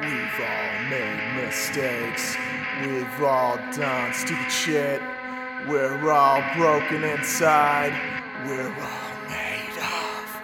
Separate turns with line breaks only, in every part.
We've all made mistakes. We've all done stupid shit. We're all broken inside. We're all made of.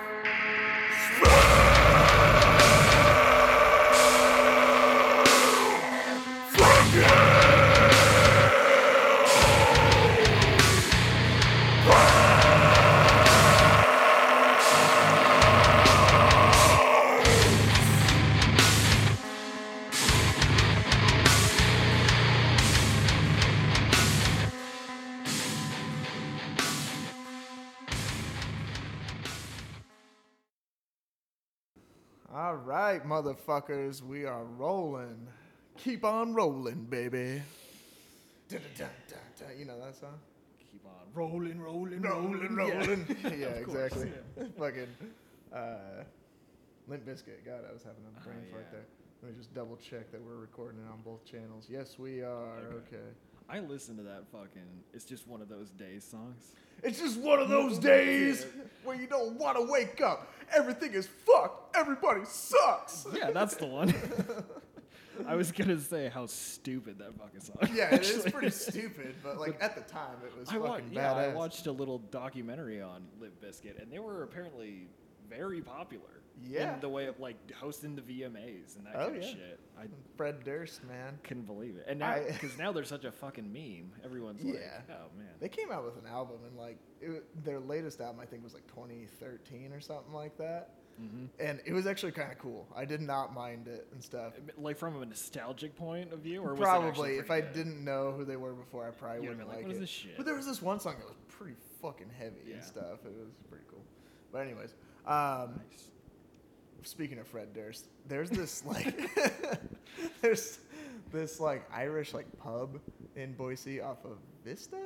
All right, motherfuckers, we are rolling. Keep on rolling, baby. Dun-dun-dun-dun-dun. You know that song?
Keep on rolling, rolling,
Rolling,
rolling, rolling.
rolling. Yeah,
course,
exactly. Fucking uh, Limp Biscuit. God, I was having a brain fart
Oh, yeah.
there. Let me just double check that we're recording it on both channels. Yes, we are. Okay.
I listened to that fucking. It's just one of those days songs.
It's just one of those days where you don't want to wake up. Everything is fucked. Everybody sucks.
Yeah, that's the one. I was gonna say how stupid that fucking song.
Yeah, it is
actually
pretty stupid, but like at the time it was
I
fucking
watched.
badass.
Yeah, I watched a little documentary on Limp Biscuit, and they were apparently very popular.
Yeah.
In the way of like hosting the VMAs and that
Oh,
kind of
yeah.
shit. I
Fred Durst, man.
couldn't believe it. And now,
I-
because now they're such a fucking meme. Everyone's like,
Yeah.
oh man.
They came out with an album and like it, wa- their latest album I think was like 2013 or something like that.
Mm-hmm.
And it was actually kind of cool. I did not mind it and stuff.
like from a nostalgic point of view, or was it actually
Probably if
pretty
I
good?
didn't know who they were before, I probably
You'd have
wouldn't
been like,
like,
"What is
it.
this shit?"
But there was this one song that was pretty fucking heavy
Yeah.
and stuff. It was pretty cool. But anyways, um,
Nice.
speaking of Fred Durst, there's this like there's this like Irish like pub in Boise off of Vista,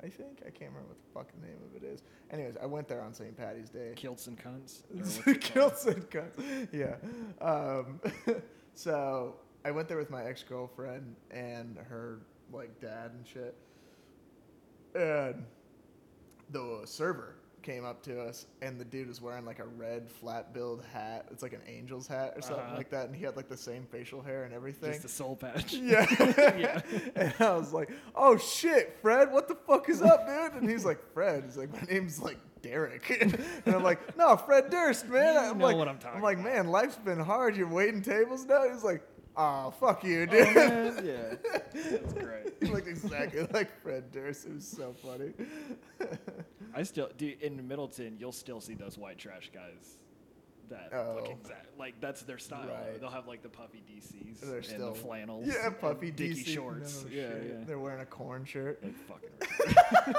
I think. I can't remember what the fucking name of it is. Anyways, I went there on St. Patty's Day.
Kilts and cunts. or what's it called?
Kills and cuts. Yeah. Um, so I went there with my ex girlfriend and her like dad and shit. And the server came up to us and the dude was wearing like a red flat billed hat. It's like an angel's hat or something
Uh-huh.
like that, and he had like the same facial hair and everything.
Just a soul patch.
Yeah.
Yeah.
And I was like, oh shit, Fred, what the fuck is up, dude? And he's like, Fred. He's like, my name's like Derek. and I'm like, no, Fred Durst, man.
You
I'm
know
like,
what I'm talking
I'm like,
about.
man, life's been hard. You're waiting tables now? He's like, oh, fuck you, dude.
Oh, man, yeah. That's great.
he looked exactly like Fred Durst. It was so funny.
I still, dude, in Middleton, you'll still see those white trash guys. That look
Oh.
exact, like that's their style.
Right.
Theyll have like the puffy DCs
They're
and
still
the flannels.
Yeah,
and
puffy
dicky
DC
shorts.
No
yeah,
shit.
yeah.
They're wearing a corn shirt.
Like fucking.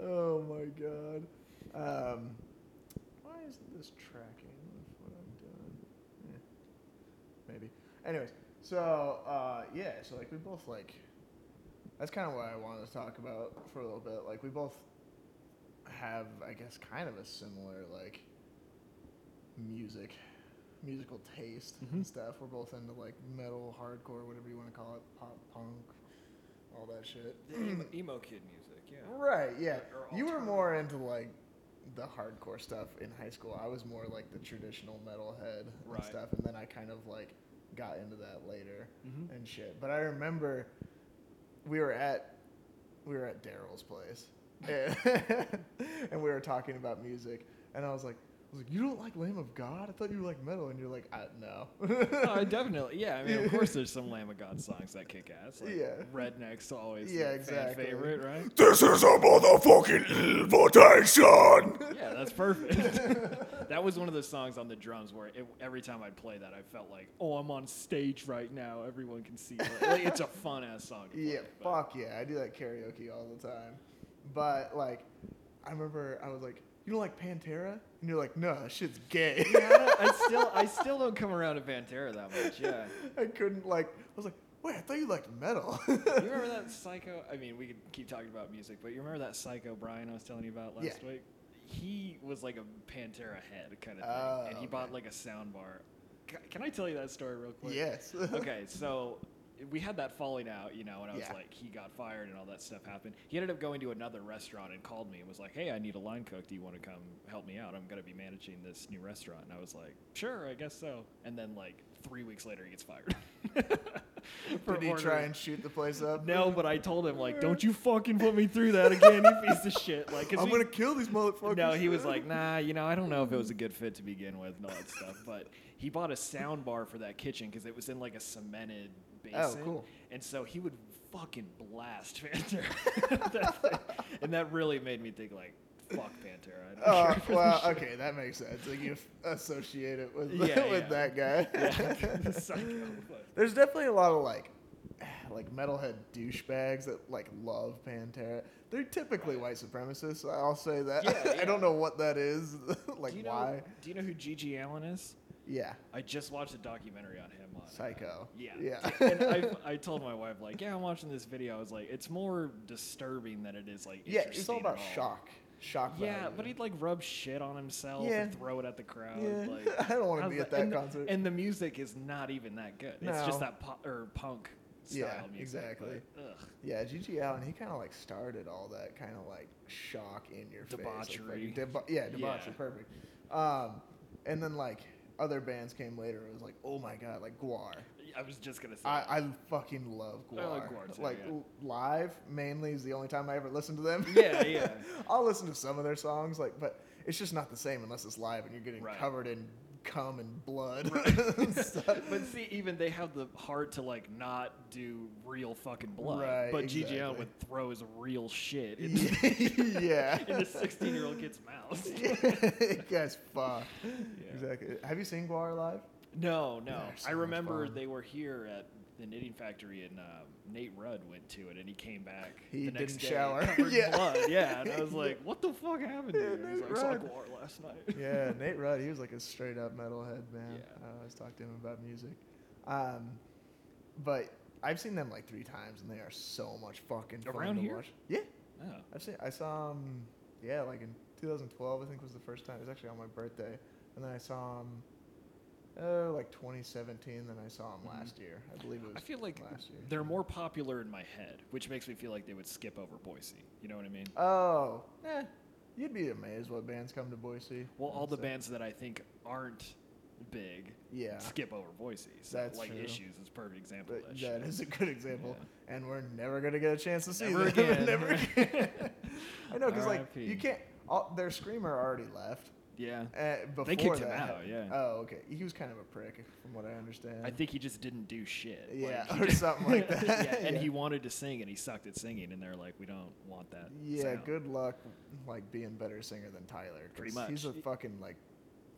oh my god. Um, why is this tracking with what I'm doing? Eh, maybe. Anyways, so uh, yeah, so like we both like. That's kind of what I wanted to talk about for a little bit. Like we both have, I guess, kind of a similar like music, musical taste
Mhm.
and stuff. We're both into like metal, hardcore, whatever you want to call it, pop punk, all that shit.
The emo, emo kid music. Yeah.
Right, yeah.
Or- or
You were
alternative.
more into like the hardcore stuff in high school. I was more like the traditional metalhead
Right.
and stuff, and then I kind of like got into that later
Mhm.
and shit. But I remember we were at we were at Daryl's place, and, and we were talking about music, and I was like. I was like, you don't like Lamb of God? I thought you like metal, and you're like, I, no.
No, Oh, I definitely, yeah. I mean, of course, there's some Lamb of God songs that kick ass. Like,
Yeah.
Redneck's always
Yeah,
the
exactly.
fan favorite, right?
This is a motherfucking invitation!
Yeah, that's perfect. that was one of those songs on the drums where it, every time I'd play that, I felt like, oh, I'm on stage right now. Everyone can see. it." Like, it's a fun ass song. to play,
Yeah,
but-
fuck yeah. I do that karaoke all the time. But like I remember I was like, You don't like Pantera? And you're like, No, that shit's gay.
Yeah, I, don't- I still, I still don't come around to Pantera that much. Yeah.
I couldn't like I was like, Wait, I thought you liked metal.
You remember that psycho? I mean, we could keep talking about music, but you remember that psycho Brian I was telling you about last
Yeah.
week? He was like a Pantera head kind of thing,
Oh,
and he
okay.
bought like a sound bar. Ca- Can I tell you that story real quick?
yes.
okay, so we had that falling out, you know, and I was
Yeah.
like, he got fired and all that stuff happened. He ended up going to another restaurant and called me and was like, hey, I need a line cook. Do you want to come help me out? I'm going to be managing this new restaurant. And I was like, sure, I guess so. And then, like, three weeks later, he gets fired. For
Did he try
ordering-
and shoot the place up?
No, but I told him, like, don't you fucking put me through that again, you piece of shit. Like, 'cause
I'm
we-
gonna kill these motherfuckers.
no, he was like, nah, you know, I don't know if it was a good fit to begin with and all that stuff. But he bought a sound bar for that kitchen because it was in like a cemented basin.
Oh, cool.
And so he would fucking blast Pantera. That thing. and that really made me think, like, fuck Pantera. I don't
Uh,
care for
well,
this
okay, that makes sense. Like you associate it with
Yeah,
with
yeah.
that guy.
shit. Yeah, psycho, but-
There's definitely a lot of like, like metalhead douchebags that like love Pantera. They're typically white supremacists. I'll say that.
Yeah,
I
yeah.
don't know what that is. like
do you know,
why?
Do you know who Gigi Allen is?
Yeah,
I just watched a documentary on him on uh,
psycho.
Yeah.
yeah.
and I, I told my wife, like, yeah, I'm watching this video. I was like, it's more disturbing than it is, like,
yeah, it's all
interesting
about
at
shock. Shock.
Yeah,
value.
but he'd, like, rub shit on himself
Yeah.
and throw it at the crowd.
Yeah.
Like,
I don't want to
was
be
like-
at that
and the-
concert.
and the music is not even that good. It's
No.
just that pop, or punk style
Yeah,
music.
exactly.
but, ugh.
Yeah, Gigi Allen, he kind of like started all that kind of like shock in your
Debauchery.
face. Like, like, deba- yeah, debauchery,
Yeah.
perfect. Um, and then like other bands came later. It was like, oh my god, like Guar.
I was just going to say.
I, I fucking love Guar.
I like Guar, too,
Like
yeah.
l- live mainly is the only time I ever listen to them.
Yeah, yeah.
I'll listen to some of their songs, like, but it's just not the same unless it's live and you're getting
Right.
covered in cum and blood. So-
but see, even they have the heart to like not do real fucking blood.
Right,
but Gigi
exactly.
Allen would throw his real shit in,
yeah.
in a 16 year old kid's mouth.
yeah, you guys fucked. Exactly. Have you seen Guar live?
No, no.
They're so
I
much
remember
fun.
they were here at the knitting factory, and um, Nate Rudd went to it, and he came back.
He
the next
didn't
day
shower.
covered in
Yeah.
blood. Yeah, and I was like, "What the fuck happened?"
Yeah,
Here? And he's
Nate
like, "I saw
Rudd.
Guar last night."
Yeah, Nate Rudd. He was like a straight up metalhead man.
Yeah.
I always talked to him about music. Um, but I've seen them like three times, and they are so much fucking fun
Around
to
here?
watch. Yeah,
Oh.
I've seen. I saw him. Yeah, like in 2012, I think was the first time. It was actually on my birthday, and then I saw him. Oh, like 2017. Then I saw him
Mhm.
last year. I believe it was.
I feel like
last year.
they're more popular in my head, which makes me feel like they would skip over Boise. You know what I mean?
Oh, eh, you'd be amazed what bands come to Boise.
Well, all the
So-
bands that I think aren't big
Yeah.
skip over Boise. So,
That's
like
true.
Issues is a perfect example
But
of that,
that
shit.
is a good example, and we're never gonna get a chance to see
Never
them.
again.
never again. I know, because like
RIP.
you can't. All, their screamer already left.
Yeah.
Uh, before
kicked him
that.
out, yeah.
Oh, okay. He was kind of a prick, from what I understand.
I think he just didn't do shit.
Yeah,
Like, he
or
just-
something like that.
yeah, and
Yeah.
he wanted to sing and he sucked at singing, and they're like, we don't want that.
Yeah.
sound."
Good luck, like being better singer than Tyler. 'cause
Pretty much.
He's a fucking like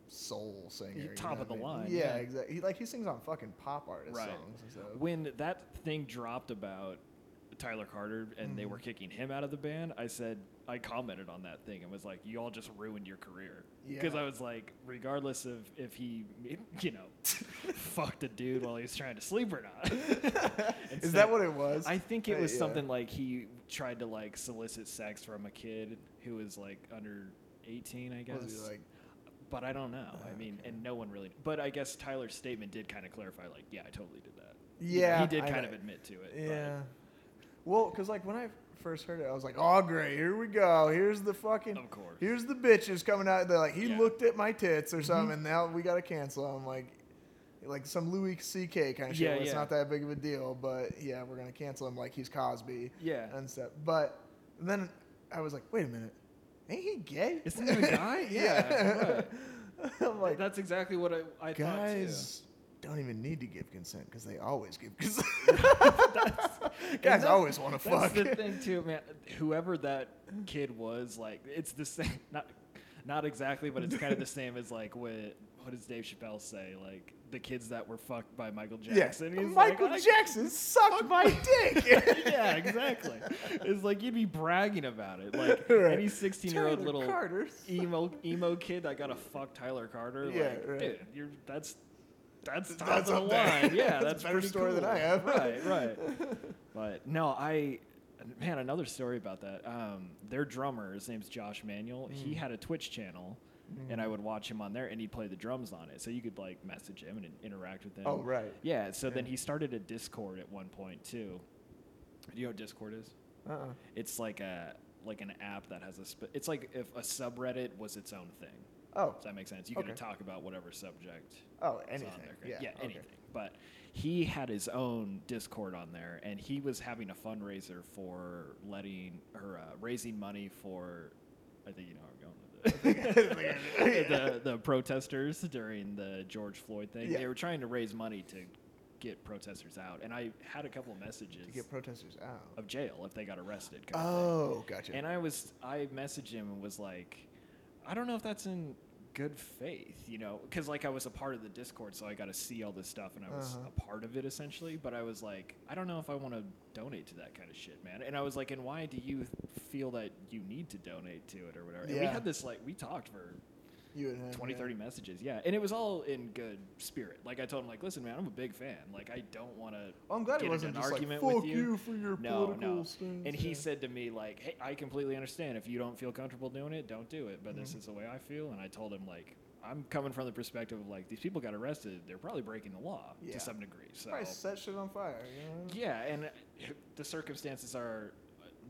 soul singer. you
top
know
of
what
the
I mean?
line,
Yeah,
yeah.
exactly. He, like he sings on fucking pop artist
Right.
songs. and stuff.
When that thing dropped about Tyler Carter and they
Mm-hmm.
were kicking him out of the band, I said, I commented on that thing and was like, you all just ruined your career. Because
Yeah.
I was like, regardless of if he, you know, fucked a dude while he was trying to sleep or not. And
Is
so-
that what it was?
I think
Uh,
it was
yeah.
something like he tried to like solicit sex from a kid who was like under 18, I guess.
Was he like?
but I don't know.
Ah,
I mean,
okay.
and no one really. But I guess Tyler's statement did kind of clarify, like, yeah, I totally did that. You know,
Yeah,
he did
I
kind
know.
of admit to it. but-
Yeah. Well, because like when I first heard it, I was like, "Oh great, here we go. Here's the fucking,
Of course.
here's the bitches coming out." They're like, "He
Yeah. Mm-hmm.
looked at my tits or something." and Now we gotta cancel. I'm like, like some Louis C.K. kind of shit.
Yeah,
where It's
yeah.
not that big of a deal, but yeah, we're gonna cancel him like he's Cosby.
Yeah.
and stuff. But then I was like, "Wait a minute, ain't he gay?
Isn't he a guy?
yeah.
Yeah,
I'm like,
that's exactly what I, I
guys don't even need to give consent because they always give consent.
thought. too.
guys
And that-
always want to fuck.
That's the thing too, man. Whoever that kid was, like, it's the same. Not, not exactly, but it's kind of the same as like what what does Dave Chappelle say? Like the kids that were fucked by Michael Jackson.
Yeah.
He's
Michael
like, "I-
Jackson sucked my dick.
yeah, exactly. It's like you'd be bragging about it. Like
Right.
any sixteen-year-old
Tyler
little
Carter.
emo emo kid that got to fuck Tyler Carter.
Yeah,
like,
right.
dude, you're that's that's top
That's
of
up
the
there.
line. Yeah,
That's a
that's
better
pretty
story than
cool.
I have.
Right, right. But no, I
Hmm.
man, another story about that. Um, their drummer, his name's Josh Manuel. He had a Twitch channel and I would watch him on there, and he'd play the drums on it. So you could like message him and interact with him.
Oh, right.
Yeah. So then
Yeah.
he started a Discord at one point too. Do you know what Discord is?
Uh-uh.
It's like a like an app that has a. Sp- it's like if a subreddit was its own thing.
Oh,
Does that make sense? You could
Okay.
talk about whatever subject
oh,
is
anything.
on there.
Yeah,
yeah
okay.
anything. But he had his own Discord on there, and he was having a fundraiser for letting or uh, raising money for. I think you know where I'm going with it. the, the protesters during the George Floyd thing.
Yeah.
They were trying to raise money to get protesters out, and I had a couple of messages
To get protesters out.
of jail if they got arrested. kind of thing.
Oh, gotcha.
And I was, I messaged him and was like, I don't know if that's in good faith, you know, because like I was a part of the Discord, so I got to see all this stuff and I was
Uh-huh.
a part of it essentially. But I was like, I don't know if I want to donate to that kind of shit, man. And I was like, and why do you feel that you need to donate to it or whatever? And we
Yeah. Uh-huh.
had this like, we talked for
you and him,
20
yeah.
30 messages yeah and it was all in good spirit like i told him like listen man i'm a big fan like i don't want to
Well, I'm glad
get
it
in
wasn't
an
just like
argument
fuck
with you,
for your
no
political
no
stance.
and he
yeah.
said to me like hey i completely understand if you don't feel comfortable doing it don't do it but
Mm-hmm.
this is the way i feel and i told him like i'm coming from the perspective of like these people got arrested they're probably breaking the law
Yeah.
to some degree so
probably set shit on fire. You know?
yeah, and the circumstances are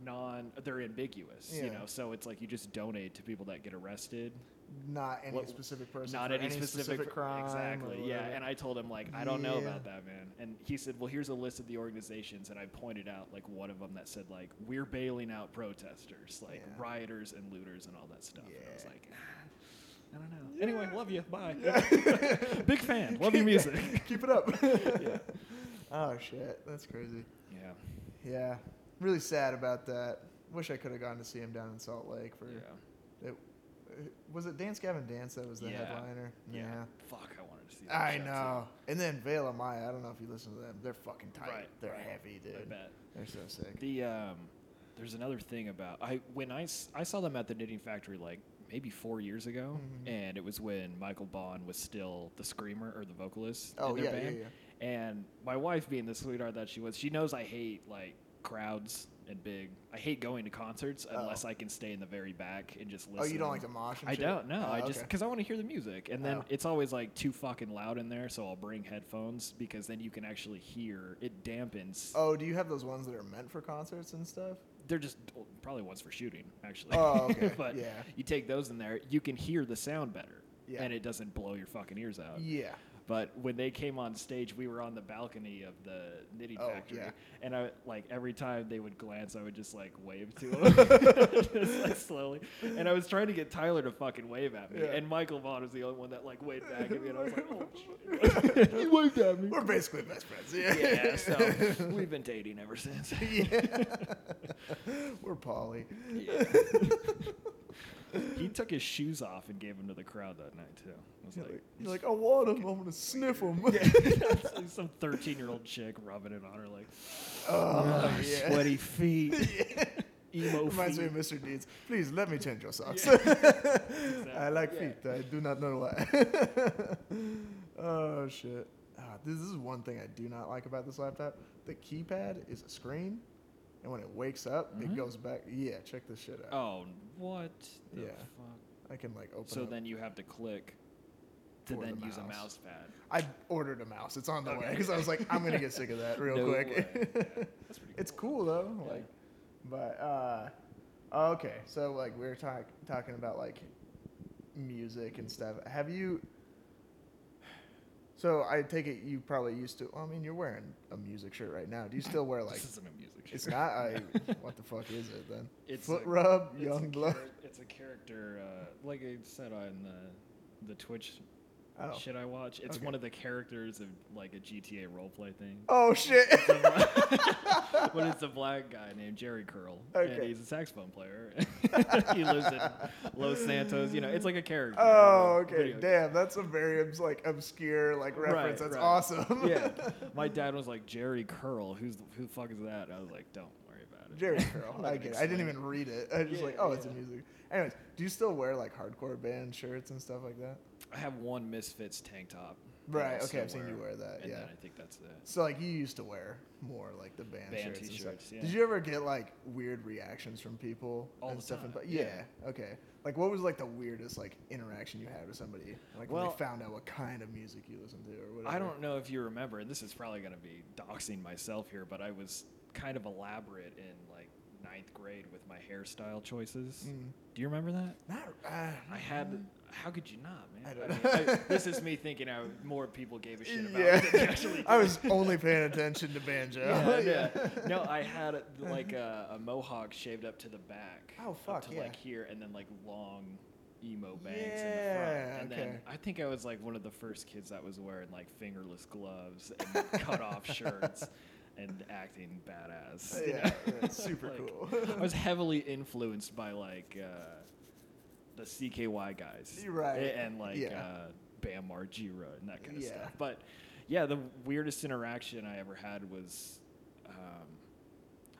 non they're ambiguous, you
Yeah.
know. So it's like you just donate to people that get arrested.
Not any
What-
specific person.
Not
for
any, specific,
specific
per-
crime. or
Exactly. Yeah,
whatever.
and I told him like I don't know
Yeah.
about that, man. And he said, "Well, here's a list of the organizations." And I pointed out like one of them that said like we're bailing out protesters, like
Yeah.
rioters and looters and all that stuff. And I was
Yeah.
like, I don't know. Anyway, love you. Bye. Big fan. Love your
Yeah.
music.
Keep it up.
Yeah.
Oh shit, that's crazy.
yeah.
Yeah, really sad about that. Wish I could have gone to see him down in Salt Lake for.
Yeah.
It, was it Dance Gavin Dance that was the
Yeah.
headliner?
Yeah. Fuck, I wanted to see that.
I
shit, too.
know. And then Vela Maya, I don't know if you listen to them. They're fucking tight.
Right,
They're
right.
heavy, dude.
I bet.
They're so sick.
The um, there's another thing about I when I, s- I saw them at the Knitting Factory like maybe four years ago,
Mhm.
and it was when Michael Bond was still the screamer or the vocalist.
Oh,
in their
yeah, yeah,
band. And my wife, being the sweetheart that she was, she knows I hate like crowds and big. I hate going to concerts
Oh.
unless I can stay in the very back and just listen.
oh, you don't like the mosh and
I
shit?
don't know.
Oh,
I just
okay.
because I want to hear the music, and then
Oh.
it's always like too fucking loud in there, so I'll bring headphones because then you can actually hear. It dampens.
Oh, do you have those ones that are meant for concerts and stuff?
They're just well, probably ones for shooting, actually.
Oh, okay.
but
Yeah.
you take those in there, you can hear the sound better,
Yeah.
and it doesn't blow your fucking ears out.
Yeah.
But when they came on stage, we were on the balcony of the knitting
Oh,
factory,
yeah.
and I like every time they would glance, I would just like wave to them, just like slowly. And I was trying to get Tyler to fucking wave at me,
Yeah.
and Michael Vaughn was the only one that like waved back at me, and I was like, oh shit, he waved at me.
We're basically best friends. Yeah.
Yeah, so we've been dating ever since.
Yeah. We're Polly.
Yeah. he took his shoes off and gave them to the crowd that night too. I was
You're
like,
like, you're like, I want them. I'm going to sniff them.
some thirteen-year-old chick rubbing it on her, like
oh,
"Ugh,
yeah.
sweaty feet, emo
Reminds me
feet.
of Mr. Deeds. Please let me change your socks. I
Exactly.
like
Yeah.
feet. I do not know why. oh shit. Ah, this is one thing I do not like about this laptop. The keypad is a screen, and when it wakes up, it
Mhm.
goes back. Yeah, check this shit out.
Oh, what? The
Yeah.
Fuck?
I can like open.
So
up-
then you have to click to
For the
then use a
mouse.
mouse pad.
I ordered a mouse. It's on the way. 'Cause way
Okay.
because I was like, I'm gonna get sick of that real
No way.
quick.
Yeah, That's pretty cool.
it's cool though. Like, but uh, okay. So like we were talk- talking about like music and stuff. Have you? So I take it you probably used to. Well, I mean, you're wearing a music shirt right now. Do you still wear like?
this isn't a music.
it's
shirt.
not. I. What the fuck is it then?
It's
Foot
a-
rub,
It's a
young blood.
charac- It's a character, uh, like I said on the the Twitch
Oh.
shit I watch. It's
Okay.
one of the characters of like a GTA roleplay thing.
Oh shit.
but it's a black guy named Jerry Curl, and
Okay.
he's a saxophone player. he lives in Los Santos. You know, it's like a character. in a
Oh okay.
video game.
Damn, that's a very like obscure like reference.
Right,
that's
right.
awesome.
yeah, my dad was like Jerry Curl. Who's the, who the fuck is that? And I was like, don't worry about it.
Jerry
I'm
Curl.
not
I
gonna
get it. I didn't
explain
even read it. I was just
Yeah,
like, oh, it's a
yeah.
music. Anyways, do you still wear like hardcore band shirts and stuff like that?
I have one Misfits tank top.
Right.
else
Okay. I've seen you
somewhere.
wear that.
And
yeah.
then I think that's it.
So like you used to wear more like the band,
Band
shirts. and stuff.
t-shirts, yeah.
Did you ever get like weird reactions from people
All
and
the
stuff?
time,
and- yeah.
yeah.
Okay. Like what was like the weirdest like interaction you had with somebody? Like when
Well-
they found out what kind of music you listen to or whatever.
I don't know if you remember, and this is probably going to be doxing myself here, but I was kind of elaborate in like ninth grade with my hairstyle choices.
Mm.
Do you remember that?
Not. Uh,
I had. How could you not, man?
I
I
don't
mean,
know.
I- this is me thinking I, more people gave a shit about it than they
yeah.
actually
I was only paying attention to banjo.
yeah, yeah. No, I had like a, a mohawk shaved up to the back.
Oh,
up
fuck,
to
yeah.
like here, and then like long emo bangs in the
Yeah,
front. And
okay.
then I think I was like one of the first kids that was wearing like fingerless gloves and cut off shirts and acting badass. you
Yeah,
know?
yeah, super
Like,
cool.
I was heavily influenced by like uh, the CKY guys,
You're right,
a- And like
yeah.
uh, Bam Margera and that kind of
Yeah.
stuff. But yeah, the weirdest interaction I ever had was, um,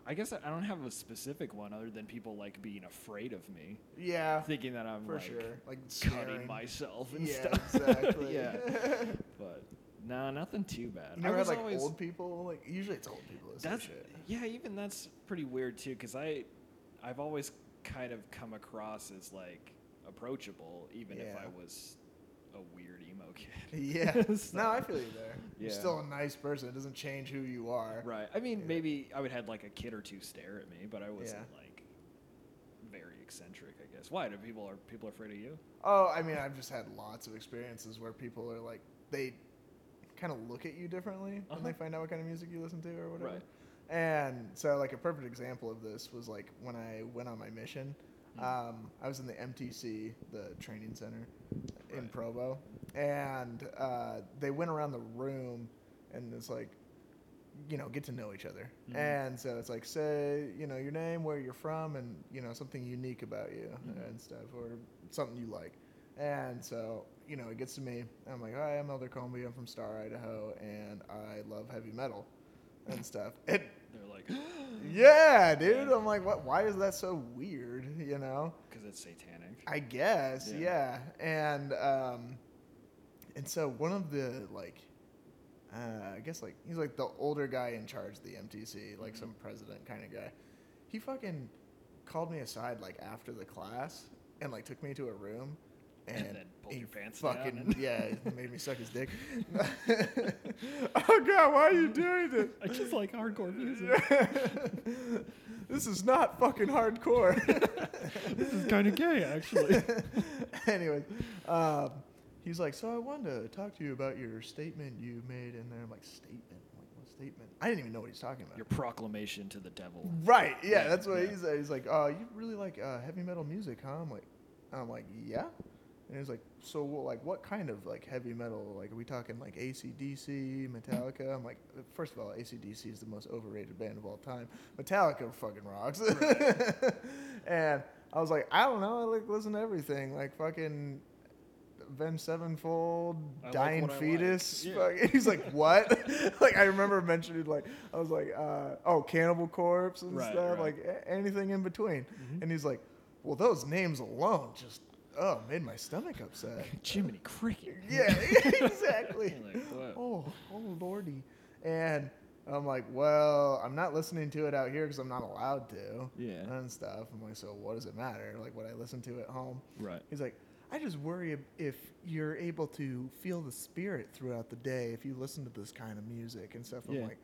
I guess I I don't have a specific one other than people like being afraid of me,
yeah.
thinking that I'm
for
like
sure. Like
cutting
staring.
myself and
Yeah.
stuff.
Exactly.
yeah, but nah, nothing too bad.
You
I
never had
was
like
always,
old people. Like usually it's old people. That's
that's
shit.
yeah, even that's pretty weird too, because I, I've always kind of come across as like approachable, even if
Yeah.
I was a weird emo kid.
Yeah.
So-
No, I feel you there. You're
Yeah.
still a nice person. It doesn't change who you are.
Right. I mean,
Yeah.
maybe I would had like a kid or two stare at me, but I wasn't like very eccentric, I guess. Why do people are people afraid of you?
Oh, I mean, I've just had lots of experiences where people are like, they kind of look at you differently when they
Uh-huh.
find out what kind of music you listen to or whatever.
Right.
And so, like, a perfect example of this was like when I went on my mission.
Hmm.
Um, I was in the MTC, the training center in
Right.
Provo, and uh, they went around the room and it's like, you know, get to know each other.
Mhm.
And so it's like, say, you know, your name, where you're from, and, you know, something unique about you
Mhm.
and stuff, or something you like. And so, you know, it gets to me. and I'm like, hi, I'm Elder Comby. I'm from Star, Idaho, and I love heavy metal and stuff. And
They're like,
yeah, dude.
Yeah.
I'm like, what? Why is that so weird? You know?
because it's satanic.
I guess, yeah.
Yeah.
And um, and so one of the like, uh, I guess like he's like the older guy in charge of the MTC, like
Mhm.
some president kind of guy. He fucking called me aside like after the class and like took me to a room. And,
And then pulled
he
your pants down
fucking
and-
yeah, he made me suck his dick. oh god, why are you doing this?
I just like hardcore music.
this is not fucking hardcore.
this is kind of gay, actually.
Anyways, um, he's like, so I wanted to talk to you about your statement you made in there. I'm like, statement? I'm like, what statement? I didn't even know what he's talking about.
Your proclamation to the devil.
right? Yeah,
Yeah,
that's what
yeah.
he said. He's like, oh, you really like uh, heavy metal music, huh? I'm like, I'm like, yeah. And he's like, so well, like, what kind of like heavy metal? Like, are we talking like ACDC, Metallica? I'm like, first of all, ACDC is the most overrated band of all time. Metallica fucking rocks. and I was like, I don't know. I like listen to everything. Like fucking Avenged Sevenfold,
I like
Dying
what I like.
Fetus.
Yeah.
fuck- He's like, what? like I remember mentioning like I was like, uh, oh, Cannibal Corpse and
Right,
stuff.
right. Mm-hmm.
Like a- anything in between. And he's like, well, those names alone just oh made my stomach upset.
Jiminy Cricket.
yeah, exactly.
You're like, "Whoa."
oh, oh lordy. And I'm like, well, I'm not listening to it out here because I'm not allowed to.
Yeah.
And stuff. I'm like, so what does it matter? Like what I listen to at home.
Right.
He's like, I just worry ab- if you're able to feel the spirit throughout the day if you listen to this kind of music and stuff. I'm
Yeah.
like,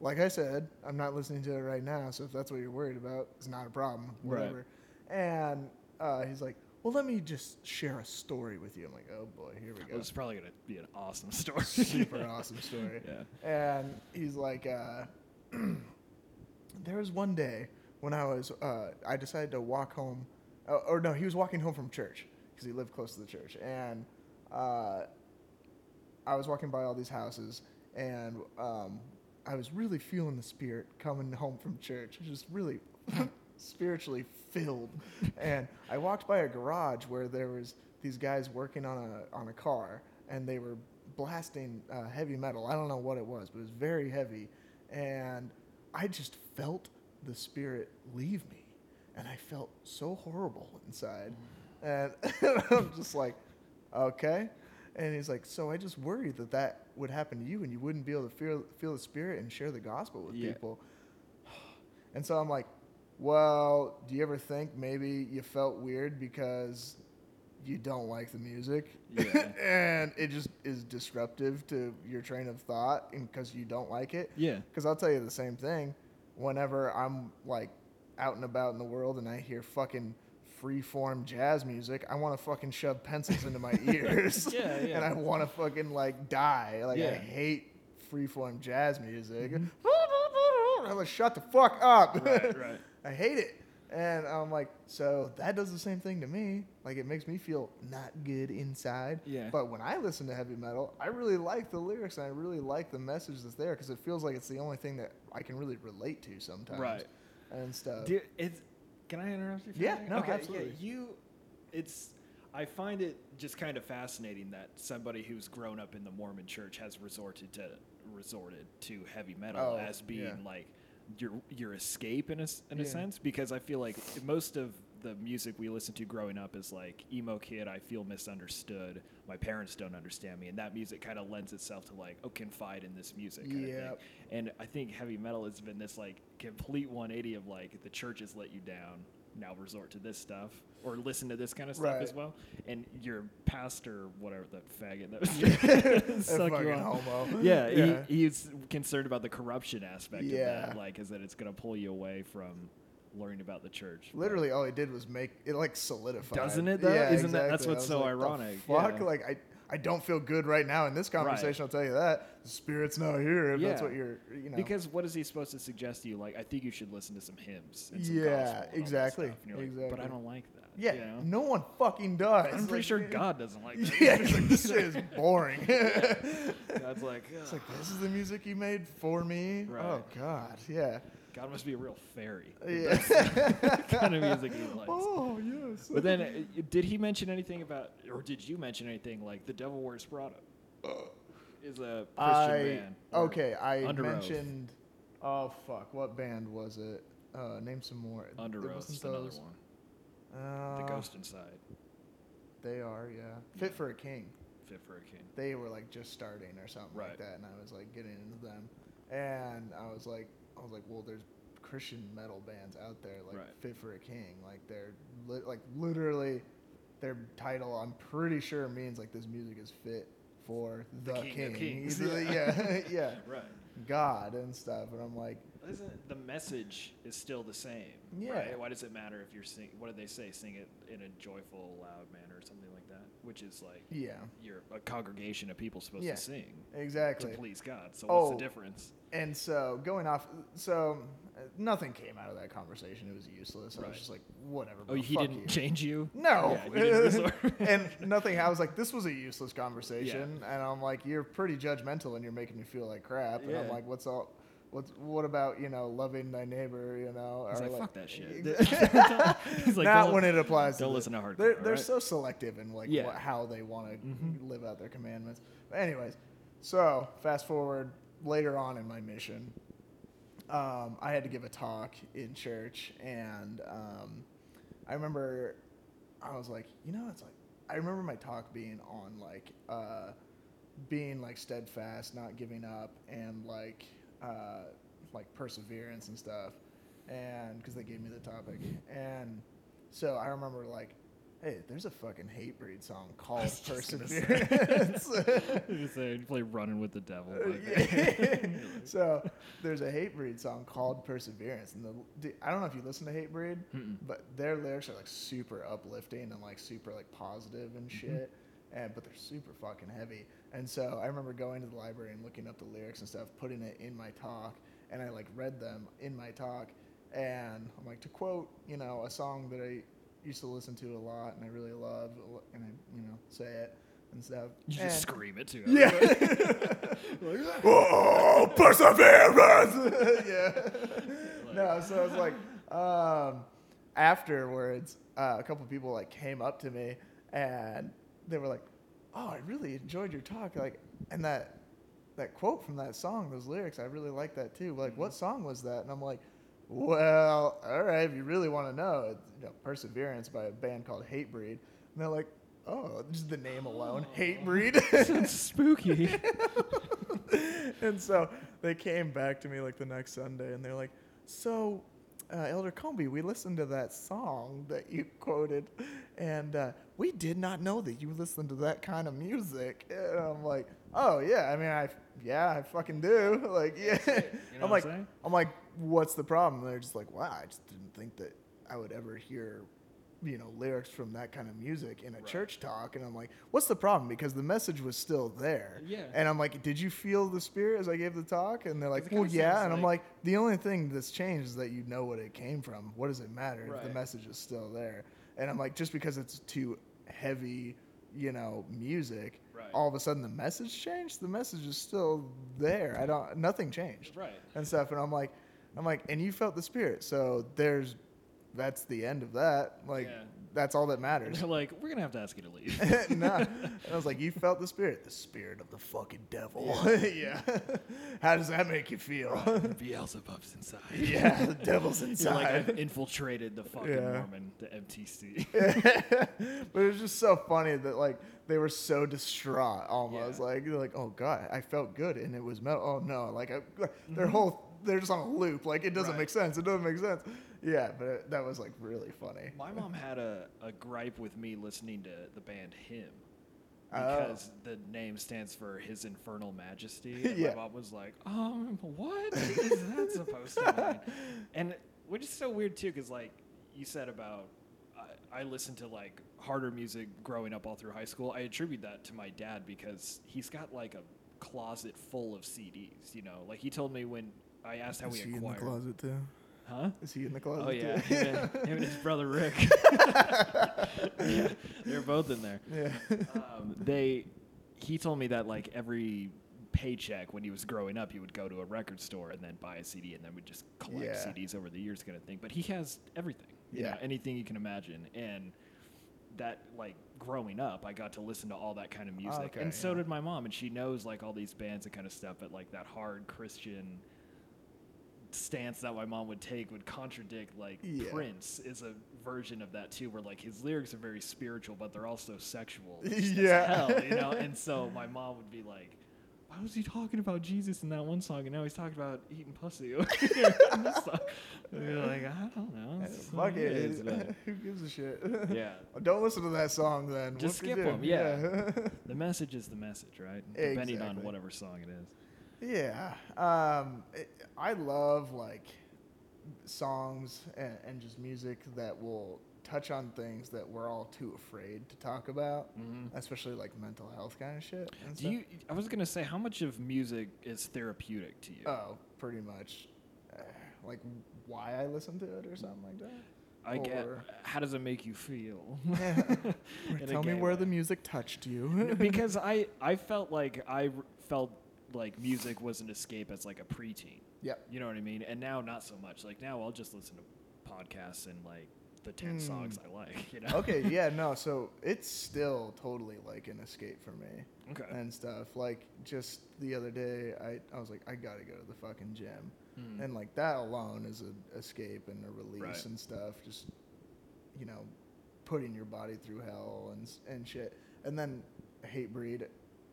like I said, I'm not listening to it right now, so if that's what you're worried about, it's not a problem,
Right.
whatever. And uh, he's like, well, let me just share a story with you. I'm like, oh boy, here we
It
go.
was probably going to be an awesome story.
Super awesome story.
Yeah.
And he's like, uh, there was one day when I was, uh, I decided to walk home, uh, or no, he was walking home from church because he lived close to the church, and uh, I was walking by all these houses, and um, I was really feeling the spirit coming home from church, just really spiritually filled, and I walked by a garage where there was these guys working on a on a car, and they were blasting uh, heavy metal. I don't know what it was, but it was very heavy, and I just felt the spirit leave me, and I felt so horrible inside, and I'm just like, okay, And he's like, so I just worried that that would happen to you, and you wouldn't be able to feel feel the spirit and share the gospel with
Yeah.
people. And so I'm like, well, do you ever think maybe you felt weird because you don't like the music,
Yeah.
and it just is disruptive to your train of thought, and because you don't like it?
Yeah.
Because I'll tell you the same thing. Whenever I'm like out and about in the world and I hear fucking freeform jazz music, I want to fucking shove pencils into my ears.
Yeah, yeah.
And I want to fucking like die. Like I
Yeah.
hate freeform jazz music. I'm like, shut the fuck up.
Mm-hmm. Right, right.
I hate it. And I'm like, so that does the same thing to me. Like it makes me feel not good inside.
Yeah.
But when I listen to heavy metal, I really like the lyrics and I really like the message that's there because it feels like it's the only thing that I can really relate to sometimes.
Right.
And stuff.
Dude, it's. Can I interrupt you? For a
Yeah,
second?
no,
okay,
absolutely.
Yeah, you, it's. I find it just kind of fascinating that somebody who's grown up in the Mormon Church has resorted to resorted to heavy metal
Oh,
as being
yeah.
like your your escape in a s- in a
Yeah.
sense because I feel like most of the music we listen to growing up is like emo kid I feel misunderstood my parents don't understand me and that music kind of lends itself to like oh confide in this music kind of thing
Yep.
and I think heavy metal has been this like complete 180 of like the church has let you down. Now resort to this stuff or listen to this kind of stuff
Right.
as well. And your pastor, whatever that faggot that was,
That
suck
fucking
you off.
homo.
Yeah,
Yeah.
He, he's concerned about the corruption aspect of
Yeah.
that. Like, is that it's going to pull you away from learning about the church? But-
Literally, all he did was make it like solidified.
Doesn't it, though?
Yeah,
Isn't that- that's
exactly. I
what's
was
so
like, the
ironic,
Fuck,
yeah.
like I, I don't feel good right now in this conversation. I'll tell you that the spirit's not here. If that's
Yeah.
what you're, you know.
Because what is he supposed to suggest to you? Like, I think you should listen to some hymns. And some
Yeah,
gospel and all that
exactly,
stuff." And you're like, But
exactly.
I don't like that.
yeah,
you know?
no one fucking does.
I'm pretty
Like,
sure
you-
God doesn't like that.
Yeah, this shit is boring.
God's like,
It's like this is the music you made for me.
Right.
Oh God, yeah,
God must be a real fairy.
yeah.
kind of music he likes.
oh yes.
But then, uh, did he mention anything about, or did you mention anything like the devil wears Prada? Is a Christian
Uh, I
man. or
okay. I
Under Oath.
mentioned. Oh fuck! What band was it? Uh, name some more.
Under
It
Oath
wasn't
is another
those.
one.
Uh,
the Ghost Inside,
They are, yeah. Fit for a King.
Fit for a King.
They were like just starting or something like
Right.
that, and I was like getting into them, and I was like, I was like, well, there's Christian metal bands out there like
Right.
Fit for a King, like they're li- like literally their title. I'm pretty sure means like this music is fit for the,
The King of Kings,
yeah, yeah,
Right.
God and stuff. And I'm like,
Isn't the message is still the same?
Yeah.
Right? Why does it matter if you're sing? What did they say? Sing it in a joyful, loud manner or something like that, which is like
yeah,
you're a congregation of people supposed
Yeah.
to sing to
exactly.
please God. So
Oh.
what's the difference?
And so going off, so uh, nothing came out of that conversation. It was useless. I
Right.
was just like, whatever.
Oh,
bro,
he
fuck
didn't
you.
change you?
No.
Yeah, you didn't resort-
and nothing. I was like, this was a useless conversation. And I'm like, you're pretty judgmental and you're making me feel like crap. And I'm
Yeah.
like, what's all. What's, what about you know loving thy neighbor you know
He's
or
like, "Fuck that shit." He's like,
not
"Don't-
when it applies to
don't
the-
listen to hardcore,
they're,
all
they're
right?"
so selective in like
Yeah. Mm-hmm.
what, how they want to live out their commandments but anyways so fast forward later on in my mission um, I had to give a talk in church, and um, I remember I was like, you know, it's like I remember my talk being on like uh, being like steadfast, not giving up, and like uh, like perseverance and stuff, and because they gave me the topic, and so I remember like. Hey, there's a fucking hate breed song called
was just gonna say.
Perseverance.
You say you play running with the devil.
Uh,
like-
yeah. so there's a hate breed song called perseverance and the dude, i don't know if you listen to hate breed but their lyrics are like super uplifting and like super like positive
Mm-hmm.
and shit and but they're super fucking heavy and so i remember going to the library and looking up the lyrics and stuff putting it in my talk and i like read them in my talk and i'm like to quote you know a song that i used to listen to a lot and i really love and i you know say it and stuff
You just
And-
scream it to him.
yeah "Ah."
Oh, perseverance!
yeah. no, so I was like, um, afterwards, uh, a couple people like came up to me and they were like, "Oh, I really enjoyed your talk." Like, and that that quote from that song, those lyrics, I really like that too. Like,
Mm-hmm.
what song was that? And I'm like, well, all right, if you really want to know, it's, you know, Perseverance by a band called Hatebreed. And they're like, oh, just the name alone,
Oh.
hate breed.
Sounds spooky.
and so they came back to me like the next Sunday, and they're like, "So, uh, Elder Comby, we listened to that song that you quoted, and uh, we did not know that you listened to that kind of music." And I'm like, "Oh yeah, I mean, I yeah, I fucking do. Like, yeah."
know
I'm
what
like,
I'm saying?
I'm like, "What's the problem?" And they're just like, "Wow, I just didn't think that I would ever hear." You know, lyrics from that kind of music in a church talk, and I'm like, "What's the problem?" Because the message was still there.
Yeah.
And I'm like, did you feel the spirit as I gave the talk? And they're like,
Because it
well,
kinda
yeah.
sounds
And I'm
like-
like, the only thing that's changed is that you know what it came from. What does it matter if
Right.
the message is still there? And I'm like, just because it's too heavy, you know, music,
Right.
all of a sudden the message changed. The message is still there. I don't. Nothing changed.
Right.
And stuff. And I'm like, I'm like, and you felt the spirit. So there's, that's the end of that. Like,
Yeah.
that's all that matters.
They're like, we're gonna have to ask you to leave.
no. And I was like, you felt the spirit, the spirit of the fucking devil. Yeah. How does that make you feel?
Beelzebub's inside.
yeah, the devil's
You're like
inside.
I've infiltrated the fucking
Yeah.
Mormon, the MTC.
but it was just so funny that like they were so distraught almost.
Yeah.
Like they're like, oh god, I felt good and it was metal. Oh no, like I, their whole they're just on a loop. Like it doesn't
Mm-hmm. Right.
make sense. It doesn't make sense. Yeah, but it, that was like really funny.
My mom had a, a gripe with me listening to the band Him
Oh.
because the name stands for His Infernal Majesty. And
Yeah.
My mom was like, um, what is that supposed to mean? And which is so weird too, because like you said about. I- I listened to like harder music growing up all through high school. I attribute that to my dad because he's got like a closet full of CDs. You know, like he told me when I asked how
Is he
we
in the
acquired,
closet too?
huh?
Is he in the closet?
Oh yeah,
too?
him and, him and his brother Rick. yeah, they're both in there.
yeah.
Um, they, he told me that like every paycheck when he was growing up, he would go to a record store and then buy a CD, and then would just collect
Yeah.
CDs over the years, kind of thing. But he has everything, you
Yeah.
know, anything you can imagine, and that like growing up, I got to listen to all that kind of music,
okay,
and so
yeah.
did my mom, and she knows like all these bands and kind of stuff, but like that hard Christian stance that my mom would take would contradict like
Yeah.
Prince is a version of that too, where like his lyrics are very spiritual, but they're also sexual. as
Yeah.
hell, you know. And so my mom would be like, "Why was he talking about Jesus in that one song, and now he's talking about eating pussy?" over here in this song?" And you're like, "I don't know." It's just what
Fuck
it
it.
is, but
Who gives a shit?
Yeah.
Don't listen to that song then.
Just
What can
skip
you
'em,
do?
yeah. the message is the message, right? Depending on
Exactly.
whatever song it is.
Yeah. Um, it, I love like songs and, and just music that will touch on things that we're all too afraid to talk about, especially like mental health kind of shit. and
Mm-hmm. Do
stuff.
you? I was gonna say, how much of music is therapeutic to you?
Oh, pretty much. uh, Like why I listen to it or something like that.
I get.
or-
How does it make you feel? In a
Tell me
gay
where
way.
the music touched
No,
you.
because I I felt like I r- felt like music was an escape as like a preteen.
yep.
You know what I mean? And now not so much. Like now I'll just listen to podcasts and like the ten songs I like. You know?
Hmm. okay, yeah, no. So it's still totally like an escape for me.
Okay.
And stuff. Like just the other day, I, I was like, I gotta go to the fucking gym,
Hmm.
and like that alone is an escape and a release
Right.
and stuff. Just you know, putting your body through hell and s- and shit. And then Hate Breed,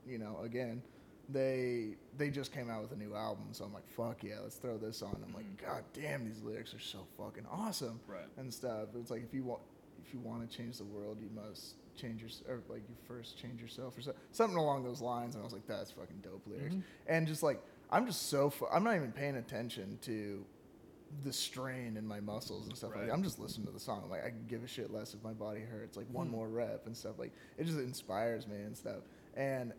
you know, again. They they just came out with a new album, so I'm like, fuck yeah, let's throw this on. I'm like,
Hmm.
god damn, these lyrics are so fucking awesome
Right.
and stuff. It's like if you want if you want to change the world, you must change your or like you first change yourself or so, something along those lines. And I was like, that's fucking dope lyrics.
Mm-hmm.
And just like I'm just so fu- I'm not even paying attention to the strain in my muscles and stuff like
Right.
that. I'm just listening to the song. Like I could give a shit less if my body hurts. Like
Hmm.
one more rep and stuff. Like it just inspires me and stuff. And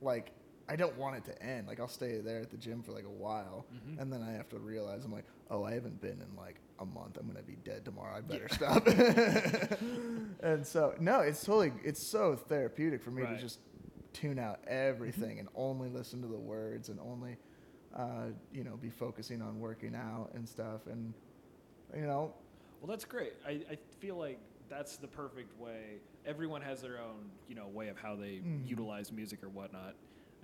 like I don't want it to end. Like I'll stay there at the gym for like a while,
Mm. Mm-hmm.
and then I have to realize I'm like, oh, I haven't been in like a month. I'm gonna be dead tomorrow. I better stop. and so no, it's totally it's so therapeutic for me
Right. Mm-hmm.
to just tune out everything and only listen to the words and only uh, you know be focusing on working out and stuff and you know
Well, that's great. I, I feel like that's the perfect way. Everyone has their own, you know, way
Mm-hmm.
of how they utilize music or whatnot.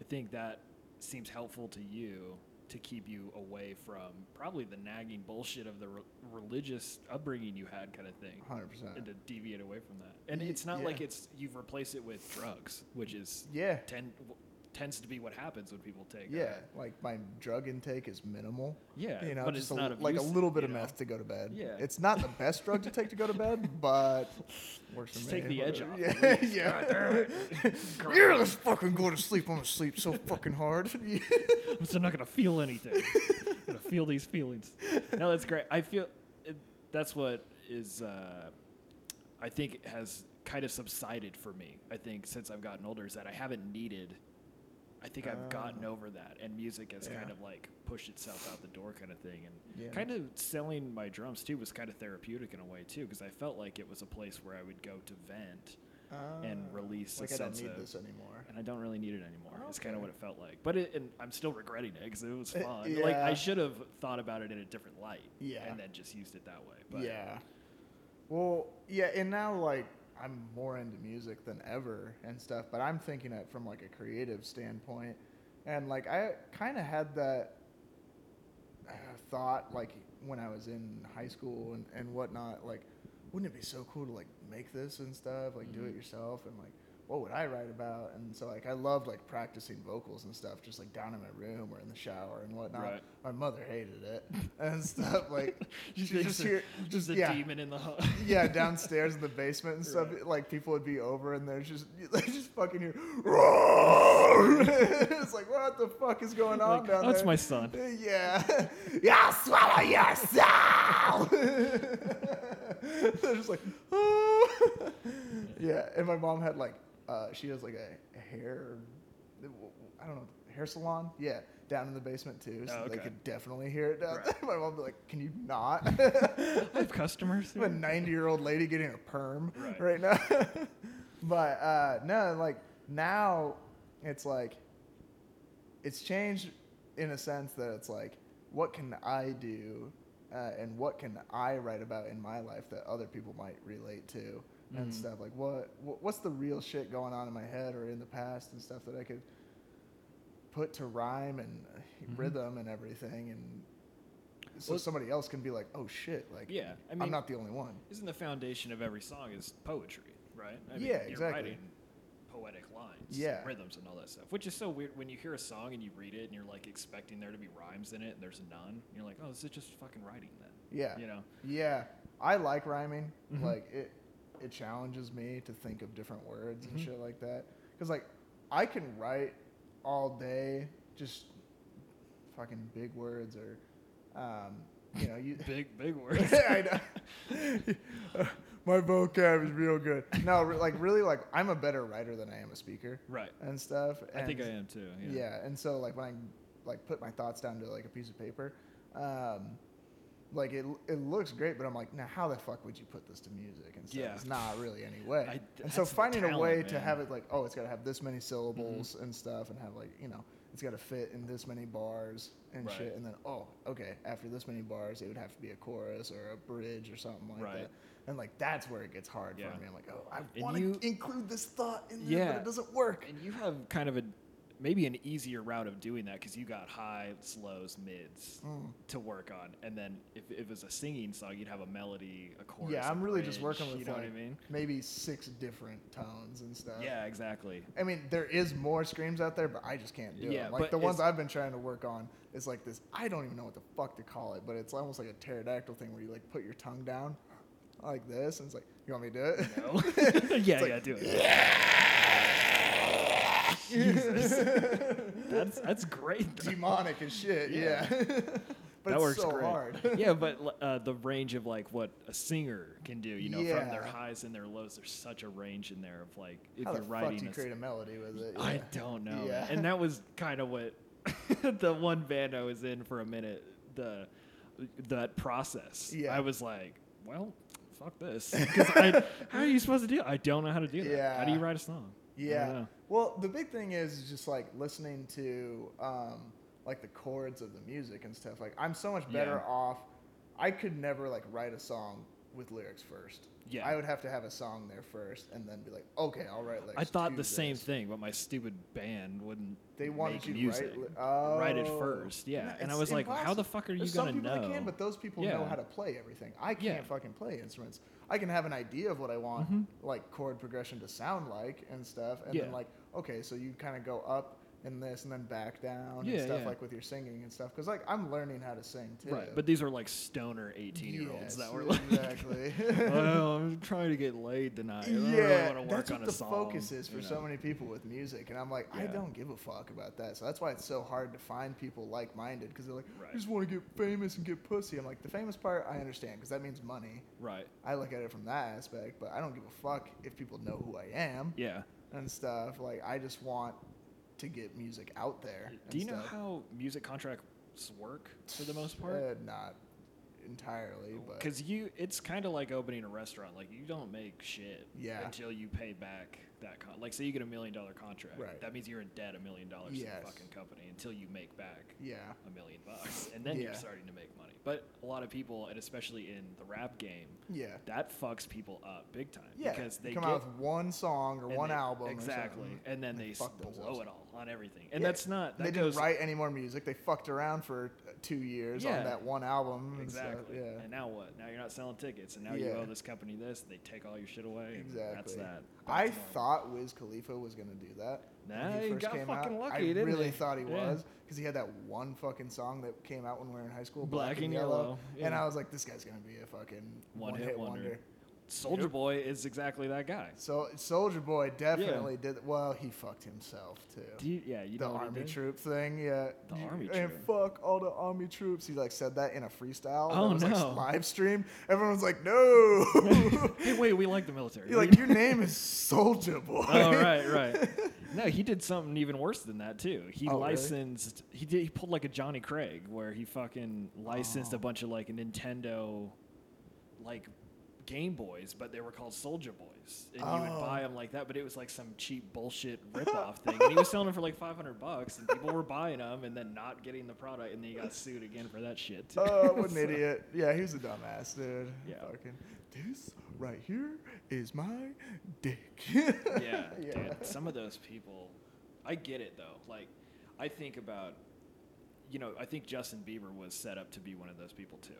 I think that seems helpful to you to keep you away from probably the nagging bullshit of the re- religious upbringing you had, kind of thing.
100%.
And to deviate away from that, and
Ye-
it's not
yeah.
like it's you've replaced it with drugs, which is
Yeah.
tend, tends to be what happens when people take. uh,
Yeah, like my drug intake is minimal.
Yeah,
you know,
but
just
it's
a,
not
like a
abusive,
little bit
you
of
know?
meth to go to bed.
Yeah.
it's not the best drug to take to go to bed, but works for
Just
me.
take the edge off,
Yeah, yeah. yeah. Let's fucking go to sleep. I'm gonna sleep so fucking hard. Yeah.
I'm still not gonna feel anything. I'm gonna feel these feelings. No, that's great. I feel it, that's what is. Uh, I think has kind of subsided for me. I think since I've gotten older is that I haven't needed. I think I've gotten over that, and music has
Ah. Yeah.
kind of like pushed itself out the door, kind of thing, and
Yeah.
kind of selling my drums too was kind of therapeutic in a way too, because I felt like it was a place where I would go to vent, And release
Oh.
a
Like I don't
sense
need
of-
this anymore.
and I don't really need it anymore. It's kind of
Okay.
what it felt like. But it, and I'm still regretting it because it was
Uh,
fun. Like
yeah.
I should have thought about it in a different light.
Yeah.
And then just used it that way. But
Yeah. Well, yeah, and now like I'm more into music than ever and stuff, but I'm thinking it from like a creative standpoint, and like I kind of had that uh, thought like when I was in high school and and whatnot, like wouldn't it be so cool to like make this and stuff, like
Mm-hmm.
do it yourself and like. What would I write about? And so, like, I loved like practicing vocals and stuff, just like down in my room or in the shower and whatnot.
Right.
My mother hated it and stuff. Like,
She
you
thinks
just
that-
hear,
just
just
the
yeah,
demon in the hall.
yeah, downstairs in the basement and stuff.
Right.
Like people would be over, and there's just they just fucking hear. "Roar!" it's like what the fuck is going on
Like,
down
"That's
there?
my son."
Yeah, yeah, swallow yourself. They're just like, "Oh." yeah. And my mom had like, uh, she has like a hair, I don't know, hair salon. Yeah, down in the basement too, so
Oh,
they
okay.
could definitely hear it down
Right.
there. My mom would be like, "Can you not?"
I have customers.
I'm a 90 year old lady getting a perm
Right.
right, now. but uh, no, like now it's like, it's changed in a sense that it's like, what can I do uh, and what can I write about in my life that other people might relate to and
Mhm.
stuff? Like, what, what what's the real shit going on in my head or in the past and stuff that I could put to rhyme and uh,
Mhm.
rhythm and everything and so
Well-
somebody else can be like, "Oh shit!" Like,
Yeah, I
I'm
mean-
not the only one.
Isn't the foundation of every song is poetry, right?
Yeah, exactly.
You're writing poetic lines,
Yeah.
rhythms, and all that stuff, which is so weird when you hear a song and you read it and you're like expecting there to be rhymes in it and there's none. You're like, oh, this is just fucking writing then.
Yeah.
You know?
Yeah, I like rhyming.
Mm-hmm.
Like it, it challenges me to think of different words
Mm-hmm.
and shit like that. Because like, I can write all day just fucking big words or, um, you know, you.
Big, big words.
I know. My vocab is real good. No, re- like really, like I'm a better writer than I am a speaker
right.
and stuff.
I think I
and-
am too.
yeah. and so like when i like put my thoughts down to like a piece of paper um like it, it looks great but i'm like now how the fuck would you put this to music and stuff
Yeah.
it's not really any way
I-
and so
that's the
finding a
talent,
way to
man. Mm-hmm.
have it like oh it's got to have this many syllables and stuff and have like you know it's got to fit in this many bars and
Right.
shit and then oh okay after this many bars it would have to be a chorus or a bridge or something like
Right.
that and like that's where it gets hard
Yeah.
for me i'm like oh i
And
want to
you-
include this thought in there
Yeah.
but it doesn't work
And you have kind of a maybe an easier route of doing that because you got highs, lows, mids
Mm.
to work on, and then if, if it was a singing song, you'd have a melody, a chorus.
Yeah,
a
I'm really just
bridge,
working with
you know
like uh,
what I mean.
maybe six different tones and stuff.
yeah, exactly.
I mean, there is more screams out there, but I just can't do
Yeah,
them. Like
but
the ones
it's-
I've been trying to work on is like this. I don't even know what the fuck to call it, but it's almost like a pterodactyl thing where you like put your tongue down like this, and it's like, you want me to do it?
No. yeah, yeah, do it. Jesus. That's that's great.
Demonic as shit. Yeah.
Yeah.
but
that
it's
works
so
great.
hard.
yeah, but l- uh, the range of like what a singer can do, you know, from their
Yeah.
highs and their lows, there's such a range in there of like if
How
you're
the fuck
writing
do you
a s-
create a melody with it?
I
Yeah.
don't know.
Yeah.
man. And that was kind of what the one band I was in for a minute, the that process.
Yeah.
I was like, well, fuck this. 'Cause I, how are you supposed to do? it? I don't know how to do that. How do you
Yeah.
write a song? I don't
Yeah.
know.
Well, the big thing is is just like listening to um, like the chords of the music and stuff. Like I'm so much better
Yeah.
off. I could never like write a song with lyrics first.
Yeah.
I would have to have a song there first, and then be like, okay, I'll write lyrics.
I thought
to
the same
this.
thing, but my stupid band wouldn't.
They wanted
make
you to
music.
write li-
Write it
Oh.
first, yeah.
No,
and I
it's
was like, how the
impossible.
fuck are
There's
you gonna
some people
know?
That can, but those people know
Yeah.
how to play everything. I can't
Yeah.
fucking play instruments. I can have an idea of what I want, like chord progression to sound like and stuff, and then
Mm-hmm. Yeah.
like, okay, so you kind of go up in this and then back down and
Yeah,
stuff
yeah.
like with your singing and stuff. Because like I'm learning how to sing too.
Right, but these are like stoner eighteen-year-olds that were like,
exactly.
"Well, I'm trying to get laid tonight. I don't really
yeah,
wanna work
that's
on
what
a
the
song,"
focus is for
you
so
know?
many people with music, and I'm like, I
Yeah.
don't give a fuck about that. So that's why it's so hard to find people like-minded because they're like,
Right.
I just want to get famous and get pussy. I'm like, the famous part, I understand because that means money.
Right.
I look at it from that aspect, but I don't give a fuck if people know who I am
Yeah.
and stuff. Like, I just want to get music out there. and
Do you know
stuff.
how music contracts work for the most part? Oh,
Uh, not entirely, but
Because you, it's kind of like opening a restaurant. Like you don't make shit
Yeah.
until you pay back that. Con- like, say you get a million dollar contract.
Right.
That means you're in debt a million dollars to
Yes.
the fucking company until you make back
yeah,
a million bucks, and then
Yeah.
you're starting to make money. But a lot of people, and especially in the rap game,
yeah.
that fucks people up big time.
Yeah,
Because they
come
get,
out with one song or
and
one
they-
album, or
exactly,
something.
and then
They
they, s-
fuck
blow
themselves.
it all on everything, and
Yeah.
that's not that
they
goes
didn't write any more music. They fucked around for uh, two years on
Yeah.
that one album. and stuff,
Exactly.
yeah.
And now what? Now you're not selling tickets, and now you
Yeah.
owe this company this. They take all your shit away. and
Exactly.
That's that.
I
That's all.
thought Wiz Khalifa was gonna do that.
Nah, he got fucking lucky,
I
didn't
really
he?
thought he
Yeah.
was because he had that one fucking song that came out when we were in high school, Black, and, Yellow. And
yeah.
I was like, this guy's gonna be a fucking
One
one,
hit
hit
wonder.
wonder.
Soldier Boy is exactly that guy.
So Soldier Boy definitely did. Well, he fucked himself too.
Do you, yeah, you
the
know what he
army
did?
troop thing, yeah.
The
You-
army
and
troop.
fuck all the army troops. He like said that in a freestyle.
Oh,
that was
no.
like live stream. Everyone was like, no.
Hey, wait, we like the military.
You're like, your name is Soldier Boy.
oh right, right. No, he did something even worse than that too. He
Oh, really?
licensed. He did. He pulled like a Johnny Craig, where he fucking
Oh.
licensed a bunch of like Nintendo, like Game Boys, but they were called Soldier Boys, and you would
Oh.
buy them like that. But it was like some cheap bullshit ripoff thing, and he was selling them for like five hundred bucks, and people were buying them and then not getting the product, and then he got sued again for that shit. too.
Oh, what an
So-
idiot. Yeah, he was a dumbass, dude.
Yeah.
Fucking, this right here is my dick.
yeah,
Yeah.
dude. Some of those people, I get it though. Like, I think about, you know, I think Justin Bieber was set up to be one of those people too.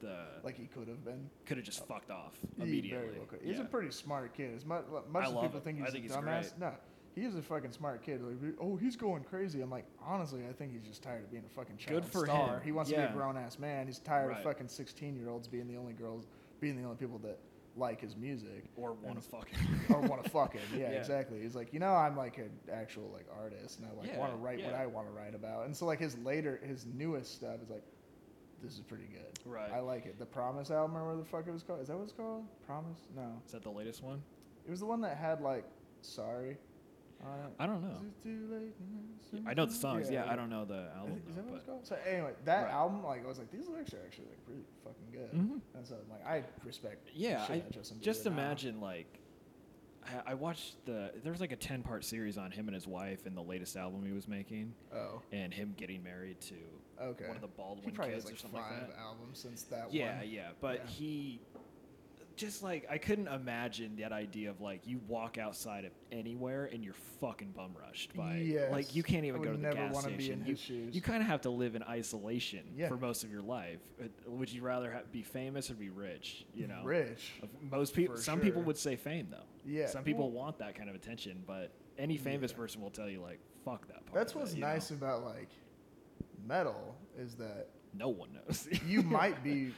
The
like he could have been.
could have just fucked off
He very
immediately.
well could- He's
yeah.
a pretty smart kid. As much, much
I
as
love
people
him.
think
I
he's
think
a
he's
dumbass,
great.
no. He is a fucking smart kid. Like, oh, he's going crazy. I'm like, honestly, I think he's just tired of being a fucking child
Good for
star.
him.
He wants to be
Yeah.
a grown ass man. He's tired
Right.
of fucking 16 year olds being the only girls, being the only people that like his music.
or want to fuck.
or want to fuck him. Yeah,
Yeah.
exactly. He's like, you know, I'm like an actual like artist, and I like
Yeah,
want to write what
yeah.
I want to write about. And so like his later, his newest stuff is like, this is pretty good.
Right.
I like it. The Promise album or whatever the fuck it was called. Is that what it's called? Promise? No,
Is that the latest one?
it was the one that had like Sorry. On it.
I don't know.
Is it too late now?
I know the songs. Oh. Yeah,
Mm-hmm. yeah.
I don't know the
Is,
album
it- is that
though.
what it's
But
called? So anyway, that
Right.
album, like, I was like, these lyrics are actually like pretty fucking good.
Mhm.
And so like, I respect. the
yeah,
shit
I,
out of Justin
just
Bieber now.
imagine like. I- I watched the there's like a ten part series on him and his wife and the latest album he was making
Oh,
and him getting married to
okay.
one of the
He
Baldwin
probably has
kids
like
or something like
five
that.
albums since that
yeah,
one.
yeah. But
Yeah.
he just like I couldn't imagine that idea of like you walk outside of anywhere and you're fucking bum rushed by like
Yes.
you can't
I
even go
would
to the
never
gas
wanna
station.
be in
you
his shoes.
you kind of have to live in isolation
Yeah.
for most of your life. Uh, Would you rather ha- be famous or be rich? You know,
Rich.
Of Most people,
For
some people
sure.
would say fame though.
Yeah,
some people
well-
want that kind of attention, but any famous
Yeah.
person will tell you like, "Fuck that part."
That's
of it,"
what's
you know?
nice about like metal is that
No one knows.
you might be,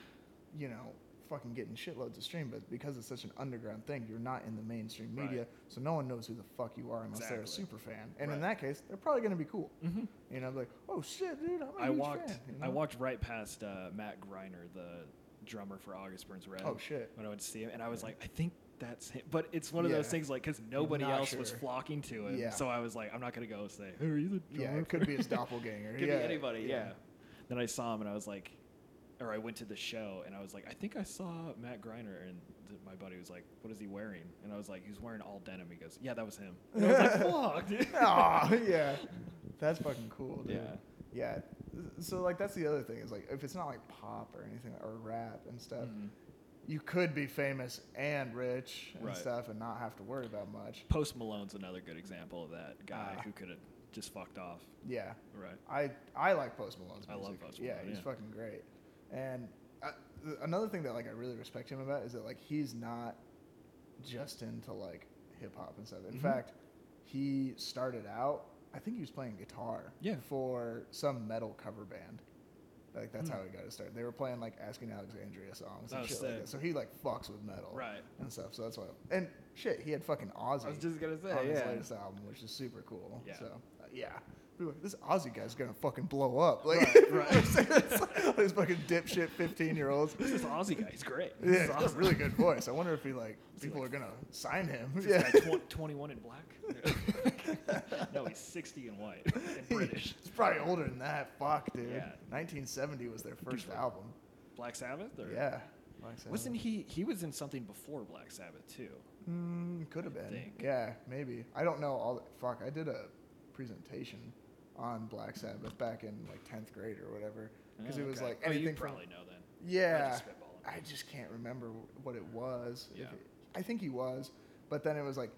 you know, fucking getting shitloads of stream, but because it's such an underground thing, you're not in the mainstream
Right.
media, so no one knows who the fuck you are unless they're a
Exactly.
super fan. And in
Right.
that case, they're probably gonna be cool. You know, like, oh shit, dude, I'm a
Mm-hmm. I
huge
walked.
fan," you
I
know?
walked right past uh, Matt Griner, the drummer for August Burns Red.
Oh, shit.
When I went to see him, and I was like, I think that's him. But it's one of those
Yeah.
things, like, because nobody
not
else was
sure.
flocking to him,
Yeah.
so I was like, I'm not gonna go say, "Hey, are you the drummer?"
Yeah, it could be his
for-"
doppelganger.
could
yeah,
be anybody. Yeah. Then I saw him, and I was like, or I went to the show, and I was like, I think I saw Matt Griner, and th- my buddy was like, What is he wearing? And I was like, He's wearing all denim. He goes, Yeah, that was him. And I was like, Fuck, dude.
Aw, yeah. That's fucking cool, dude.
Yeah.
Yeah.
Mm-hmm.
So like that's the other thing is like if it's not like pop or anything or rap and stuff, you could be famous and rich and
Right.
stuff and not have to worry about much.
Post Malone's another good example of that guy
Ah.
who could have just fucked off.
Yeah.
Right.
I I like Post Malone's
I
music.
love Post
Yeah,
Malone,
he's
yeah.
fucking great. And uh, th- another thing that like I really respect him about is that like he's not just into like hip hop and stuff. In
Mhm.
fact, he started out. I think he was playing guitar.
Yeah.
For some metal cover band. Like that's
Hmm.
how he got his start. They were playing like Asking Alexandria songs and
Oh,
shit
sick.
like that. So he like fucks with metal.
Right.
And stuff. So that's why. And shit, he had fucking Ozzy
I was just gonna say,
on his
yeah.
latest album, which is super cool.
Yeah.
So uh, yeah, We were like, this Aussie guy's gonna fucking blow up. Like,
Right, right.
it's like these fucking dipshit fifteen year olds.
This is Aussie guy. He's great.
Yeah,
This
he's
is
got a
awesome.
really good voice. I wonder if he like
Is he
people
like-
are gonna sign him.
Is
Yeah.
this guy tw- 21 and black? no, he's 60 and white and British.
He's probably older than that. Fuck, dude.
Yeah.
1970 was their first
like-
album.
Black Sabbath? Or?
Yeah. Black Sabbath.
Wasn't he? He was in something before Black Sabbath too.
Mm, could have
I
been.
think.
Yeah, maybe. I don't know all. The, fuck, I did a presentation on Black Sabbath back in like tenth grade or whatever, because
Oh,
it was
okay.
like
Oh,
anything
you
from
probably know then.
yeah.
just spitballing.
I just can't remember wh- what it was. if
Yeah.
it- I think he was, but then it was like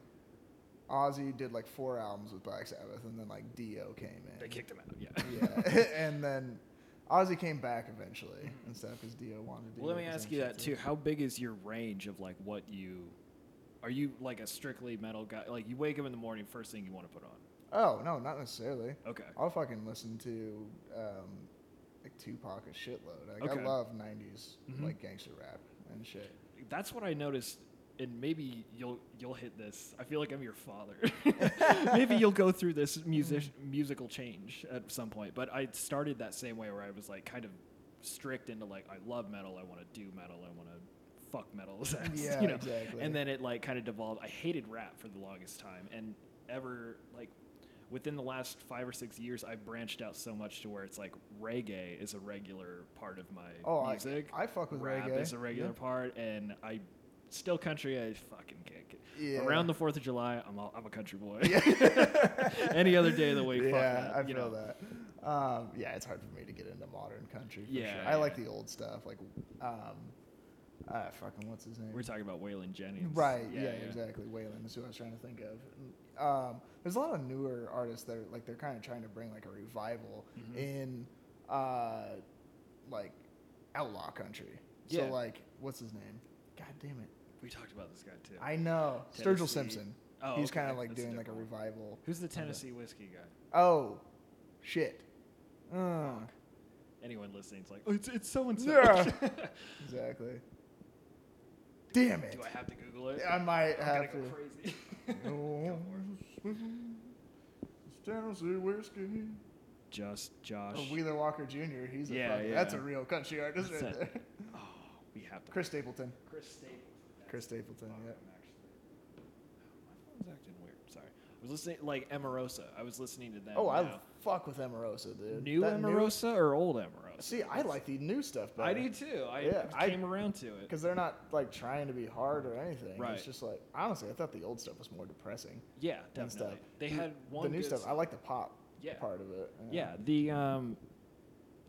Ozzy did like four albums with Black Sabbath, and then like Dio came in.
They kicked him out. Yeah.
yeah, and then Ozzy came back eventually and stuff because Dio wanted to. do
Mm. Well, let me
his
ask
own
you
shit
that too. How big is your range of like what you? Are you like a strictly metal guy? Like you wake up in the morning, first thing you want to put on.
Oh no, not necessarily.
Okay.
I'll fucking listen to um, like Tupac a shitload. Like
Okay.
I love '90s
Mhm.
like gangster rap and shit.
That's what I noticed, and maybe you'll you'll hit this. I feel like I'm your father. maybe you'll go through
Mm.
this music musical change at some point. But I started that same way where I was like kind of strict into like I love metal, I want to do metal, I want to fuck metal. as ass,
Yeah,
you know?
exactly.
And then it like kind of devolved. I hated rap for the longest time, and ever like. Within the last five or six years, I've branched out so much to where it's like reggae is a regular part of my
Oh, I-
music.
I fuck with
Rap
reggae.
is a regular
Yeah.
part, and I still country. I fucking can't get
Yeah.
around the Fourth of July. I'm all, I'm a country boy.
Yeah.
Any other day of the week, fuck
yeah,
that,
I
you
feel
know.
that. Um, yeah, it's hard for me to get into modern country. For
Yeah,
sure. I like
yeah.
the old stuff. Like, um, uh, fucking what's his name?
We're talking about Waylon Jennings,
Right. Yeah, exactly. Waylon is who I was trying to think of. Um, there's a lot of newer artists that are like they're kind of trying to bring like a revival
Mhm.
in, uh, like outlaw country.
Yeah.
So like, what's his name? God damn it!
We talked about this guy too.
I know
Tennessee.
Sturgill Simpson.
Oh,
He's
okay,
kind of like
that's a
doing like a
different
revival.
Who's the Tennessee whiskey guy?
Oh, shit. Uh,
Fuck. Anyone listening's like, oh, it's it's so and so.
Yeah. exactly. Damn it!
Do I have to Google it?
I might
I'm
have
gonna go
to.
crazy.
Oh,
Go for it.
it's Tennessee whiskey.
Just
Or
Josh.
Wheeler Walker Jr. He's a
Yeah,
fucking, that's a
yeah.
real country artist
That's
right
it.
there.
oh, we have to.
Chris Stapleton.
Chris Stapleton.
Chris Stapleton.
Fuck,
Yeah.
I'm actually- Oh, My phone's acting weird. Sorry. I was listening, like Emerosa. I was listening to them.
Oh, I
now.
fuck with Emerosa, dude.
new
That
Emerosa or old Emerosa?
see, I like the new stuff better.
I do too. I
Yeah, I-
came around to it.
because they're not like trying to be hard or anything.
Right.
It's just like honestly, I thought the old stuff was more depressing
Yeah,
and stuff.
definitely. They
The-
had one
The new
good
stuff.
s-
I like the pop
Yeah.
part of it.
yeah, the um,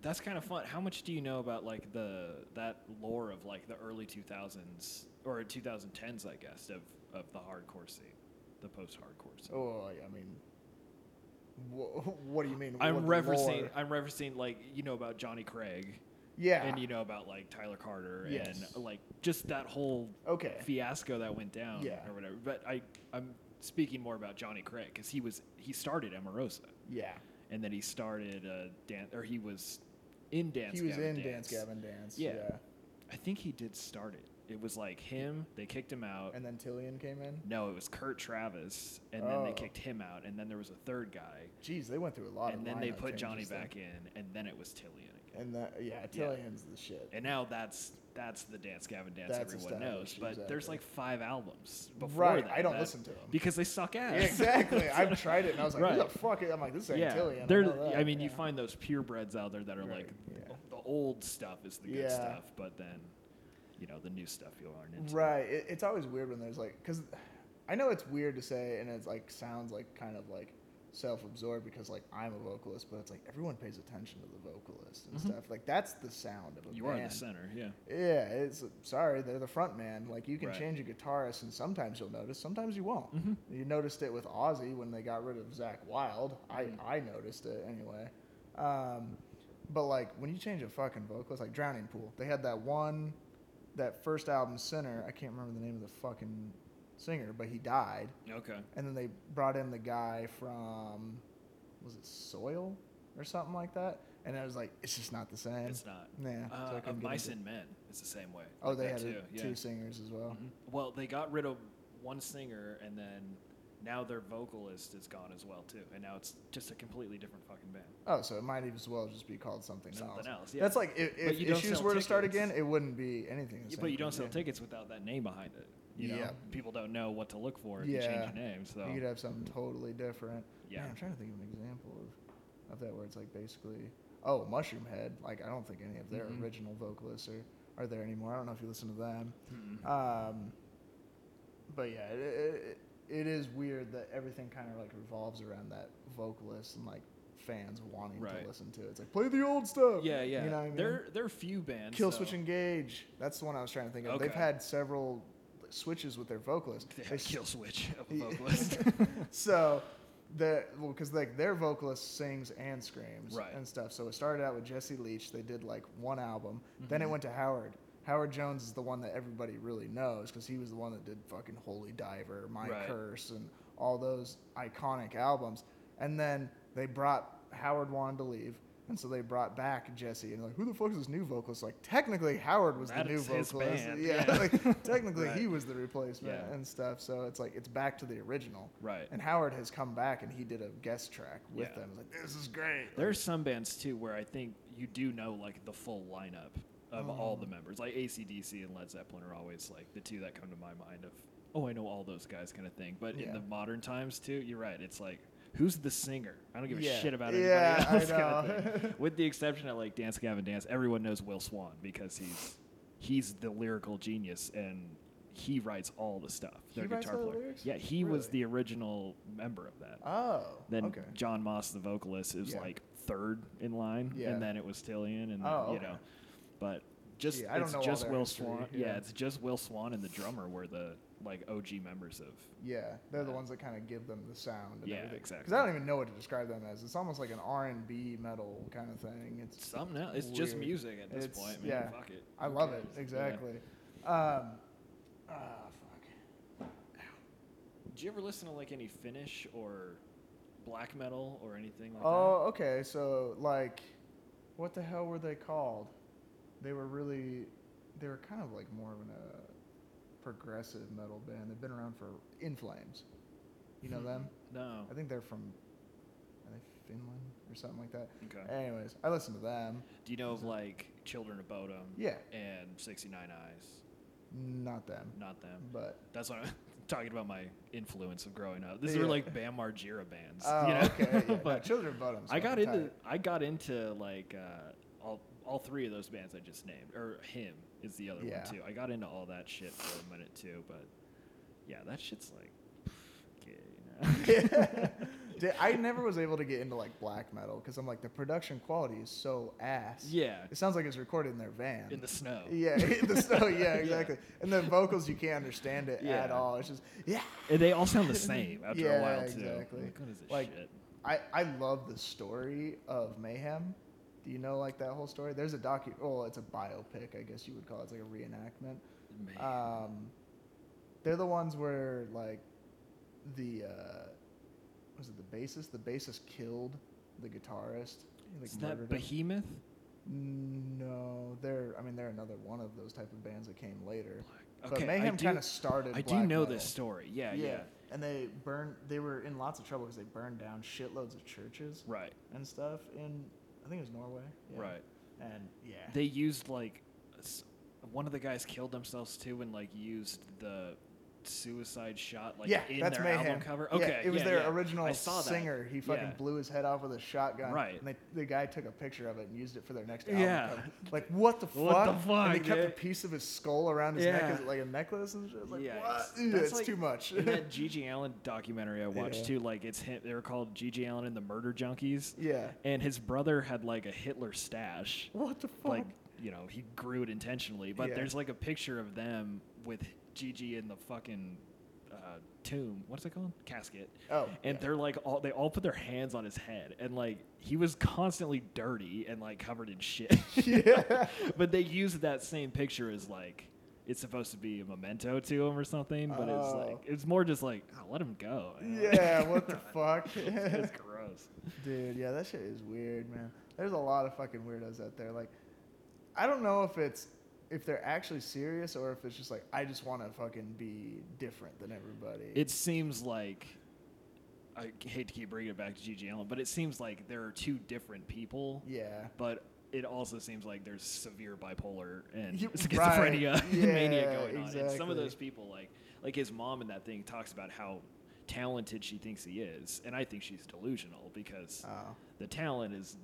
that's kind of fun. How much do you know about like the that lore of like the early two thousands or two thousand tens, I guess, of of the hardcore scene, the post hardcore scene.
Oh, I mean, wha- what do you mean? What
I'm referencing.
lore?
I'm referencing like you know about Johnny Craig.
Yeah.
and you know about like Tyler Carter
Yes.
and like just that whole
Okay.
fiasco that went down
Yeah.
or whatever. But I I'm speaking more about Johnny Craig because he was he started Amorosa
yeah.
and then he started uh, dance or he was in dance.
He was
Gavin
in
dance.
Dance Gavin Dance.
Yeah. I think he did start it. It was like him. They kicked him out.
And then Tillian came in.
no, it was Kurt Travis, and then they
Oh.
kicked him out, and then there was a third guy,
Jeez, they went through a lot of.
and then they
lineup
put Johnny
changes there.
back in, and then it was Tillian again.
And that, yeah,
Yeah.
Tillian's the shit.
And now that's that's the dance Gavin dance
That's
everyone knows.
established,
But there's
exactly.
like five albums before
Right,
that
I don't
that-
listen to 'em.
because they suck ass.
Yeah, exactly. I've tried it and I was like,
Right.
who the fuck? Is? I'm like, this ain't
yeah,
Tillian. I
they're.
know that,
I mean, you
yeah.
find those purebreds out there that are like
Right, yeah.
the old stuff is the good
Yeah.
stuff, but then you know the new stuff you aren't into.
Right. It, it's always weird when there's like, because I know it's weird to say, and it's like sounds like kind of like self-absorbed because like I'm a vocalist, but it's like everyone pays attention to the vocalist and stuff. Like that's the sound of a
Mm-hmm. You
band.
are in the center, yeah.
Yeah, it's sorry, they're the front man. Like you can
Right.
change a guitarist, and sometimes you'll notice, sometimes you won't.
Mm-hmm.
You noticed it with Ozzy when they got rid of Zach Wild.
Mm-hmm.
I I noticed it anyway. Um, but like when you change a fucking vocalist, like Drowning Pool, they had that one, that first album, Sinner. I can't remember the name of the fucking singer, but he died,
Okay.
and then they brought in the guy from, was it Soil or something like that? And I was like, it's just not the same.
It's not.
Yeah, so I
Uh,
couldn't
of
get
Mice
into it.
and Men is the same way.
Oh,
Like
they
that
had
too.
a-
yeah.
two singers as well.
Mhm. Well, they got rid of one singer, and then now their vocalist is gone as well too, and now it's just a completely different fucking band.
Oh, so it might as well just be called something,
Something
else.
else, yeah.
That's like if,
But
if
you don't
issues
sell
were to start
tickets.
again, it wouldn't be anything. The
Yeah,
same
but you
for
don't sell
me.
tickets without that name behind it. You know,
Yeah.
people don't know what to look for if you
Yeah.
change your name. So
You could have something totally different.
Mm-hmm. Yeah.
Man, I'm trying to think of an example of, of that where it's like basically, oh, Mushroom Head. Like I don't think any of their
Mhm.
original vocalists are, are there anymore. I don't know if you listen to them.
Mhm.
Um, but yeah, it, it, it is weird that everything kind of like revolves around that vocalist and like fans wanting
Right.
to listen to it. It's like play the old stuff.
yeah, yeah.
You know what I mean?
There, there are few bands.
Kill
though.
Switch Engage. That's the one I was trying to think of. They've
Okay.
had several switches with their vocalist.
They have
They s-
Kill Switch of a
Yeah.
vocalist.
so the well, because like their vocalist sings and screams
Right.
and stuff. So it started out with Jesse Leach. They did like one album. Then
Mm-hmm.
it went to Howard. Howard Jones is the one that everybody really knows because he was the one that did fucking Holy Diver, My
Right.
Curse, and all those iconic albums. And then they brought Howard wanted to leave. And so they brought back Jesse and like, who the fuck is this new vocalist? Like, technically Howard was
That
the new
is his
vocalist.
band,
Yeah,
yeah.
like, technically he
Right.
was the replacement
Yeah.
and stuff. So it's like it's back to the original.
Right.
And Howard has come back and he did a guest track with
Yeah.
them. It's like this is great.
There are some bands too where I think you do know like the full lineup of
Oh.
all the members. Like ACDC and Led Zeppelin are always like the two that come to my mind of oh I know all those guys kind of thing. But in
Yeah.
the modern times too, you're right. It's like who's the singer? I don't give a
Yeah.
shit about anybody
Yeah, I
else. kind
know.
of thing. With the exception of like Dance Gavin Dance, everyone knows Will Swan because he's he's the lyrical genius and he writes all the stuff.
He
Their
writes
guitar
all the
player.
lyrics?
Yeah, he was
Really?
the original member of that
oh,
then
okay.
John Moss, the vocalist, is
Yeah.
like third in line,
Yeah.
and then it was Tillian, and then,
Oh,
you
okay.
know, but just
Gee, I don't
it's
know all
just
their
Will
history,
Swan.
yeah.
Yeah. it's just Will Swan and the drummer were the like OG members of.
Yeah, they're the
Yeah.
ones that kind of give them the sound. And
Yeah,
Because
exactly.
I don't even know what to describe them as. It's almost like an R and B metal kind of thing. It's
Something else. It's just
Weird.
music at this
It's-
point, man.
yeah.
Fuck it.
I
Who
love
cares?
it
Yeah.
exactly. Um, ah, fuck.
Do you ever listen to like any Finnish or black metal or anything like
Oh, okay. So like, what the hell were they called? They were really, they were kind of like more of a progressive metal band. They've been around for In Flames. You
Hmm.
know them?
that? No.
I think they're from, are they Finland or something like that?
Okay.
Anyways, I listen to them.
Do you know of like Children of Bodom?
Yeah.
And Sixty Nine Eyes.
Not them,
Not them.
but
That's what I'm talking about my influence of growing up. These
Yeah.
were like Bam Margera bands.
oh,
you know?
okay. Yeah,
but
Children of Bottoms.
I got into I got into like uh, all all three of those bands I just named, or him is the other
Yeah.
one too. I got into all that shit for a minute too, but yeah, that shit's like gay now.
Did- I never was able to get into like black metal because I'm like the production quality is so ass.
yeah,
It sounds like it's recorded in their van.
in the snow.
yeah, in the snow. Yeah, exactly. And the vocals, you can't understand it at
Yeah.
all. It's just yeah.
And they all sound the same after
Yeah,
a while too.
exactly.
I'm Like, what is this
Like,
shit?
I I love the story of Mayhem. Do you know like that whole story? There's a docu. Well, it's a biopic, I guess you would call it. It's like a reenactment.
Man.
Um, they're the ones where like the uh, was it the bassist? The bassist killed the guitarist. He, like,
is that
murdered him.
Behemoth?
No, they're. I mean, they're another one of those type of bands that came later.
Black-
But
okay, I
Mayhem
do-
kind of started.
I do
black
know
metal.
this story. Yeah, yeah,
And they burned. They were in lots of trouble because they burned down shitloads of churches
right,
and stuff in. I think it was Norway. yeah.
right.
And yeah.
they used like s- one of the guys killed themselves too and like used the suicide shot like
yeah,
in
that's
their
Mayhem.
album cover?
Yeah,
Okay,
it was
yeah,
their
yeah. I
original
saw that.
singer. He fucking
Yeah.
blew his head off with a shotgun.
Right.
And they, the guy took a picture of it and used it for their next album
Yeah.
cover. Like what the fuck?
What the
And they
fuck,
kept a
dude?
piece of his skull around his
Yeah.
neck as like a necklace and shit. It's Like
Yeah,
what?
it's-
Ew,
that's
it's
like-
too much.
in that Gigi Allen documentary I watched
Yeah.
too, like it's him. They were called Gigi Allen and the Murder Junkies.
yeah.
And his brother had like a Hitler stash.
What the fuck?
Like you know he grew it intentionally, but
Yeah.
there's like a picture of them with Gigi in the fucking uh, tomb. What's it called? Casket.
Oh,
And
yeah.
they're like all they all put their hands on his head, and like he was constantly dirty and like covered in shit.
yeah.
but they used that same picture as like it's supposed to be a memento to him or something, but it's
Oh.
like it's more just like oh, let him go. you know?
Yeah, what the fuck?
it's gross.
Dude, yeah, that shit is weird, man. There's a lot of fucking weirdos out there. Like, I don't know if it's if they're actually serious or if it's just like I just want to fucking be different than everybody.
It seems like I hate to keep bringing it back to Gigi Allen, but it seems like there are two different people,
yeah,
but it also seems like there's severe bipolar and
You-
schizophrenia
right.
and mania
Yeah,
going on. And some
exactly.
of those people, like like his mom in that thing, talks about how talented she thinks he is, and I think she's delusional because
Oh.
the talent is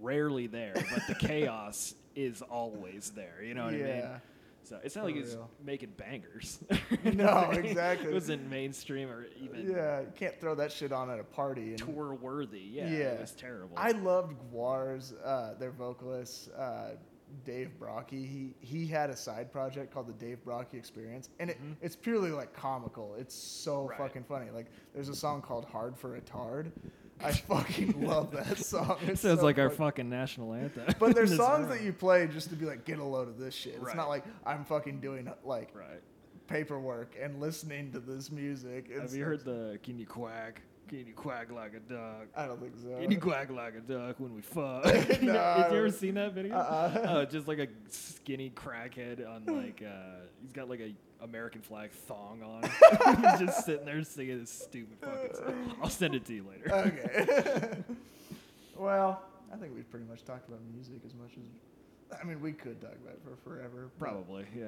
rarely there, but the chaos is always there. You know what I mean?
Yeah.
So it's not
For
like he's
real.
making bangers.
No, exactly.
It wasn't mainstream or even
yeah, you can't throw that shit on at a party. And
tour worthy. Yeah,
Yeah.
it was terrible.
I loved Guar's uh, their vocalist uh, Dave Brocky. He he had a side project called the Dave Brocky Experience, and it, it's purely like comical. It's so
Mm-hmm. Right.
fucking funny. Like there's a song called "Hard for a Tard." I fucking love that song.
it
It's
sounds
so
like our
fucking-
fucking national anthem.
But there's
This
songs
room.
that you play just to be like, get a load of this shit. It's
Right.
not like I'm fucking doing like
right.
paperwork and listening to this music. It's,
Have you heard the "Can you quack? Can you quack like a duck?
I don't think so.
Can you quack like a duck when we fuck?"
No,
Have you
I
ever
don't-
seen that video?
Uh-uh.
Oh, just like a skinny crackhead on like uh, he's got like a American flag thong on. he's just sitting there singing this stupid fucking song. I'll send it to you later.
Uh, okay. well, I think we've pretty much talked about music as much as. I mean, we could talk about it for forever. but
Probably, yeah.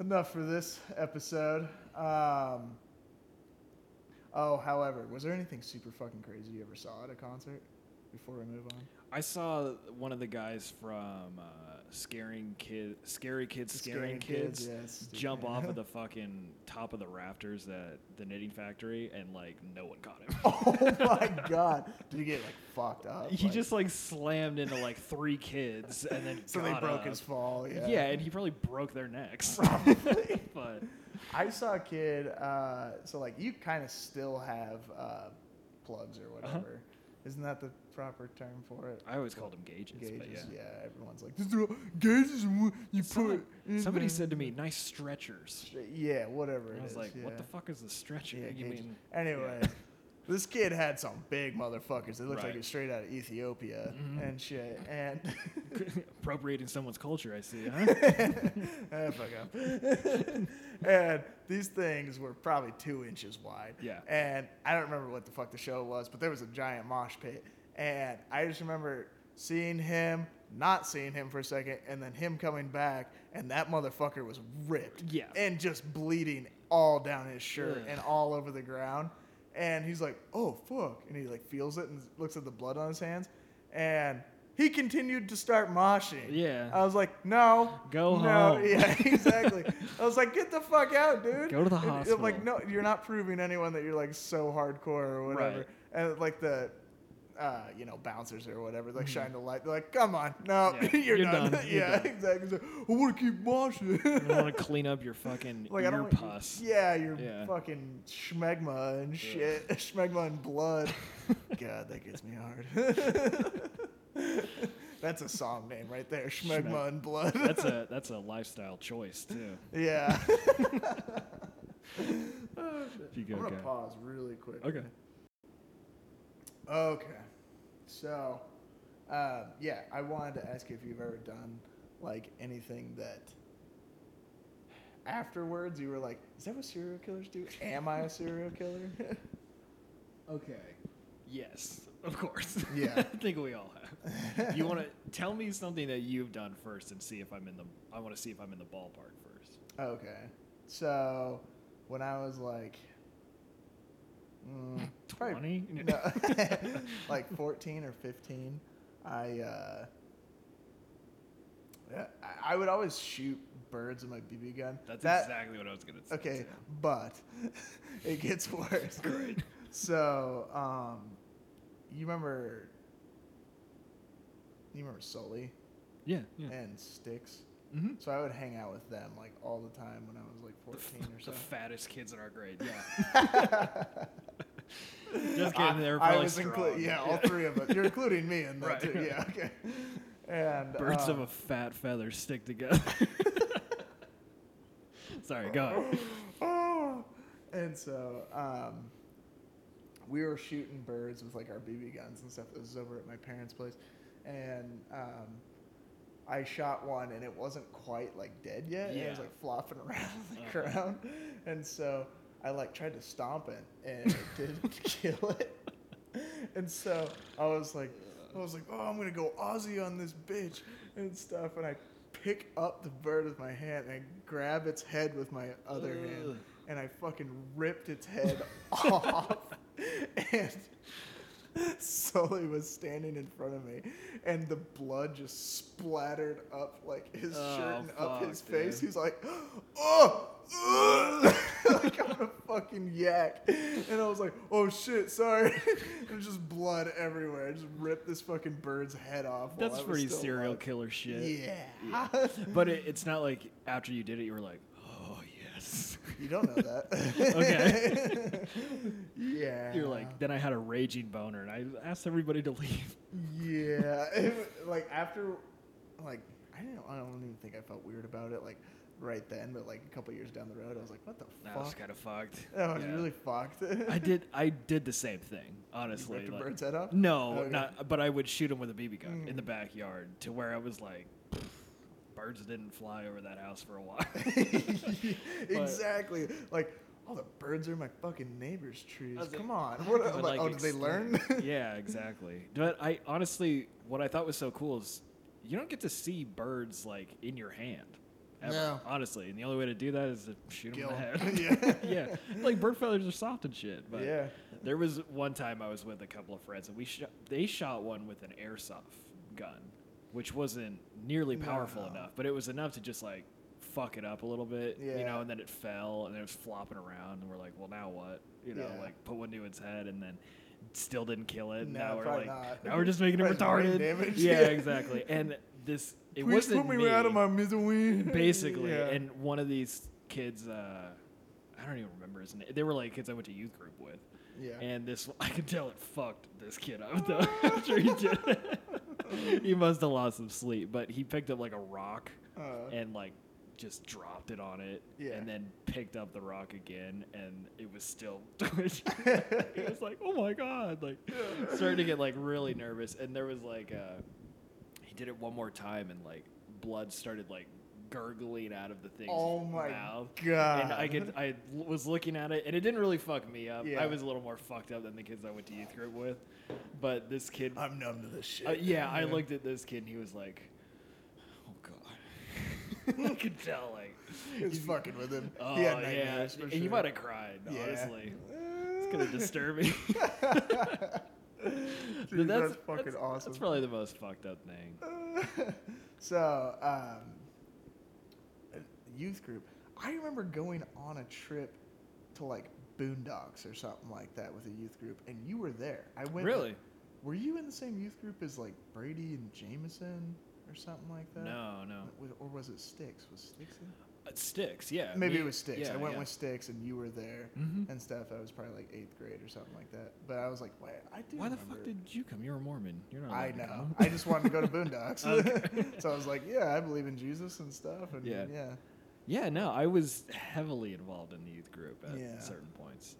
Enough for this episode. Um, oh, however, was there anything super fucking crazy you ever saw at a concert before we move on?
I saw one of the guys from uh, scaring kid, scary kids, scaring, kids,
yeah, it's stupid.
jump off of the fucking top of the rafters at the knitting factory, and like no one caught him.
oh my god! Oh Did you get like fucked up?
He
Like,
just like slammed into like three kids, and then
so they
got
broke
up.
his fall.
Yeah. and he probably broke their necks.
Probably.
but
I saw a kid. Uh, so like you kind of still have uh, plugs
Uh-huh.
or whatever. Isn't that the proper term for it?
I always called him gauges.
Gauges.
but
Yeah.
yeah.
everyone's like, "This is what- gauges. and what You
Someone-
put. in
somebody
the-"
said to me, "Nice stretchers."
Yeah, whatever.
And I
it
was
Mm-hmm. is,
like, "What the
yeah.
fuck is a stretcher?"
Yeah,
you
gauges.
mean?
Anyway, this kid had some big motherfuckers. They looked like
Right. Mm-hmm.
he was straight out of Ethiopia and shit. And
appropriating someone's culture, I see. Huh?
Ah, fuck up. and these things were probably two inches wide.
Yeah.
And I don't remember what the fuck the show was, but there was a giant mosh pit. And I just remember seeing him, not seeing him for a second, and then him coming back, and that motherfucker was ripped.
Yeah.
And just bleeding all down his shirt
Ugh.
and all over the ground. And he's like, oh, fuck. And he like feels it and looks at the blood on his hands. And he continued to start moshing.
Yeah.
I was like, no,
Go
Uh, no,
home.
Yeah, exactly. I was like, get the fuck out, dude.
Go to the
And I'm
hospital.
like, no, you're not proving to anyone that you're like so hardcore or whatever.
Right.
And like the, uh, you know, bouncers or whatever, like shine the light. They're like, come on, no,
Mm-hmm. Yeah,
you're,
you're
done.
done, you're
yeah,
done.
exactly. He's like, I want to keep moshing.
I want to clean up your fucking
Like, I
ear
don't, want-
pus.
yeah, your
Yeah.
fucking schmegma and shit, schmegma and blood. God, that gets me hard. That's a song name right there, schmegma
Schmeg-
and blood.
That's a that's a lifestyle choice too.
Yeah.
If you go,
I'm gonna
go.
pause really quick.
Okay.
Okay. So, um, yeah, I wanted to ask you if you've ever done like anything that afterwards you were like, "Is that what serial killers do? Am I a serial killer?" okay.
Yes, of course.
Yeah.
I think we all have. You want to tell me something that you've done first and see if I'm in the. I want to see if I'm in the ballpark first.
Okay. So when I was like, mm, probably-
Twenty?
no, like 14 or 15, I, uh, yeah, I- I would always shoot birds with my BB gun.
That's
That-
exactly what I was gonna say.
Okay,
too.
but it gets worse.
Great.
So, um, you remember, you remember Sully
Yeah. Yeah.
and Sticks?
Mm-hmm.
So I would hang out with them like all the time when I was like 14 or
The
so.
fattest kids in our grade. Yeah. Just kidding. They were
I- I
probably
was inclu-
strong.
yeah, all three of us. You're including me in that
Right.
too. Yeah, okay. And
Birds
uh,
of a fat feather stick together. Sorry, go on.
Oh. And so um, we were shooting birds with like our BB guns and stuff. This was over at my parents' place, and um, I shot one, and it wasn't quite like dead yet. And it was
Yeah.
like flopping around the
Uh-huh.
ground, and so I like tried to stomp it, and it didn't kill it. And so I was like, I was like, oh, I'm gonna go Aussie on this bitch and stuff. And I pick up the bird with my hand and I grab its head with my other hand
Ugh.
and I fucking ripped its head off. And Sully was standing in front of me and the blood just splattered up like his shirt
Oh,
and up
fuck,
his face.
dude.
He's like, oh, ugh." like I'm a fucking yak. And I was like, oh shit, sorry. There's just blood everywhere. I just ripped this fucking bird's head off. while
That's
I was
pretty
still
serial
alive.
killer shit.
Yeah.
But it, it's not like after you did it, you were like, oh, yes.
you don't know that.
Okay.
yeah.
You're like, then I had a raging boner and I asked everybody to leave.
Yeah. It wa- like after, like I don't know. I don't even think I felt weird about it. Like right then, but like a couple years down the road, I was like, what the
That was
fuck?
kind of fucked.
That was
Yeah.
really fucked.
I did. I did the same thing, honestly.
ripped a
like-
bird's head off?
No,
Okay.
not. But I would shoot him with a BB gun in
Mm.
the backyard to where I was like, birds didn't fly over that house for a while.
exactly. Like all the birds are in my fucking neighbor's trees.
I was like,
Come on. What?
I would,
Like,
like,
oh, did they learn?
explain. yeah, exactly. But I honestly, what I thought was so cool is you don't get to see birds like in your hand. Ever,
No.
Honestly, and the only way to do that is to shoot them in the
Kill.
head. yeah, like bird feathers are soft and shit. But
Yeah.
there was one time I was with a couple of friends and we shot, they shot one with an airsoft gun, which wasn't nearly powerful
No.
enough, but it was enough to just like fuck it up a little bit, you know.
Yeah.
And then it fell and it was flopping around, and we're like, well, now what? You know,
Yeah.
like put one to its head and then. Still didn't kill it. and
No,
now we're
probably
like,
not.
now we're just making it
Probably brain
retarded.
damage.
Yeah,
Yeah.
exactly. And this, it
Please
wasn't
put me, out of
me
my misery.
basically.
Yeah.
And one of these kids, uh, I don't even remember his name. They were like kids I went to youth group with,
yeah.
and this I could tell it fucked this kid up though after he did it. he must have lost some sleep, but he picked up like a rock
Uh,
and like just dropped it on it,
Yeah.
and then picked up the rock again, and it was still. he was like, "Oh my god!" Like started to get like really nervous, and there was like uh, he did it one more time, and like blood started like gurgling out of the thing's
Oh my
mouth. And I
God.
could I l- was looking at it, and it didn't really fuck me up. I
Yeah.
was a little more fucked up than the kids I went to youth group with, but this kid
I'm numb to this Oh, shit.
uh, yeah, I looked at this kid and he was like, "Oh god," I could tell like,
It's fucking with him.
"Oh
he had
yeah,"
nightmares for
and
sure.
you might have cried.
Yeah.
Honestly, it's kind of disturbing. But
Dude, that's,
that's-
fucking awesome.
That's probably the most fucked up thing.
so, um, youth group. I remember going on a trip to like Boondocks or something like that with a youth group, and you were there. I went.
Really?
Were you in the same youth group as like Brady and Jameson or something like that?
No, no.
W- Or was it Sticks? Was Sticks in?
It sticks. Yeah.
Maybe
me-
it was Sticks.
yeah,
I went
yeah.
with Sticks, and you were there
Mhm.
and stuff. I was probably like eighth grade or something like that. But I was like, wait, I do.
Why the
remember-
fuck did you come? You're a Mormon. You're not.
I
allowed
know.
to come.
I just wanted to go to Boondocks.
"Oh." Okay.
so I was like, yeah, I believe in Jesus and stuff. And
Yeah.
yeah.
Yeah, no, I was heavily involved in the youth group at
Yeah.
certain points.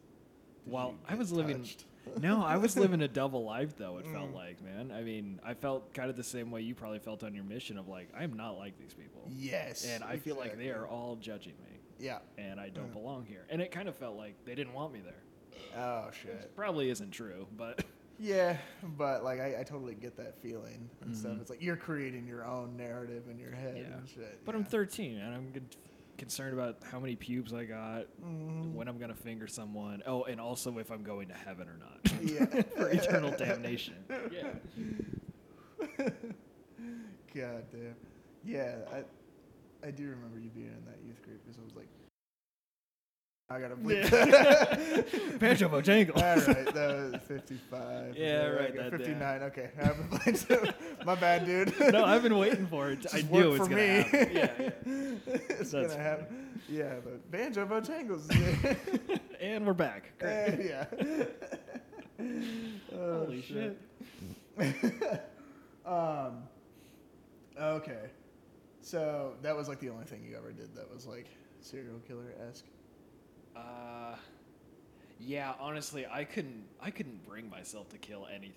Did
While
you
I
get
was living,
touched?
no, I was living a double life though. It felt
Mm.
like, man. I mean, I felt kind of the same way you probably felt on your mission of like, I am not like these people,
Yes.
and I feel like they
exactly.
are all judging me,
Yeah.
and I don't
Mm.
belong here. And it kind of felt like they didn't want me there.
Oh, shit.
Probably isn't true, but
Yeah, but like I, I totally get that feeling and stuff.
Mhm.
It's like you're creating your own narrative in your head
Yeah.
and shit.
but
yeah.
I'm 13 and I'm good- concerned about how many pubes I got,
Mhm.
when I'm gonna finger someone. Oh, and also if I'm going to heaven or not
Yeah.
for eternal damnation. Yeah.
God damn. Yeah, I I do remember you being in that youth group because I was like, I gotta bleep.
Pancho Bojangle.
All right, that was 55.
Yeah,
Okay,
right,
I got
that-
59. Okay, I haven't played. So my bad, dude.
no, I've been waiting for it. I
Just
knew
work for
it's gonna
me.
happen. Yeah, yeah.
it's
That's
gonna happen. Yeah, but banjo bojangles. Yeah.
And we're back. Great.
Eh, yeah. Oh,
Holy shit.
um, okay. So that was like the only thing you ever did that was like serial killer esque.
Uh, yeah, honestly, I couldn't. I couldn't bring myself to kill any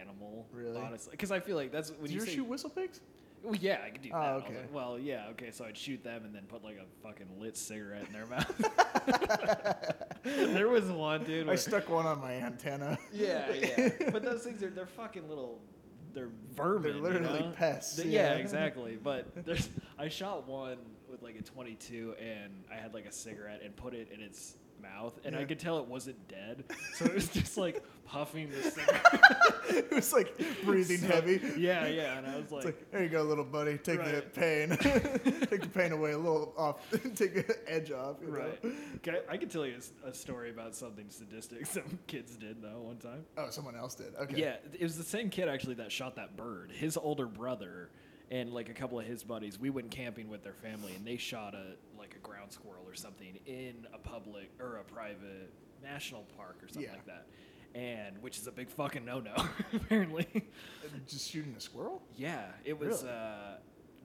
animal.
Really?
Honestly, because I feel like that's when
Did
you
you ever
say.
shoot whistle pigs?
well, yeah, I could do
Oh,
that. I was
okay.
like, well, yeah, okay. So I'd shoot them and then put like a fucking lit cigarette in their mouth. there was one dude.
I
where-
stuck one on my antenna.
Yeah, yeah. But those things are they're fucking little they're vermin. you
literally
know?
pests,
They- yeah.
yeah.
exactly. But there's I shot one with like a twenty two and I had like a cigarette and put it in its mouth and I
Yeah.
could tell it wasn't dead. So it was just like puffing the cigarette.
it was like breathing
So-
heavy.
Yeah, yeah. And I was
It's
like,
like, there you go, little buddy. Take the
Right.
pain. Take the pain away a little off. Take the edge off. you know?
Right. Can I, I could tell you a s- a, story about something sadistic some kids did though one time.
Oh, someone else did. Okay.
Yeah, it was the same kid actually that shot that bird. His older brother and like a couple of his buddies, we went camping with their family and they shot a like a ground squirrel or something in a public or a private national park or something
Yeah.
like that. And which is a big fucking no-no apparently.
Just shooting a squirrel?
Yeah, it was
Really?
uh,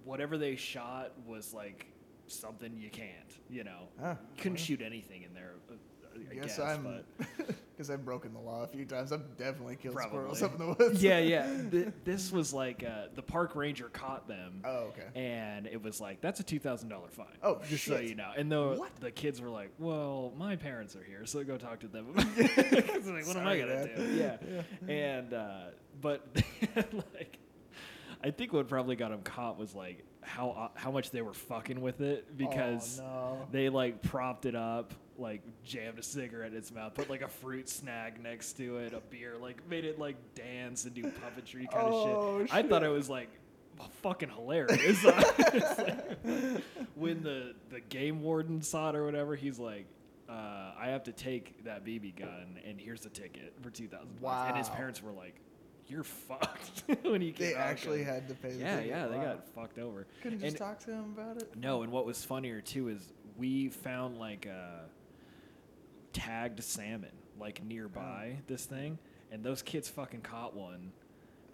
whatever they shot was like something you can't, you know.
Huh,
Couldn't
wow.
shoot anything in there. uh, I
Yes,
guess,
I'm
but
because I've broken the law a few times. I've definitely killed squirrels up in
Probably.
the woods.
yeah, yeah. Th- this was like uh, the park ranger caught them,
Oh, okay.
and it was like that's a two thousand dollar fine.
Oh,
just so
shit.
you know. And the
What?
the kids were like, "Well, my parents are here, so go talk to them." about it." 'Cause they're like, what am I
Sorry,
gonna
Dad.
do? Yeah. And uh, but they had, like, I think what probably got them caught was like how uh, how much they were fucking with it because
Oh, no.
they like propped it up. Like jammed a cigarette in its mouth, put like a fruit snack next to it, a beer, like made it like dance and do puppetry kind
Oh,
of I thought
shit.
it was like fucking hilarious. It's like, when the the game warden saw it or whatever, he's like, uh, "I have to take that BB gun, and here's the ticket for two thousand bucks." And his
Wow.
parents were like, "You're fucked." when he
They
came out,
actually
going,
had to pay. The
yeah,
ticket.
yeah, they
Wow.
got fucked over.
Couldn't
And-
just talk to him about it.
no, and what was funnier too is we found like a tagged salmon like nearby
Oh.
this thing, and those kids fucking caught one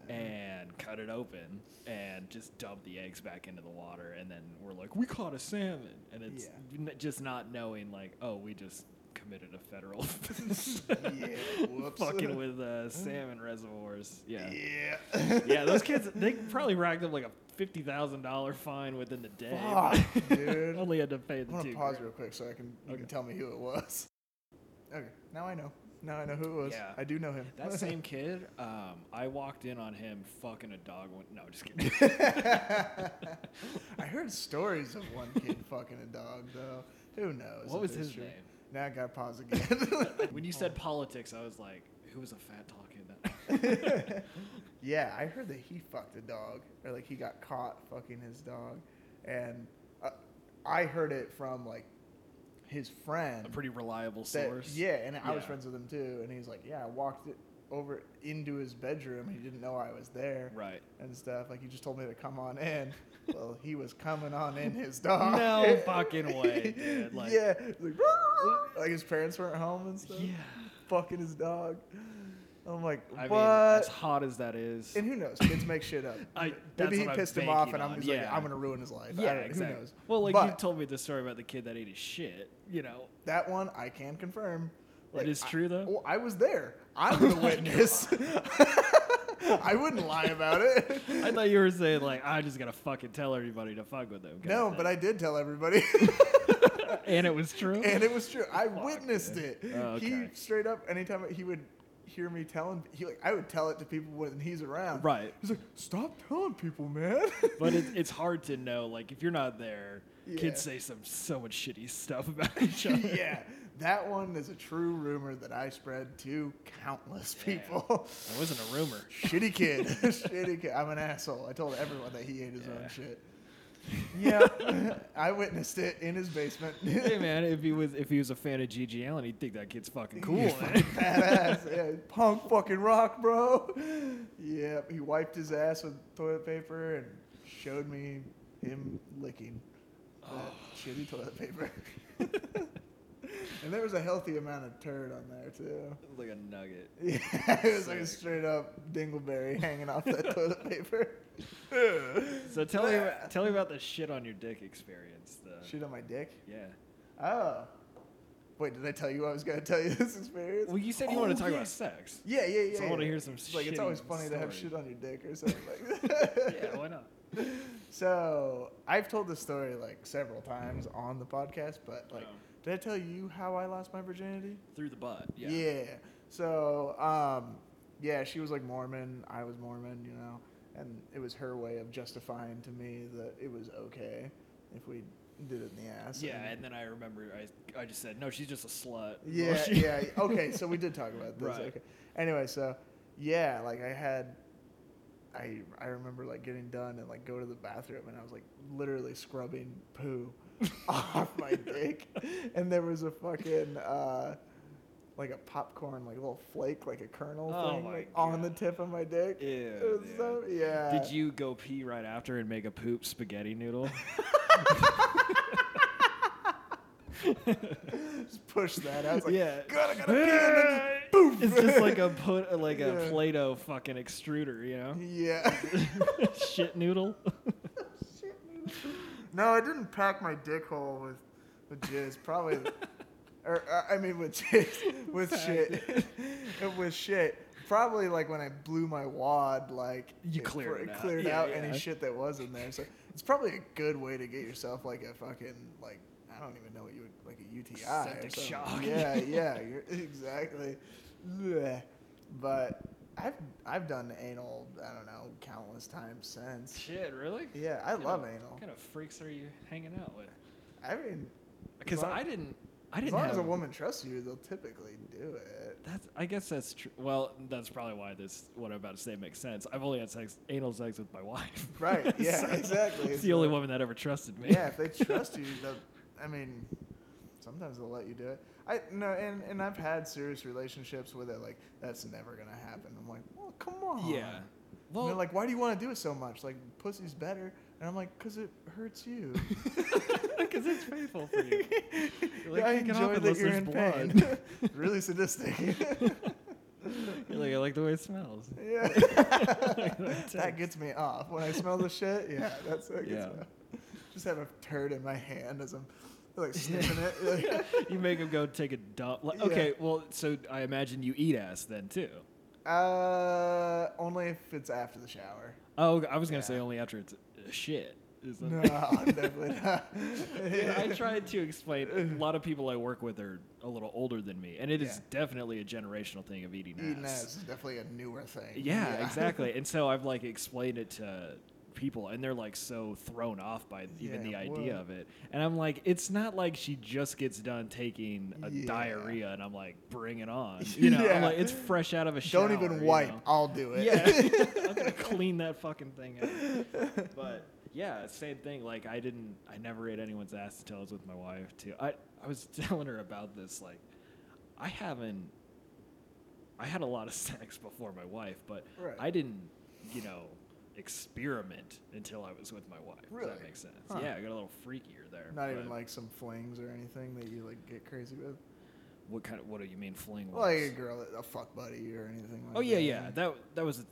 and cut it open and just dumped the eggs back into the water, and then we're like, we caught a salmon, and it's
Yeah.
n- just not knowing like, oh, we just committed a federal offense.
Yeah, whoops.
fucking with uh, salmon reservoirs. Yeah.
Yeah.
Yeah, those kids, they probably racked up like a fifty thousand dollar fine within the day. but-
Fuck, dude.
Only had to pay
I
the
want
two.
to pause
grand.
real quick so I can you can
Okay.
tell me who it was. Okay, now I know. Now I know who it was.
Yeah.
I do know him.
That same kid, um, I walked in on him fucking a dog. One, no, just kidding.
I heard stories of one kid fucking a dog though. Who knows?
What
if
was
it's
his
true.
name?
Now I got to pause again.
when you said politics, I was like, who was a fat tall kid that?
yeah, I heard that he fucked a dog, or like he got caught fucking his dog, and uh, I heard it from like his friend.
a pretty reliable
that-
source.
yeah, and I was
Yeah.
friends with him too, and he's like, yeah, I walked it over into his bedroom. He didn't know I was there
Right.
and stuff. Like he just told me to come on in. well, he was coming on in his dog.
No fucking way, dude. Like,
yeah, He's like, "Roo!" like his parents weren't home and stuff.
Yeah.
fucking his dog. I'm like,
I
what?
mean, as hot as that is.
And who knows? Kids make shit up.
I- that's
Maybe he
what I'm
pissed him off,
banking
and I'm
on,
just like,
yeah.
I'm gonna ruin his life. I
yeah,
don't know,
exactly.
Who knows?
Well, like you
But
told me the story about the kid that ate his shit. You know,
that one, I can confirm.
It is
I-
true, though?
Well, I was there. I'm the witness. I wouldn't lie about it.
I thought you were saying like, I just gotta fucking tell everybody to fuck with them.
No, but I did tell everybody,
and it was true.
and it was true. I
Fuck,
witnessed
dude.
it.
Oh, okay.
He straight up, anytime he would hear me telling, he like I would tell it to people when he's around.
Right.
He's like, stop telling people, man.
but it, it's hard to know like if you're not there Kids say some so much shitty stuff about each other.
yeah, that one is a true rumor that I spread to countless
Yeah.
people.
That wasn't a rumor.
Shitty kid. Shitty kid. I'm an asshole. I told everyone that he ate his
Yeah.
own shit.
Yeah.
I witnessed it in his basement.
hey man, if he was if he was a fan of GG Allen, he'd think that kid's fucking cool.
He's
man.
fucking badass. Yeah, punk fucking rock, bro. Yeah, he wiped his ass with toilet paper and showed me him licking that
Oh.
shitty toilet paper. and there was a healthy amount of turd on there too.
like a nugget.
Yeah, it was like a
Sick.
straight up dingleberry hanging off that toilet paper.
So tell me about- tell me about the shit on your dick experience. The,
Shit on my dick.
yeah.
Oh. Wait, did I tell you I was gonna tell you this experience?
Well, you said you
Oh,
wanted to talk
yeah.
about sex.
Yeah, yeah, yeah.
So I wanna
yeah.
hear some
It's Like it's
shitty
always funny to have
story.
shit on your dick or something like that.
yeah, why not?
So I've told this story like several times on the podcast, but like,
Oh.
did I tell you how I lost my virginity?
Through the butt. Yeah.
So um, yeah, she was like Mormon. I was Mormon, you know, and it was her way of justifying to me that it was okay if we did it in the ass.
Yeah,
and-
and then I remember I, I just said no, she's just a slut.
yeah,
She-
yeah. Okay, so we did talk about this.
Right.
Okay. Anyway, so yeah, like I had, I I remember like getting done and like go to the bathroom and I was like literally scrubbing poo off my dick, and there was a fucking uh, like a popcorn like little flake like a kernel
Oh
thing
my
like on the
God.
tip of my dick.
Ew,
It was
dude.
so- yeah.
Did you go pee right after and make a poop spaghetti noodle?
just push that? out? I was like,
Yeah.
God, I gotta pee, and then just boom.
It's just like a put like a
Yeah.
Play-Doh fucking extruder, you know?
yeah.
Shit noodle.
Shit, man. No, I didn't pack my dick hole with with jizz. Probably, or uh, I mean with jizz, with
Packed
shit, with shit. Probably like when I blew my wad, like
You
it
cleared
clear-
it out.
cleared
Yeah,
out
yeah.
any shit that was in there. So it's probably a good way to get yourself like a fucking like I don't even know what you would like a UTI. or
Septic
something.
shock.
Yeah, yeah, you're, exactly. Blech. But I've I've done anal I don't know countless times since.
Shit, really?
Yeah, I
What
love
kind of-
anal.
What kind of freaks are you hanging out with?
I mean,
Because
long-
I didn't. I didn't
as long
have
as a woman trusts you, they'll typically do it.
That's. I guess that's true. Well, that's probably why this. What I'm about to say makes sense. I've only had sex, anal sex with my wife.
Right, yeah, exactly.
It's the only
So-
woman that ever trusted me.
Yeah, if they trust you, they'll, I mean, sometimes they'll let you do it. I no, and and I've had serious relationships where they're like, "That's never gonna happen." I'm like, "Well, come on." Well,
Yeah. Well,
they're like, "Why do you want to do it so much? Like, pussy's better." And I'm like, "Cause it hurts you."
because it's painful for you. You're like,
I
"Kick it off
enjoy that
unless
you're in
there's
pain. really sadistic.
You're like, I like the way it smells.
Yeah. that
Intense.
gets me off. When I smell the shit, yeah, that's what gets
Yeah.
me off. Just have a turd in my hand as I'm like sniffing it. like-
you make him go take a dump. Like,
Yeah.
okay, well, so I imagine you eat ass then too.
uh, only if it's after the shower.
Oh, I was gonna say
Yeah.
only after it's uh, shit. Is that-
No, definitely not.
Dude, I tried to explain. A lot of people I work with are a little older than me, and it is
Yeah.
definitely a generational thing of eating,
Eating
ass.
ass is definitely a newer thing.
Yeah, exactly. And so I've like explained it to people, and they're like so thrown off by even the
Yeah,
idea
whoa.
of it. And I'm like, it's not like she just gets done taking a
Yeah.
diarrhea, and I'm like, bring it on. You know, I'm
Yeah.
like, it's fresh out of a shower.
Don't even
you
wipe.
know?
I'll do it.
Yeah, I'm gonna clean that fucking thing up. But yeah, same thing. Like I didn't, I never ate anyone's ass until I was with my wife too. I I was telling her about this. Like I haven't, I had a lot of sex before my wife, but
Right.
I didn't, you know, experiment until I was with my wife. Does
Really?
that make sense?
Huh.
Yeah, I got a little freakier there.
Not even
but
like some flings or anything that you like get crazy with.
what kind of what do you mean fling?
Like a
was?
girl, that- a fuck buddy or anything. Like
oh yeah,
that.
yeah. That that was.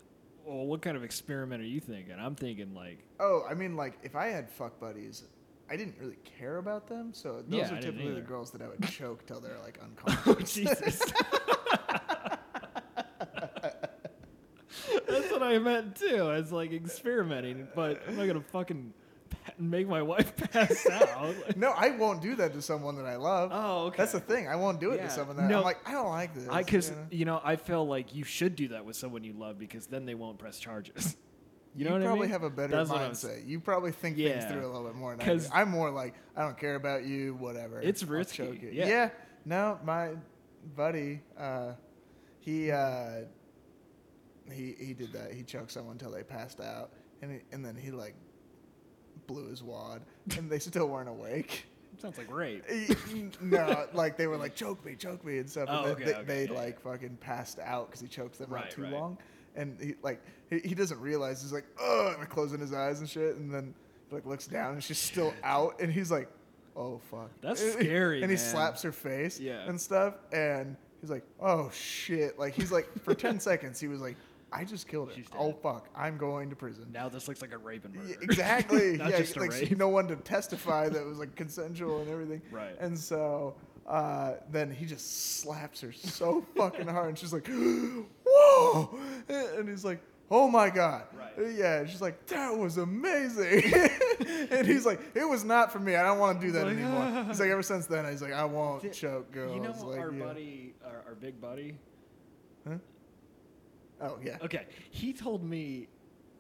Well, what kind of experiment are you thinking? I'm thinking like
Oh, I mean, like if I had fuck buddies, I didn't really care about them. So those
Yeah, I
are
didn't
typically the
either.
girls that I would choke till they're like
Oh,
unconscious.
Jesus. That's what I meant too. I was like experimenting, but I'm not gonna fucking pa- make my wife pass out. Like,
no, I won't do that to someone that I love.
Oh, okay.
That's the thing. I won't do it
Yeah.
to someone that
No.
I'm like, I don't like this.
I because
you know?
you know I feel like you should do that with someone you love because then they won't press charges. You know what I
probably
mean?
have a better
That's what I'm s-
mindset. You probably think things
Yeah.
through a little bit more. Than I do.
'Cause-
I'm more like, I don't care about you, whatever.
It's
I'll
risky,
choke you."
yeah.
No, my buddy, uh, he uh, he he did that. He choked someone until they passed out, and he, and then he like blew his wad, and they still weren't awake.
Sounds like rape.
He- no, like they were like choke me, choke me and stuff.
Oh,
and
okay,
they, they,
okay,
they,
yeah, yeah.
like fucking passed out because he choked them out
Right,
too
right.
long, and he like he, he doesn't realize he's like ugh, and closing his eyes and shit, and then he, like looks down and she's still out, and he's like, oh fuck,
That's
And-
scary,
And he
man.
slaps her face,
Yeah.
and stuff, and he's like, oh shit, like he's like for ten seconds he was like, I just killed her.
She's dead.
Oh fuck, I'm going to prison.
Now this looks like a rape and
Yeah,
murder.
exactly.
Not
yeah,
just a
like
rape.
no one to testify that it was like consensual and everything.
Right.
And so uh, then he just slaps her so fucking hard, and she's like, "Whoa!" And he's like, "Oh my god!"
Right.
Yeah. And she's like, "That was amazing." and he's like, "It was not for me. I don't want to do that
Like,
anymore."
ah.
He's like, "Ever since then, he's like, I won't
Th-
choke girls."
You know
like,
our
yeah.
buddy, our, our big buddy.
Oh yeah.
Okay, he told me,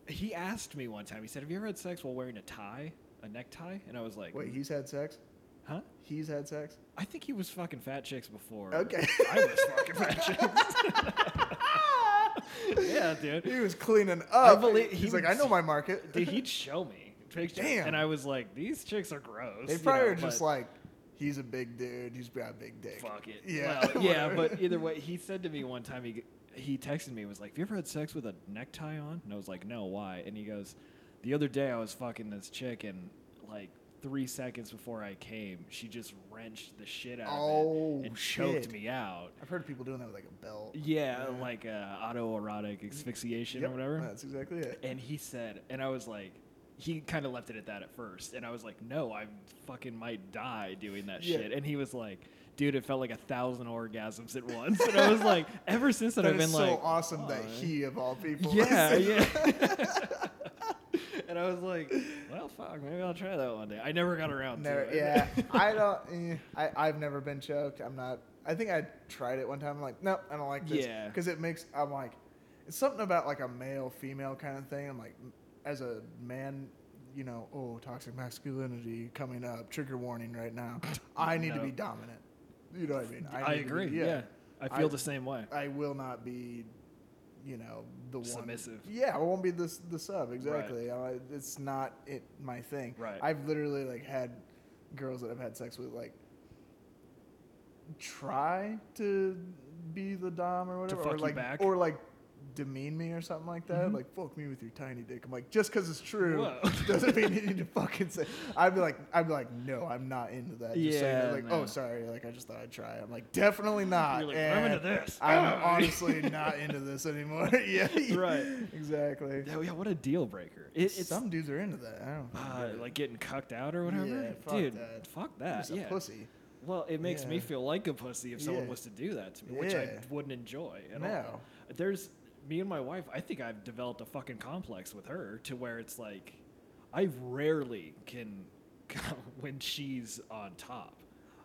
he asked me one time. He said, "Have you ever had sex while wearing a tie, a necktie?" And I was like,
Wait, he's had sex.
huh?"
He's had sex.
I think he was fucking fat chicks before.
Okay.
I was fucking fat chicks. yeah, dude.
He was cleaning up.
believe- he
he's like, I
was-
know my market.
Dude, he'd show me pictures,
Damn.
and I was like, "These chicks are gross."
They
you
probably
know,
are just
but-
like, he's a big dude. He's got a big dick.
fuck it.
Yeah.
Well, yeah,
whatever.
but either way, he said to me one time, he, he texted me, was like, Have you ever had sex with a necktie on? And I was like, No, why? And he goes, The other day I was fucking this chick, and like three seconds before I came, she just wrenched the shit out
Oh,
of it and choked
shit.
me out.
I've heard of people doing that with like a belt.
Yeah, like uh, autoerotic asphyxiation
Yep, Uh,
or whatever.
That's exactly it.
And he said, and I was like, he kind of left it at that at first. And I was like, no, I fucking might die doing that
Yeah.
shit. And he was like, dude, it felt like a thousand orgasms at once. And I was like, ever since then,
That
I've been
is so
like,
awesome that
"Why?"
he of all people.
Yeah,
is-
yeah. and I was like, well, fuck, maybe I'll try that one day. I never got around
Never,
to it.
yeah. I don't. eh, I I've never been choked. I'm not. I think I tried it one time. I'm like, nope, I don't like this.
Yeah.
Because it makes. I'm like, it's something about like a male female kind of thing. I'm like, as a man, you know, oh, toxic masculinity coming up. Trigger warning right now. I need to
No.
be dominant. You know what I mean?
I,
need to be-
agree. yeah. I feel
I-
the same way.
I will not be, you know, the one
Submissive.
Yeah, I won't be the s- the sub exactly. I- it's not it my thing.
Right.
I've literally like had girls that I've had sex with like try to be the dom or whatever,
fuck
or
you
like
back? Mm-hmm.
or like demean me or something like that. Like fuck me with your tiny dick. I'm like just because it's true
Whoa.
doesn't mean you need to fucking say. I'd be like I'd be like no, I'm not into that. Just saying that,
Yeah,
like
no.
oh sorry, like I just thought I'd try. I'm like definitely not.
You're like, "I'm into
Uh, and
this."
I'm
Ah.
honestly not into this anymore. yeah,
Right.
exactly.
Yeah, what a deal breaker. It, it's
Some dudes are into that. I don't.
uh,
get it.
like getting cucked out or whatever.
Yeah, fuck
Dude,
that.
fuck
You're
that.
just a
Yeah.
pussy.
Well, it makes me
Yeah.
feel like a pussy if someone
Yeah.
was to do that to me, which I
Yeah.
wouldn't enjoy at
No.
all. There's me and my wife. I think I've developed a fucking complex with her to where it's like, I rarely can come when she's on top.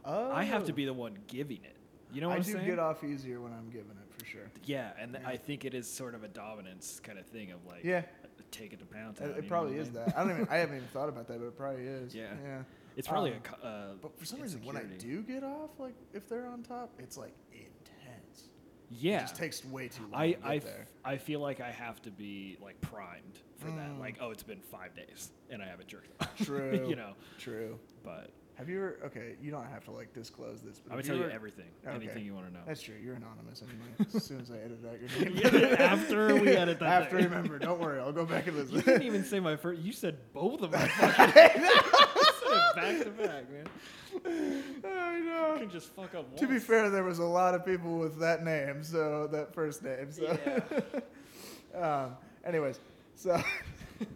Oh,
I have to be the one giving it. You know what
I
am
do
saying?
get off easier when I'm giving it for sure.
yeah, and th- I think it is sort of a dominance kind of thing of like,
Yeah.
take it to pound
It,
town. you
it
know
probably
what I
is
mean?
that. I don't even. I haven't even thought about that, but it probably is.
Yeah.
Yeah.
It's probably a.
Um,
co- Uh,
But for some reason, when I
insecurity.
do get off, like if they're on top, it's like intense.
yeah,
It just takes way too long
I
to get
I, f-
there.
I feel like I have to be like primed for that.
Mm.
Like, oh, it's been five days and I haven't jerked off.
True.
you know,
True.
but
Have you ever? Okay, you don't have to like disclose this. But have
I would tell you
ever-
everything,
Okay.
anything you want to know.
That's true. You're anonymous anyway. as soon as I edit out your name.
Yeah, after we edit that
After
thing.
remember, don't worry. I'll go back and listen.
you didn't even say my first. You said both of my fucking. You said it back to back, man.
I
You
know.
can just fuck up. Once.
To be fair, there was a lot of people with that name, so that first name. So, um, anyways, so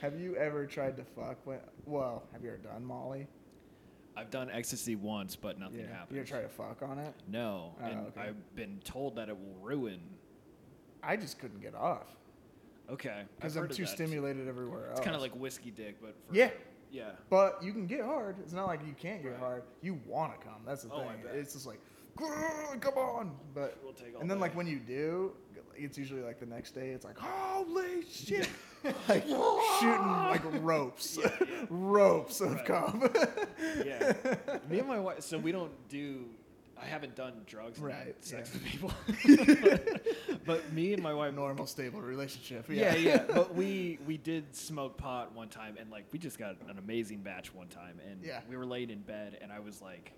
have you ever tried to fuck when? Well, have you ever done Molly?
I've done ecstasy once, but nothing happened.
You ever tried to fuck on it?
No,
Oh,
and
okay.
I've been told that it will ruin.
I just couldn't get off
Okay, I've
because I'm
heard of
too
that.
stimulated everywhere else.
It's kind of like whiskey dick, but for
Yeah.
yeah.
But you can get hard. It's not like you can't get
Right.
hard. You want to come. That's the
Oh, I
thing.
bet.
It's just like, "Grr, come on. But
We'll take all
and then like
day.
when you do, it's usually like the next day. It's like holy shit, like shooting like ropes, ropes of
Right.
cum.
Yeah. Me and my wife. So we don't do. I haven't done drugs. and had
Right,
Sex
yeah.
with people. but me and my
a
wife.
normal stable relationship.
Yeah, yeah. But we we did smoke pot one time, and like we just got an amazing batch one time, and
Yeah.
we were laying in bed, and I was like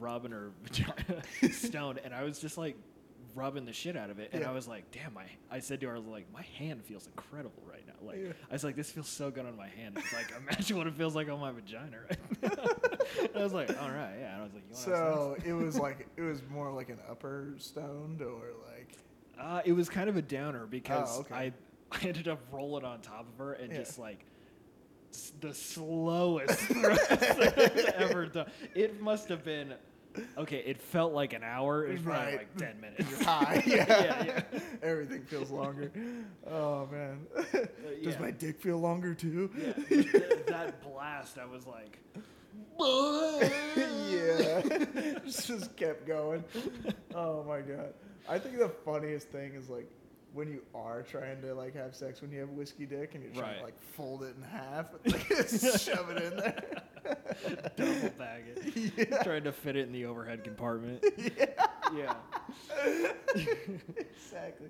rubbing her vagina stone, and I was just like rubbing the shit out of it, and
Yeah.
I was like, damn, my. I said to her, I was like, my hand feels incredible right now. Like
Yeah.
I was like, this feels so good on my hand. It's like imagine what it feels like on my vagina right now. And I was like, all right, yeah. And I was like, you want to have
So
sex?
it was like it was more like an upper stoned or like
Uh, it was kind of a downer because
Oh, okay.
I, I ended up rolling on top of her and
Yeah.
just like s- the slowest thrust I've ever done. It must have been okay. It felt like an hour. It was probably
Right.
like ten minutes.
you're high. Yeah.
Yeah,
Everything feels longer. Oh man. Does
yeah.
my dick feel longer too?
Yeah, but th- that blast, I was like,
yeah. just kept going. Oh my god. I think the funniest thing is like when you are trying to like have sex when you have whiskey dick and you're trying
Right.
to like fold it in half, shove it in there.
double bag it,
Yeah.
trying to fit it in the overhead compartment. yeah.
exactly.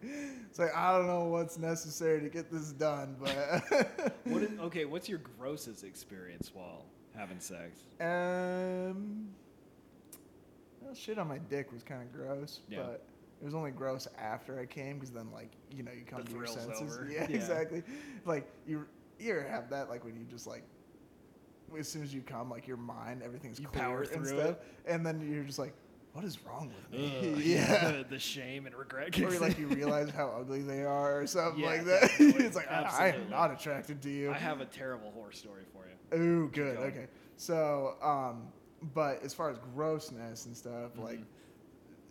It's like I don't know what's necessary to get this done, but
What is, okay, what's your grossest experience while having sex?
um, well, shit on my dick was kind of gross,
Yeah.
but it was only gross after I came because then like you know you come
The
to your
thrill's
senses.
over.
Yeah,
Yeah.
exactly. Like you you ever have that like when you just like. As soon as you come, like your mind, everything's
You
clear
power
and
through
stuff,
it.
and then you're just like, "What is wrong with me?"
Ugh,
yeah,
the, the shame and regret.
or
kicks
like
in.
you realize how ugly they are or something
Yeah,
like that.
definitely.
it's like "Ah, I- I am
Absolutely.
not attracted to you.
I have a terrible horror story for you.
Ooh, good.
going.
Okay. So, um, but as far as grossness and stuff,
Mm-hmm.
like,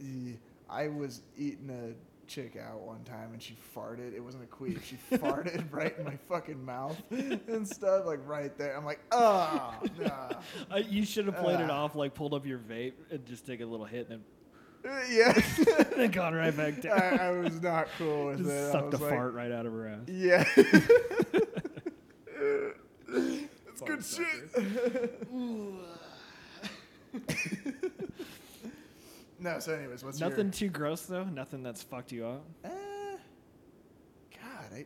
eh, I was eating a chick out one time and she farted. It wasn't a queef. She farted right in my fucking mouth and stuff, like right there. I'm like, oh, nah.
Uh, you should have played it
Ah.
off, like pulled up your vape and just take a little hit and
Eh, yeah.
then, then gone right back
I,
down.
I was not cool with
just
it. I
sucked a
was like,
fart right out of her ass.
Yeah. That's good
Fart
shit. no, so anyways, what's
Nothing
Your,
too gross though. Nothing that's fucked you up.
uh, God, I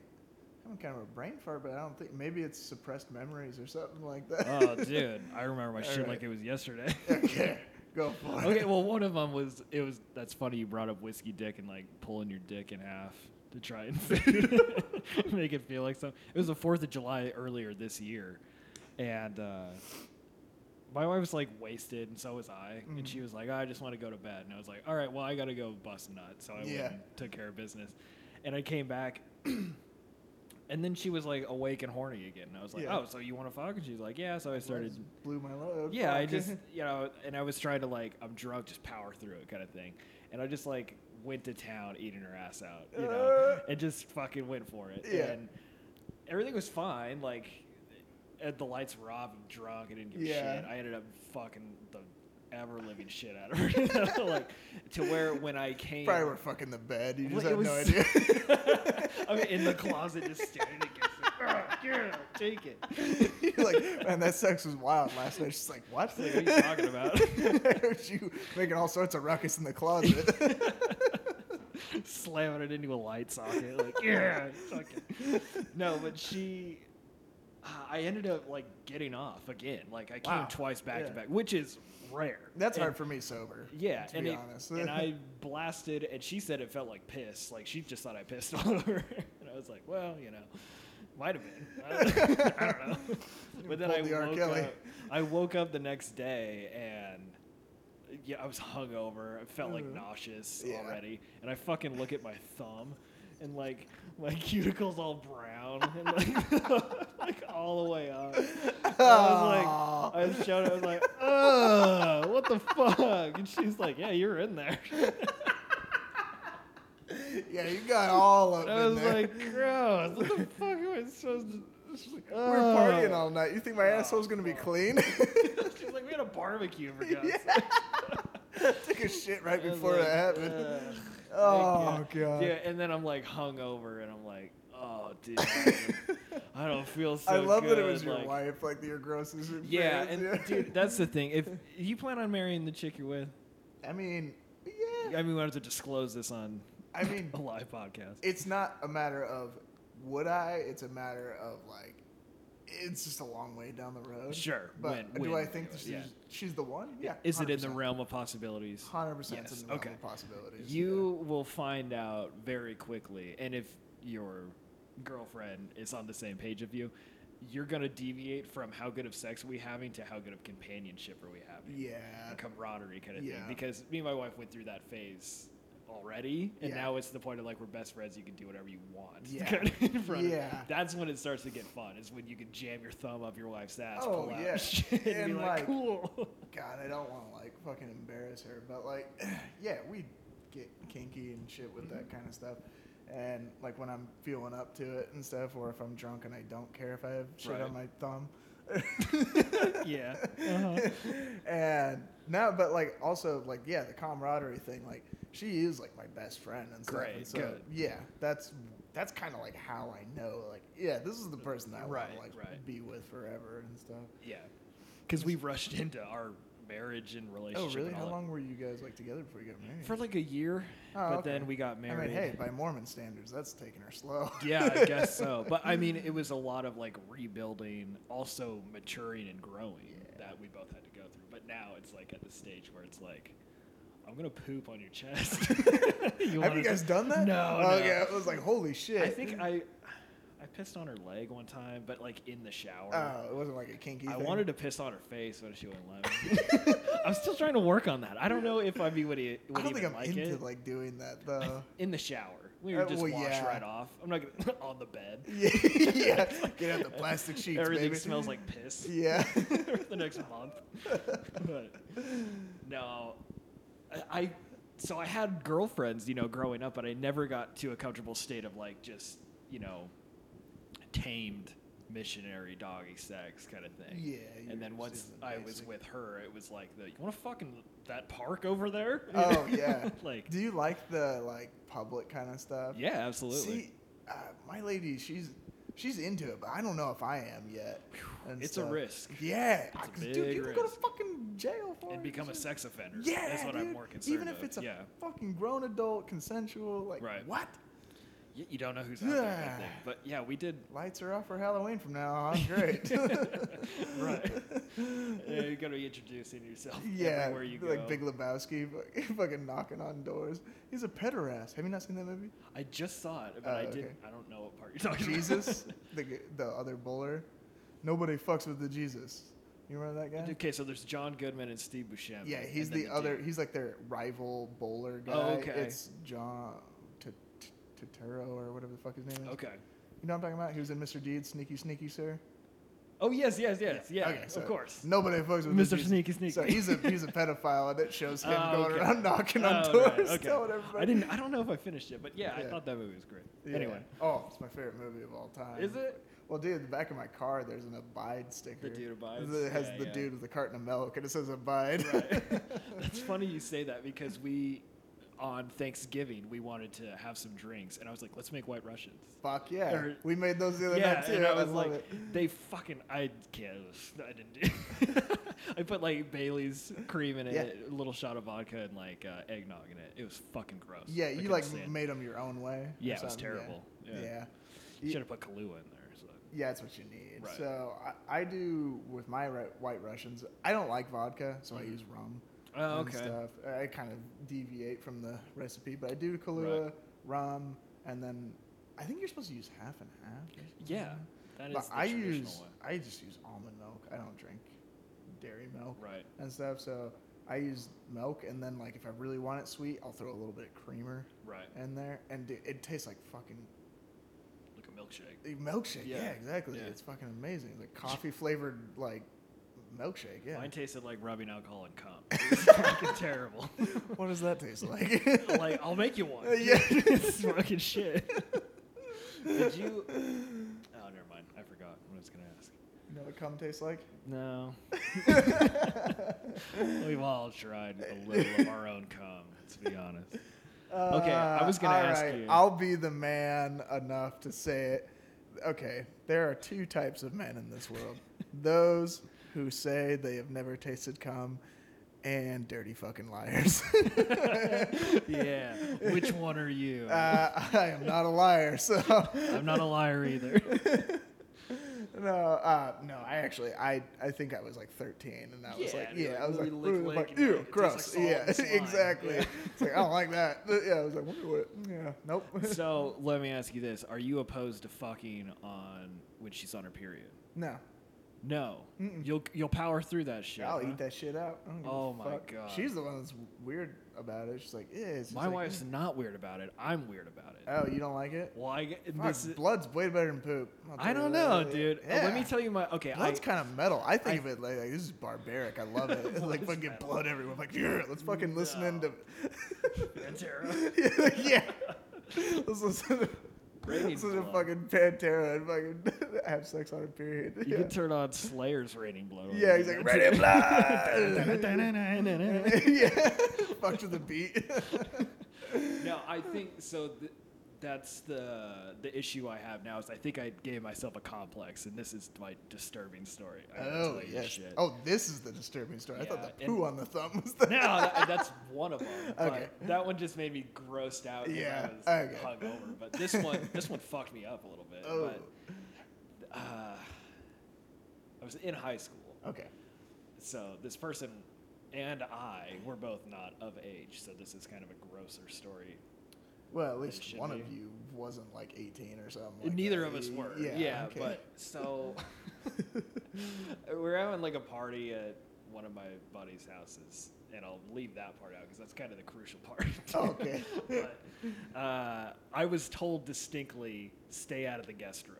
I'm kind of a brain fart, but I don't think maybe it's suppressed memories or something like that.
Oh, dude, I remember my
All
shit
right.
like it was yesterday.
okay, go for it.
okay, well, one of them was it was. That's funny. You brought up whiskey dick and like pulling your dick in half to try and make it feel like something. It was the Fourth of July earlier this year, and uh, my wife was like wasted, and so was I. And
Mm-hmm.
she was like, "Oh, "I just want to go to bed," and I was like, "All right, well, I gotta go bust a nut." So I
Yeah.
went and took care of business, and I came back. And then she was like awake and horny again. And I was like,
Yeah.
"Oh, so you want to fuck?" And she's like, "Yeah." So I
Well, I
started
just blew my load.
yeah, I
Fuck.
just you know, and I was trying to like I'm drunk, just power through it kind of thing, and I just like went to town eating her ass out, you know,
Uh.
and just fucking went for it.
Yeah.
And everything was fine, like, and the lights were off. I'm drunk. I didn't give
Yeah.
a shit. I ended up fucking the ever living shit out of her, you know, like to where when I came,
probably were fucking the bed. You just
Well,
have
it
no
was-
idea.
I mean, in the closet, just standing against it. "Ugh, yeah, take it.
You're like, man, that sex was wild last night. She's like, what?
Like, what are you talking about?
I heard you making all sorts of ruckus in the closet.
slamming it into a light socket. Like, yeah, fuck it. No, but she, I ended up like getting off again. Like, I came
Wow.
twice back
Yeah.
to back, which is rare.
That's
And-
hard for me sober.
Yeah,
to
and
be
it-
honest.
and I blasted, and she said it felt like piss. Like she just thought I pissed all over, her. and I was like, well, you know, might have been. I don't know. I don't know. But then I
pulled the R.
woke
Kelly.
up. I woke up the next day and. Yeah, I was hungover. I felt like
Mhm.
nauseous
Yeah.
already, and I fucking look at my thumb, and like my cuticles all brown and like, like all the way up. I was like, I was shouting, I was like, "Ugh, what the fuck?" And she's like, "Yeah, you're in there."
yeah, you got all up
And I
in
was
there.
like, "Gross! What the fuck am I supposed to?" She's like,
we were partying
"Ugh."
all night. You think my
Oh,
asshole's gonna be
fuck.
clean?
She's like, "We had a barbecue for God's
yeah.
sake."
Took a shit right
I was
before
like,
that happened.
"Ugh."
Oh, Oh,
yeah.
God.
Yeah, and then I'm like hungover, and I'm like, oh, dude, I don't- I don't feel so.
I love that it
good,"
was your
like-
wife, like your grossest. in
Yeah,
France,
and
yeah.
dude, that's the thing. If you plan on marrying the chick you're with,
I mean, yeah.
I mean, we have to disclose this on
I mean,
a live podcast.
it's not a matter of would I. It's a matter of like, it's just a long way down the road.
Sure,
But
when-
do
when
I
you
think
do it,
she's,
yeah.
she's the one? Yeah.
Is it in the
100%.
realm of possibilities?
Hundred percent,
Yes,
it's in the realm
okay.
of possibilities.
You will find out very quickly, and if your girlfriend is on the same page of you, you're gonna deviate from how good of sex are we having to how good of companionship are we having,
yeah.
and camaraderie kind of thing.
Yeah.
Because me and my wife went through that phase already, and
Yeah.
now it's the point of like we're best friends. You can do whatever you want.
Yeah.
kind of in front of-
Yeah.
That's when it starts to get fun. Is when you can jam your thumb up your wife's ass,
Oh,
pull out
yeah.
shit, and,
And,
be like,
like-
cool. Uh-huh.
God, I don't want to like fucking embarrass her, but like, yeah, we get kinky and shit with that
Mm-hmm.
kind of stuff. And like when I'm feeling up to it and stuff, or if I'm drunk and I don't care if I have shit
Right.
on my thumb.
yeah. Uh-huh.
and no, but like also like yeah, the camaraderie thing. Like she is like my best friend and stuff.
Great,
and so,
good.
Yeah, that's that's kind of like how I know. Like yeah, this is the person that I
Right,
want to like
right.
be with forever and stuff.
Yeah, because we rushed into our marriage and
Oh
relationship.
really?
and all
How
that-
long were you guys like together before you got married?
For like a year,
Oh,
but
okay.
then we got
I
married.
mean, hey, by Mormon standards, that's taking her slow.
yeah, I guess so. But I mean, it was a lot of like rebuilding, also maturing and growing that we both had to go through. But now it's like at the stage where it's like, I'm gonna poop on your chest. you
Have
wanna-
you guys done that?
No,
Oh
no.
yeah, it was like holy shit.
I think I, I pissed on her leg one time, but like in the shower.
Oh, it wasn't like a kinky.
I
thing.
wanted to piss on her face, but she wouldn't let me. I'm still trying to work on that. I don't know if I mean would, e- would
I don't
even
think I'm
like
into
it.
like doing that though.
in the shower. We would
Uh,
just
well,
wash
yeah.
right off. I'm not gonna on the bed.
yeah, yeah. Get out the plastic sheets.
Everything
baby.
smells like piss
Yeah.
for the next month. But no, I- I so I had girlfriends, you know, growing up, but I never got to a comfortable state of like just you know tamed missionary doggy sex kind of thing.
Yeah, you
And then
were
once
just in the
I was
basic.
with her, it was like the you want to fucking that park over there?
oh yeah.
like
do you like the like public kind of stuff?
yeah, absolutely.
See, uh, my lady, she's she's into it, but I don't know if I am yet. and
It's a
stuff.
risk.
Yeah,
It's a
'cause, dude,
big
you can go to
risk.
fucking jail for it.
and become a
It's
sex offender.
like- Yeah,
that's what I'm
dude,
more concerned.
Even if
of.
it's a
yeah,
fucking grown adult, consensual, like
Right.
what?
Y- you don't know who's out there. kind of
Yeah.
thing. But yeah, we did.
Lights are off for Halloween from now on. Great.
Right, Yeah, you're gonna uh, be introducing yourself
yeah,
everywhere you
like
go.
Big Lebowski, fuck- fucking knocking on doors. He's a pederast. Have you not seen that movie?
I just saw it, but
Oh,
I
okay.
didn't. I don't know what part you're talking
Jesus, the g- the other bowler. Nobody fucks with the Jesus. You remember that guy?
about. Okay, so there's John Goodman and Steve Buscemi.
Yeah, he's
and then
the other.
dude. Oh,
He's like their rival bowler guy.
okay.
It's John T- T- Turturro or whatever the fuck his name is.
Okay.
You know what I'm talking about? He was in Mr. Deed, Sneaky Sneaky Sir.
Oh yes, yes, yes, yeah.
Okay, so
of course.
Nobody fucks with
Mr.
the Jesus.
Sneaky Sneaky.
So he's a he's a pedophile, and it shows him
Oh,
going
okay.
around knocking on
Oh, right,
doors,
okay.
telling everybody.
I didn't. I don't know if I finished it, but yeah, I
Yeah.
thought that movie was great.
Yeah.
Anyway,
Oh, it's my favorite movie of all time.
is it?
Well, dude, the back of my car, there's an Abide sticker.
dude abides?
It has
Yeah,
the
yeah.
dude with the carton of milk, and it says Abide.
That's funny you say that because we, on Thanksgiving, we wanted to have some drinks, and I was like, let's make white Russians.
Fuck yeah.
Or-
we made those the other
yeah,
night, too.
and I was
love
like,
it.
they fucking, I can't, I didn't do I put like Bailey's cream in it,
Yeah.
a little shot of vodka, and like uh, eggnog in it. It was fucking gross.
Yeah,
I
you
couldn't
like
stand it.
made them your own way. or
Yeah, it was
something,
terrible.
Yeah.
Yeah.
yeah.
You
Y-
should have put Kahlua in there. So.
Yeah, that's what you need.
Right.
So I, I do with my ri- white Russians. I don't like vodka, so I use rum.
Mm-hmm. Oh,
and
okay.
Stuff. I kind of deviate from the recipe, but I do Kahlua, rum, and then I think you're supposed to use half and half. or something.
Yeah, that is
but
the
I
traditional
use
one.
I just use almond milk. I don't drink dairy milk
Right.
and stuff. So I use milk, and then like if I really want it sweet, I'll throw a little bit of creamer
Right.
in there, and dude, it tastes like fucking
Like a milkshake.
a milkshake. Yeah,
Yeah.
exactly.
Yeah.
It's fucking amazing. It's like coffee flavored like milkshake. Yeah.
Mine tasted like rubbing alcohol and cum. It was fucking terrible.
what does that taste like?
like I'll make you one.
Uh, yeah.
it's fucking shit. Did you? Oh, never mind. I forgot what I was gonna ask.
you know what cum tastes like?
No. We've all tried a little of our own cum. Let's be honest. Okay, I was gonna
Uh, all
ask
right,
you.
I'll be the man enough to say it. Okay, there are two types of men in this world: those who say they have never tasted cum, and dirty fucking liars.
yeah. Which one are you?
uh, I am not a liar, so
I'm not a liar either.
no, uh, no. I actually, I, I think I was like 13, and I was
Yeah,
like,
and you're
yeah,
like,
I was
"Ooh,
like,
lick,
ooh,"
lick,
like,
and
ew,
it tastes
gross.
like
yeah,
salt and slime.
exactly.
Yeah.
It's like I don't like that. Yeah, I was like, wonder what? Yeah, nope.
so let me ask you this: Are you opposed to fucking on when she's on her period?
no,
No, you'll you'll power through that shit.
I'll
huh?
eat that shit out. I don't give a
Oh my
fuck.
God.
She's the one that's weird about it. She's like, yeah. It's just
My
like,
wife's not weird about it. I'm weird about it.
Oh, you don't like it?
well, I, g-
Fuck,
this is,
blood's way better than poop. I'll tell
I
you
don't
that.
know, dude. Uh, Let me
Yeah.
tell you my okay. I,
Blood's kind of metal. I think
I-
of it like, like, this is barbaric. I love it.
Blood
like
is
fucking
metal.
blood everywhere. I'm Like, yeah, let's fucking listen
No.
in to.
Pantera.
yeah, like, yeah. let's listen to,
Ray needs
listen to
blood.
fucking Pantera and fucking have sex on a period.
You
yeah.
can turn on Slayer's raining blood. on
yeah,
you.
he's like ready blood.
no,
yeah, fuck to the beat.
I think so. Th- that's the the issue I have now is I think I gave myself a complex, and this is my disturbing story. I gotta
oh
tell you
yes.
shit.
Oh, this is the disturbing story. I thought the
Yeah,
poo
and-
on the thumb was the.
No, that, that's one of them. But
Okay.
That one just made me grossed out. 'cause
Yeah,
I was
okay.
hungover. But this one, this one fucked me up a little bit.
Oh.
But, uh, I was in high school,
Okay.
so this person and I were both not of age. So this is kind of a grosser story.
Well, at
They
least
should
one
be.
of you wasn't like 18 or something. like
Neither
that.
of us were. Yeah,
okay.
but so we're having like a party at one of my buddies' houses, and I'll leave that part out because that's kind of the crucial part.
Okay.
but uh, I was told distinctly, "Stay out of the guest room."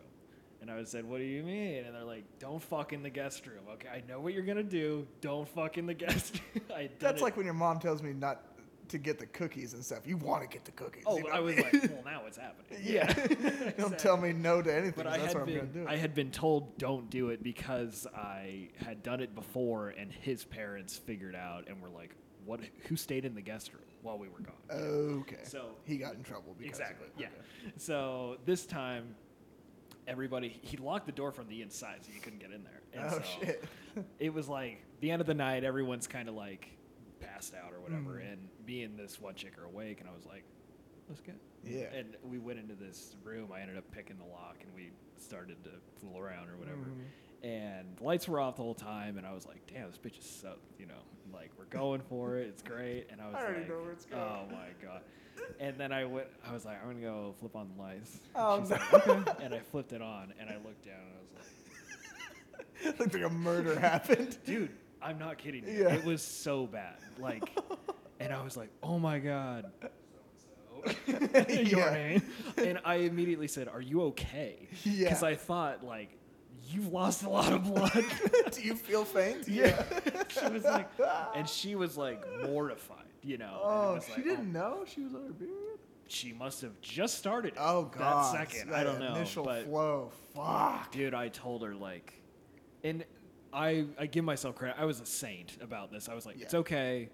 And I said, "What do you mean?" And they're like, "Don't fuck in the guest room." Okay, I know what you're gonna do. Don't fuck in the guest. I had done
That's
it-
like when your mom tells me not to get the cookies and stuff. You want to get the cookies.
Oh,
you know
I
what
was
mean?
like, well, now it's happening.
yeah. Don't tell me no to anything.
But
'cause
I
that's what
had,
I'm going to
been,
do.
I had been told don't do it because I had done it before, and his parents figured out and were like, "What? Who stayed in the guest room while we were gone?"
okay.
So-
he got in trouble because
exactly.
Of it.
Yeah.
Okay.
So this time, everybody he locked the door from the inside, so you couldn't get in there. And
Oh,
so
shit.
It was like the end of the night. Everyone's kind of like passed out or whatever,
Mm.
and me and this one chick are awake, and I was like, "Let's get."
Yeah.
And we went into this room. I ended up picking the lock, and we started to fool around or whatever.
Mm-hmm.
And the lights were off the whole time, and I was like, "Damn, this bitch is so you know, like we're going for it. It's great." And I was
I already
like,
know where it's going.
"Oh my god!" And then I went. I was like, "I'm gonna go flip on the lights." And
Oh,
she's
no.
like, "Okay." And I flipped it on, and I looked down, and I was like,
Looked like a murder happened.
"Dude, I'm not kidding you.
Yeah.
It was so bad. Like, and I was like, "Oh my god." So-and-so. Your
Yeah.
name. And I immediately said, "Are you okay?"
Yeah.
Because I thought like. You've lost a lot of blood.
do you feel faint?
Yeah. she was like, and she was like mortified, you know. and it
Oh,
was
she
like, "Oh,
didn't know she was on her period.
She must have just started. it
Oh god.
That second,
that
I don't know.
Initial
but
flow. Fuck.
dude, I told her like, and I I give myself credit. I was a saint about this. I was like,
Yeah.
it's okay.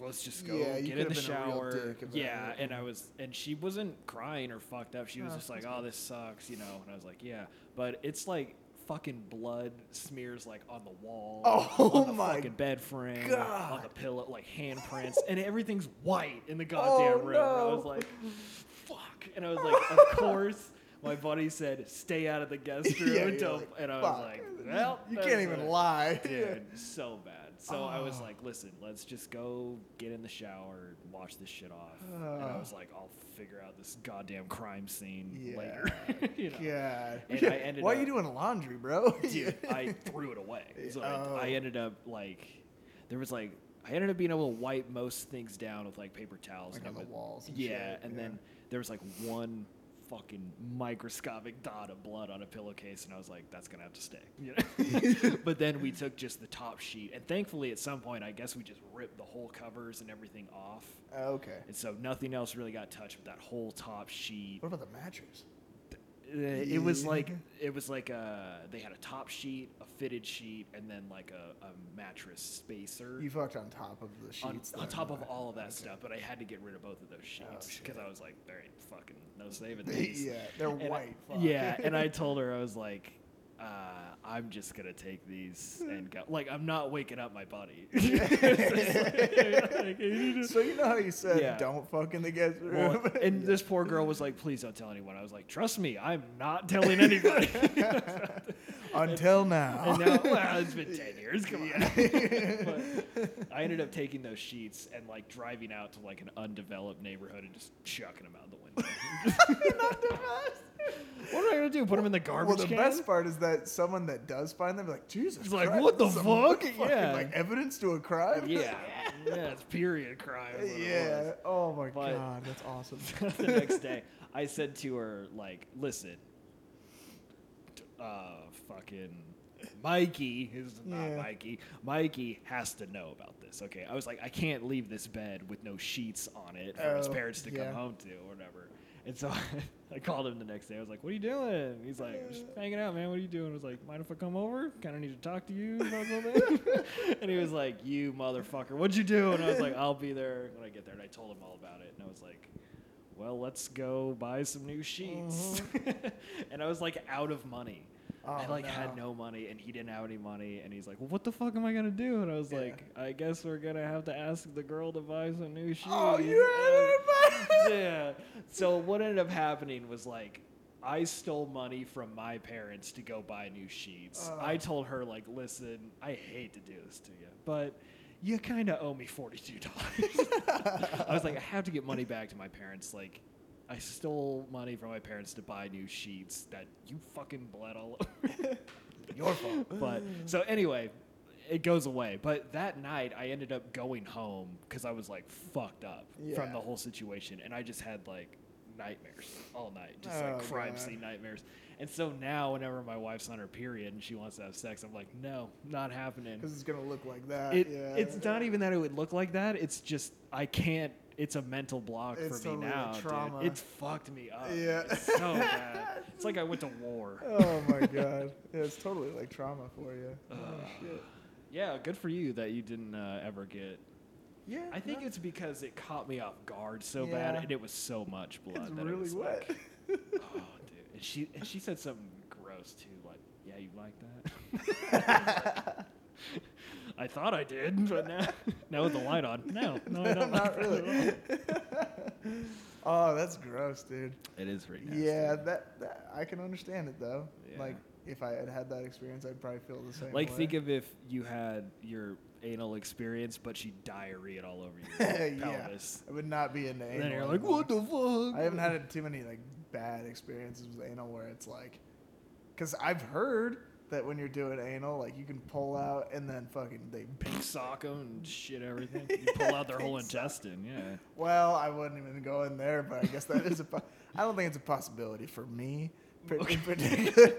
Let's just go
Yeah, you
get in the
could've been a real
shower.
dick about
Yeah,
it.
and I was, and she wasn't crying or fucked up. She was
Oh,
just like,
that's
"Oh, this sucks," you know. And I was like, "Yeah," but it's like fucking blood smears like on the wall,
Oh
on the
my
fucking bed frame, on
God.
the pillow, like handprints, and everything's white in the goddamn
Oh,
room. And I
no.
was like, "Fuck!" And I was like, "Of course." My buddy said, "Stay out of the guest room."
Yeah,
and
you're
don't-
like,
and I
"Fuck."
was like, "Well,
you
that's
can't even
it."
lie.
dude." So bad. So I was
Oh.
like, "Listen, let's just go get in the shower, wash this shit off." And I
Oh.
was like, "I'll figure out this goddamn crime scene
Yeah.
later." you know?
God.
And I ended
Why are
up-
you doing laundry, bro?
dude, I threw it away. So
Oh.
I, I ended up like, there was like, I ended up being able to wipe most things down with like paper towels.
Like
and
on
I
the
would-
walls and
yeah,
shit,
and
yeah.
then there was like one fucking microscopic dot of blood on a pillowcase, and I was like, that's gonna have to stay. You know? but then we took just the top sheet, and thankfully at some point, I guess we just ripped the whole covers and everything off.
Oh, okay.
And so nothing else really got touched, but that whole top sheet
What about the mattress?
Uh, It was
Yeah.
like it was like a they had a top sheet, a fitted sheet, and then like a, a mattress spacer
You fucked on top of the
on,
sheets.
on
there,
top of
right?
all of that stuff. But I had to get rid of both of those sheets
shit.
because I was like, there ain't fucking no saving these.
yeah, they're
And I-
white. fuck.
Yeah, and I told her I was like, uh, I'm just gonna take these and go. Like I'm not waking up my buddy.
so you know how you said
Yeah.
don't fuck in the guest room.
Well, and this poor girl was like, "Please don't tell anyone." I was like, "Trust me, I'm not telling anybody."
Until now.
and now, well, it's been ten years. Come on. but I ended up taking those sheets and like driving out to like an undeveloped neighborhood and just chucking them out the window. what am I gonna do? Put them in the garbage
well, the
can?
best part is that someone that does find them, like Jesus,
It's like,
Christ,
what the
some
fuck?
fucking,
Yeah.
like evidence to a crime.
yeah, yeah, it's period crime. is what it was.
yeah. Oh my
But-
god, that's awesome.
the next day, I said to her, like, listen, t- uh, fucking Mikey is not
Yeah.
Mikey. Mikey has to know about this. Okay, I was like, I can't leave this bed with no sheets on it for his
Oh,
parents to
yeah.
come home to or whatever. And so I called him the next day. I was like, "What are you doing?" He's like, "Just
Uh.
hanging out, man. What are you doing?" I was like, "Mind if I come over? Kind of need to talk to you about something." and he was like, "You motherfucker, what'd you do?" And I was like, "I'll be there when I get there." And I told him all about it. And I was like, "Well, let's go buy some new sheets." and I was like, out of money. I
Oh,
like had
no.
no money, and he didn't have any money. And he's like, "Well, what the fuck am I gonna do?" And I was
Yeah.
like, "I guess we're gonna have to ask the girl to buy some new shoes."
Oh, you had
And-
it in mind.
yeah. So what ended up happening was like I stole money from my parents to go buy new sheets.
Oh.
I told her like, "Listen, I hate to do this to you, but you kind of owe me forty-two dollars." I was like, "I have to get money back to my parents." Like. I stole money from my parents to buy new sheets that you fucking bled all over.
Your fault.
But so anyway, it goes away. But that night, I ended up going home because I was like fucked up
Yeah.
from the whole situation, and I just had like nightmares all night, just
Oh,
like crime
God.
scene nightmares. And so now, whenever my wife's on her period and she wants to have sex, I'm like, no, not happening.
Because it's gonna look like that.
It,
uh, yeah.
It's not e- even that it would look like that. It's just I can't. It's a mental block
It's
for me
totally a
now.
trauma.
Dude. It's fucked me up.
Yeah.
It's so bad. It's like I went to war.
Oh my god. Yeah, it's totally like trauma for you. Oh,
Ugh.
shit.
Yeah, good for you that you didn't uh, ever get.
Yeah.
I think
no,
it's because it caught me off guard so
Yeah.
bad, and it was so much blood.
it's
that it
really
was
wet.
Like, oh, dude! And she and she said something gross too, like, "Yeah, you like that." I thought I did, but now, now with the light on, no, no, I
not
don't. like that at all.
really. oh, that's gross, dude.
It is pretty nasty.
Yeah, that, that I can understand it though.
Yeah.
Like if I had had that experience, I'd probably feel the same.
Like,
way.
think of if you had your anal experience, but she diarrheaed all over your
yeah,
pelvis.
I would not be into
And
anal.
then you're like,
anymore.
"What the fuck?"
I haven't had too many like bad experiences with anal where it's like, because I've heard that when you're doing anal, like you can pull out and then fucking they.
pink sock 'em and shit everything. You pull out their whole
Pink sock.
intestine. Yeah.
Well, I wouldn't even go in there, but I guess that is a. Po- I don't think it's a possibility for me. par-
Okay.
In particular,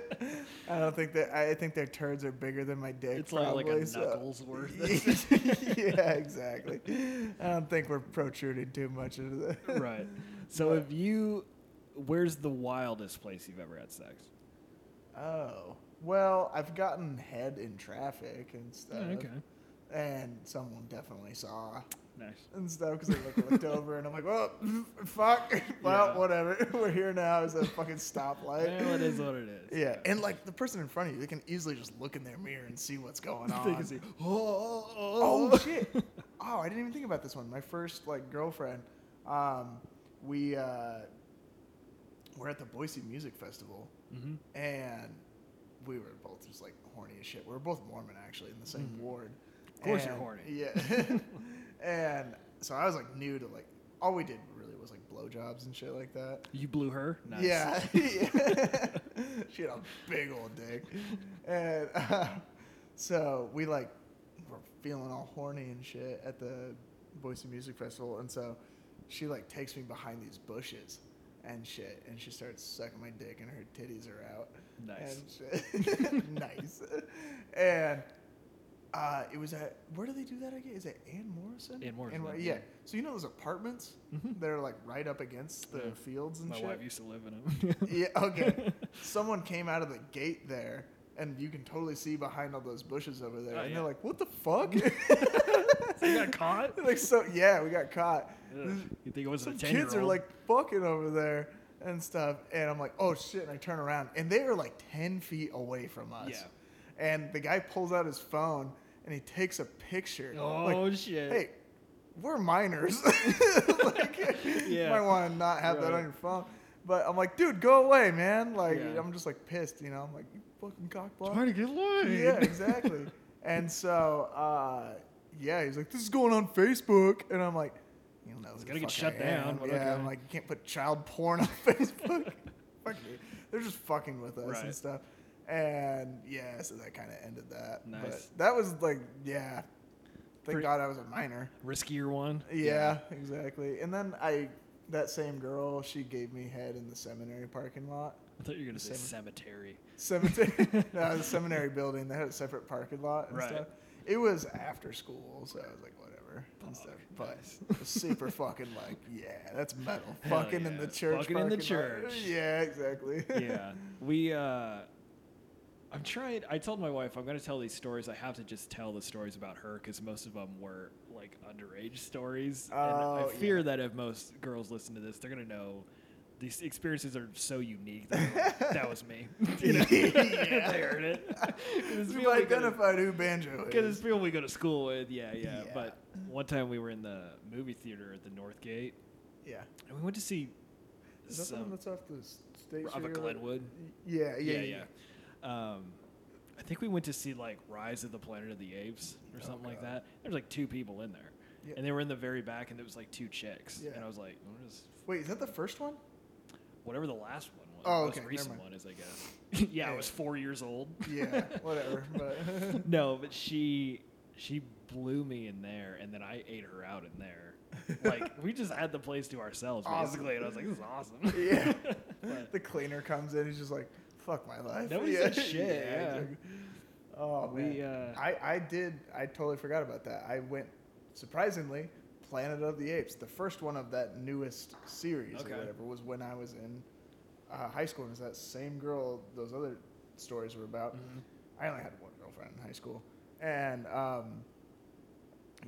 I don't think that. I think their turds are bigger than my dick.
It's like- like a
probably, so-
knuckles worth.
yeah, exactly. I don't think we're protruding too much into that.
Right. So if you, where's the wildest place you've ever had sex?
Oh. Well, I've gotten head in traffic and stuff.
Oh, okay.
And someone definitely saw
Nice.
and stuff because I like looked over and I'm like, well, fuck. Well,
Yeah.
whatever. We're here now. It's a fucking
well, it
stoplight.
is what it is.
yeah. And like the person in front of you, they can easily just look in their mirror and see what's going on.
They can see, "Oh, oh, oh,
Oh
oh."
shit! Oh, I didn't even think about this one. My first like girlfriend, um, we uh, were at the Boise Music Festival,
Mhm.
and we were both just like horny as shit. We were both Mormon actually in the same ward. Of
Mm-hmm. course you're horny.
Yeah. and so I was like new to like all we did really was like blowjobs and shit like that.
You blew her. Nice.
Yeah. she had a big old dick. And uh, so we like were feeling all horny and shit at the Boise Music Festival. And so she like takes me behind these bushes and shit. And she starts sucking my dick and her titties are out.
Nice.
And shit. nice. And Uh, it was at where do they do that again? Is it Ann Morrison?
Ann Morrison,
Mor-
yeah.
yeah. So you know those apartments that are like right up against the
Yeah.
fields and
Mm-hmm. My
shit.
wife used to live in them.
yeah. Okay. Someone came out of the gate there, and you can totally see behind all those bushes over there.
Oh,
and
yeah.
they're like, "What the fuck?"
you got caught?
like so, yeah, we got caught.
Ugh, You think it was
Some
a ten
kids are like fucking over there and stuff. And I'm like, oh shit. And I turn around and they are like 10 feet away from us.
Yeah.
And the guy pulls out his phone and he takes a picture.
Oh,
Like,
shit.
Hey, we're minors. like, You
Yeah.
might want to not have that
Right.
on your phone. But I'm like, dude, go away, man. Like,
Yeah.
I'm just like pissed, you know? I'm like, you fucking cockblock.
Trying to get laid.
Yeah, exactly. and so, uh, yeah, he's like, this is going on Facebook. And I'm like, you know, it's
gotta get shut down, but
Yeah,
okay.
I'm like, you can't put child porn on Facebook. Fuck you. They're just fucking with us
Right.
and stuff. And yeah, so that kind of ended that.
Nice.
But that was like, yeah. Thank
Pretty-
God I was a minor.
Riskier one.
Yeah, exactly. And then I, that same girl, she gave me head in the seminary parking lot.
I thought you were gonna say
Seven.
cemetery.
Cemetery. no, the seminary building. They had a separate parking lot and
Right.
stuff. It was after school, so I was like, whatever. and stuff. But it was super fucking like, yeah, that's metal.
Hell
fucking in
yeah.
the church.
Fucking in the
parking lot.
church.
Yeah, exactly.
yeah. We uh I'm trying I told my wife I'm going to tell these stories. I have to just tell the stories about her cuz most of them were like underage stories and
Oh,
I fear
yeah.
that if most girls listen to this, they're going to know these experiences are so unique that they're like, that was me. You know?
Yeah.
they heard it. 'Cause it's
We've
people we go to-
identified who banjo
Because it's
is.
people we go to school with, yeah, yeah,
Yeah.
But one time we were in the movie theater at the Northgate,
Yeah.
and we went to see
Is that the
some-
one that's off the s- state?
Robert
here?
Glenwood.
Yeah, Uh, yeah, yeah.
Um, I think we went to see like Rise of the Planet of the Apes or
Oh,
something like
God.
that. There's like two people in there,
Yeah.
and they were in the very back, and there was like two chicks,
Yeah.
and I was like, what is,
Wait, is that the first one?
whatever the last one was,
Oh, okay,
the most
never
recent
mind.
one is, I guess. yeah, I
Yeah.
was four years old.
Yeah, whatever. But
no, but she she blew me in there, and then I ate her out in there. Like we just had the place to ourselves
Awesome.
basically, and I was like, this is awesome.
yeah,
But-
the cleaner comes in. He's just like, "Fuck my life."
Nobody
yeah.
said shit, yeah.
exactly. Oh man,
We, uh,
I I did. I totally forgot about that. I went surprisingly Planet of the Apes, the first one of that newest series
Okay.
or whatever, was when I was in uh, high school. And it was that same girl those other stories were about.
Mm-hmm.
I only had one girlfriend in high school, and um,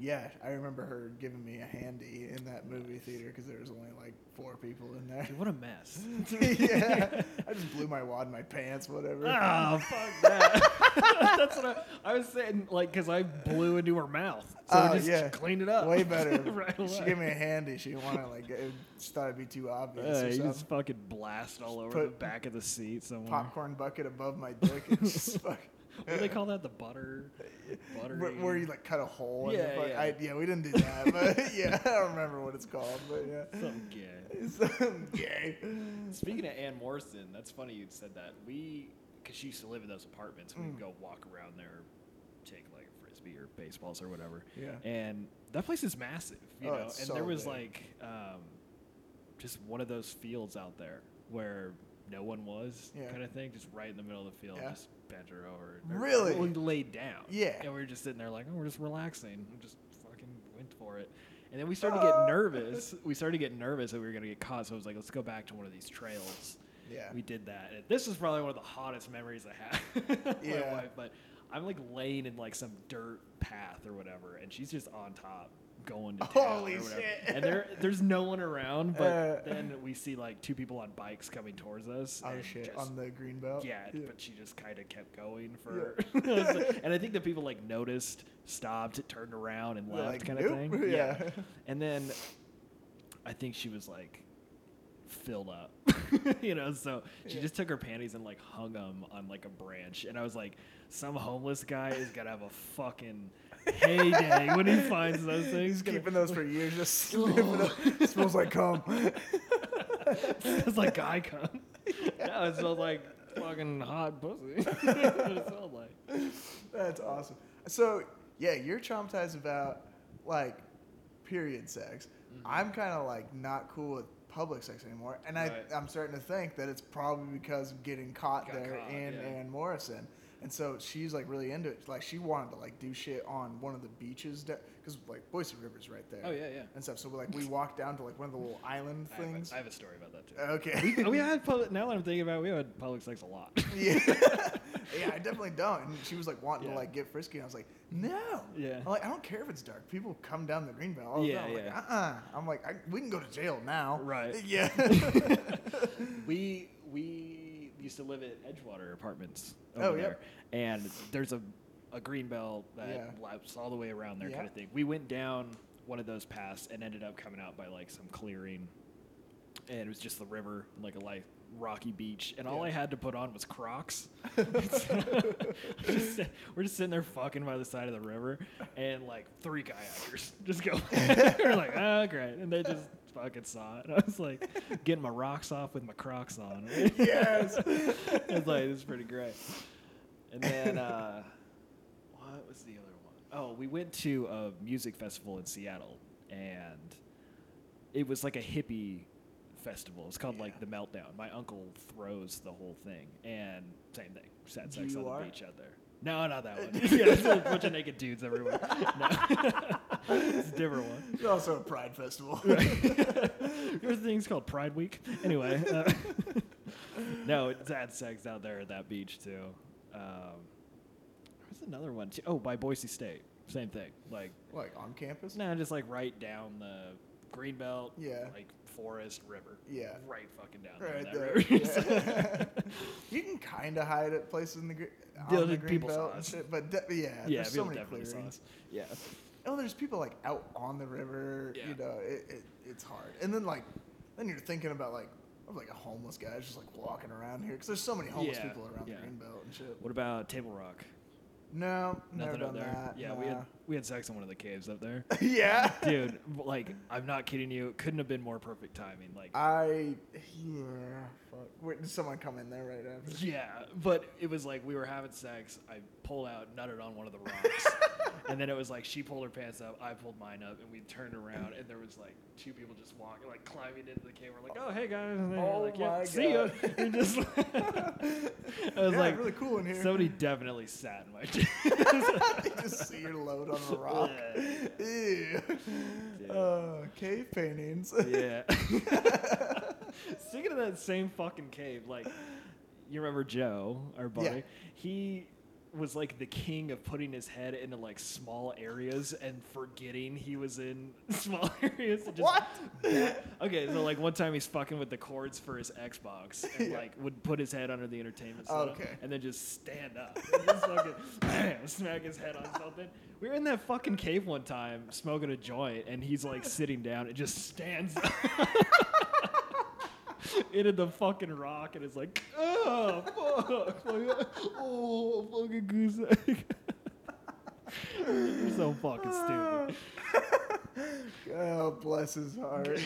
yeah, I remember her giving me a handy in that movie theater because there was only like four people in there.
Dude, what a mess.
yeah, I just blew my wad in my pants, whatever. Uh,
Oh, fuck that. That's what I, I was saying, like, because I blew into her mouth. So I
Oh,
just
yeah.
cleaned it up.
Way better.
right away.
she gave me a handy. She didn't want to like. It, she thought it'd be too obvious
Uh,
or
you
something.
just fucking blast all over
put
the back of the seat somewhere.
Popcorn bucket above my dick. And just fuck.
What do they call that? The butter? Butter.
Where, where you like cut a hole? in
Yeah,
the fuck-
yeah.
I, yeah. We didn't do that, but yeah, I don't remember what it's called, but yeah.
Something gay.
Some gay.
Speaking of Ann Morrison, that's funny you said that. We, because she used to live in those apartments,
Hmm.
we'd go walk around there, take like a frisbee or baseballs or whatever.
Yeah.
And that place is massive, you
Oh,
know. And
it's
there
so
was
big.
like um, just one of those fields out there where no one was,
Yeah.
kind of thing, just right in the middle of the field,
Yeah.
just bent her over. or-
Really?
We laid down.
Yeah.
And we were just sitting there like, oh, we're just relaxing. We just fucking went for it. And then we started to get
Oh.
nervous. We started getting nervous that we were going to get caught. So I was like, let's go back to one of these trails.
Yeah.
We did that. And this was probably one of the hottest memories I had. with my
Yeah.
wife, but I'm like laying in like some dirt path or whatever, and she's just on top going to town
Holy
or whatever.
shit.
And there, there's no one around, but
Uh.
then we see like two people on bikes coming towards us.
Oh
and
shit!
just-
on the green belt.
yeah, but she just kind of kept going for,
Oh, Yeah.
and I think the people like noticed, stopped, turned around, and
They're
left,
like,
kind of
"Nope."
thing.
Yeah.
and then I think she was like filled up, you know. So she
Yeah.
just took her panties and like hung them on like a branch, and I was like, some homeless guy is gonna have a fucking heyday when he finds those things.
He's
Gonna-
keeping those for years. Just sniffing up. Smells like cum.
it's like guy cum. No, it smells like fucking hot pussy. That's what it smelled like.
That's awesome. So yeah, you're traumatized about like period sex.
Mm-hmm.
I'm kind of like not cool with public sex anymore, and
Right.
I I'm starting to think that it's probably because of getting caught
Got
there
caught,
in
yeah.
Ann Morrison. And so she's like really into it. Like she wanted to like do shit on one of the beaches because like Boise River's right there.
Oh, yeah, yeah.
And stuff. So like we walked down to like one of the little island
I have,
things.
a, I have a story about that too.
okay.
we had public. Now that I'm thinking about, it, we had public sex a lot.
yeah. yeah, I definitely don't. And she was like wanting
Yeah.
to like get frisky, and I was like, no.
Yeah.
I'm like, I don't care if it's dark. People come down the green belt. All
Yeah,
yeah, yeah.
yeah.
Like, uh-uh. I'm like, I, we can go to jail now.
Right.
Yeah.
we we used to live at Edgewater Apartments.
Oh,
Over
yep.
there, and there's a a green bell that
Yeah.
laps all the way around there, kind
Yeah.
of thing. We went down one of those paths and ended up coming out by like some clearing, and it was just the river, and, like a light rocky beach, and all
Yeah.
I had to put on was Crocs. Just sit- we're just sitting there fucking by the side of the river, and like three kayakers just go. They're like, oh great, and they just fucking saw it. And I was like, getting my rocks off with my Crocs on.
yes.
it's like this is pretty great. And then uh, what was the other one? Oh, we went to a music festival in Seattle, and it was like a hippie festival. It's called like
Yeah.
the Meltdown. My uncle throws the whole thing, and same thing. Just had sex on
GUR?
the beach out there. No, not that one. yeah, it's a bunch of naked dudes everywhere. No. it's a different one.
It's also a pride festival.
Your thing's called Pride Week. Anyway, uh, no, it's had sex out there at that beach too. Um, there's another one too. Oh, by Boise State, same thing. Like,
like on campus?
nah, just like right down the greenbelt.
Yeah.
Like forest river.
Yeah.
Right fucking down
Right
there.
there.
That river.
Yeah. you can kind of hide at places in the, gr- on
Yeah,
the
the
green
people
belt
saw
and
us.
shit, but de- yeah,
yeah,
there's so
people
many
definitely saw
clearings.
us. Yeah.
Oh, there's people like out on the river.
Yeah.
You know, it, it, it's hard. And then like, then you're thinking about like, of like a homeless guy just like walking around here because there's so many homeless
Yeah,
people around
yeah.
the green belt and shit.
What about Table Rock?
No, never
Nothing
done
up there.
that.
yeah, we had we had sex in one of the caves up there.
nah. yeah.
Dude, like I'm not kidding you. It couldn't have been more perfect timing. Like
I yeah. Fuck. Wait, did someone come in there right after?
Yeah, but it was like we were having sex. I pulled out, nutted on one of the rocks, and then it was like she pulled her pants up, I pulled mine up, and we turned around, and there was like two people just walking, like climbing into the cave. We're like, "Oh, hey guys!" And they were
Oh
like,
my
See ya.
God.
And just, I was
yeah,
like,
really cool in here.
somebody definitely sat in my. dick."
they just see your load on a rock. Ew. Uh, cave paintings.
yeah. Speaking of that same fucking cave, like you remember Joe, our buddy,
Yeah.
he was like the king of putting his head into like small areas and forgetting he was in small areas. and just-
what?
Okay, so like one time he's fucking with the cords for his Xbox and
Yeah.
like would put his head under the entertainment
Oh,
setup
okay.
and then just stand up and just fucking bam, smack his head on something. We were in that fucking cave one time smoking a joint and he's like sitting down and just stands up into the fucking rock and it's like, oh fuck, Like, oh fucking goose egg. You're so fucking stupid.
Oh, bless his heart.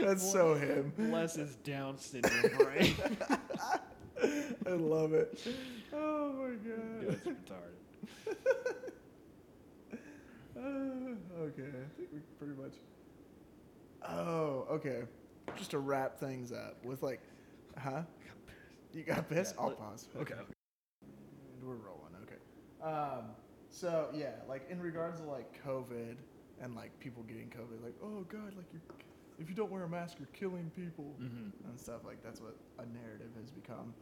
That's so him.
Bless his Down syndrome brain.
I love it. Oh my
Dude,
god.
it's retarded.
Uh, okay, I think we pretty much. Oh, okay. Just to wrap things up with like, huh? You got pissed?
Yeah,
I'll
let-
pause.
Okay.
And We're rolling. Okay. Um, so yeah, like in regards to like COVID and like people getting COVID, like oh god, like you, are if you don't wear a mask, you're killing people
Mhm.
and stuff. Like that's what a narrative has become.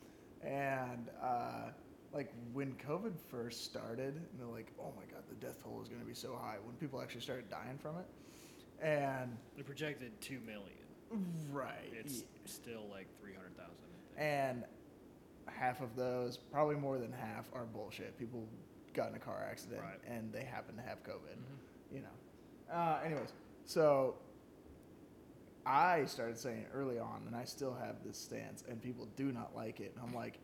And uh, like when COVID first started, and they're like, oh my god, the death toll is going to be so high when people actually started dying from it. And
They projected two million.
right,
It's
yeah.
still like three hundred thousand.
and half of those, probably more than half, are bullshit. People got in a car accident
Right.
and they happen to have COVID. You know. Uh, anyways, so I started saying it early on, and I still have this stance, and people do not like it. And I'm like,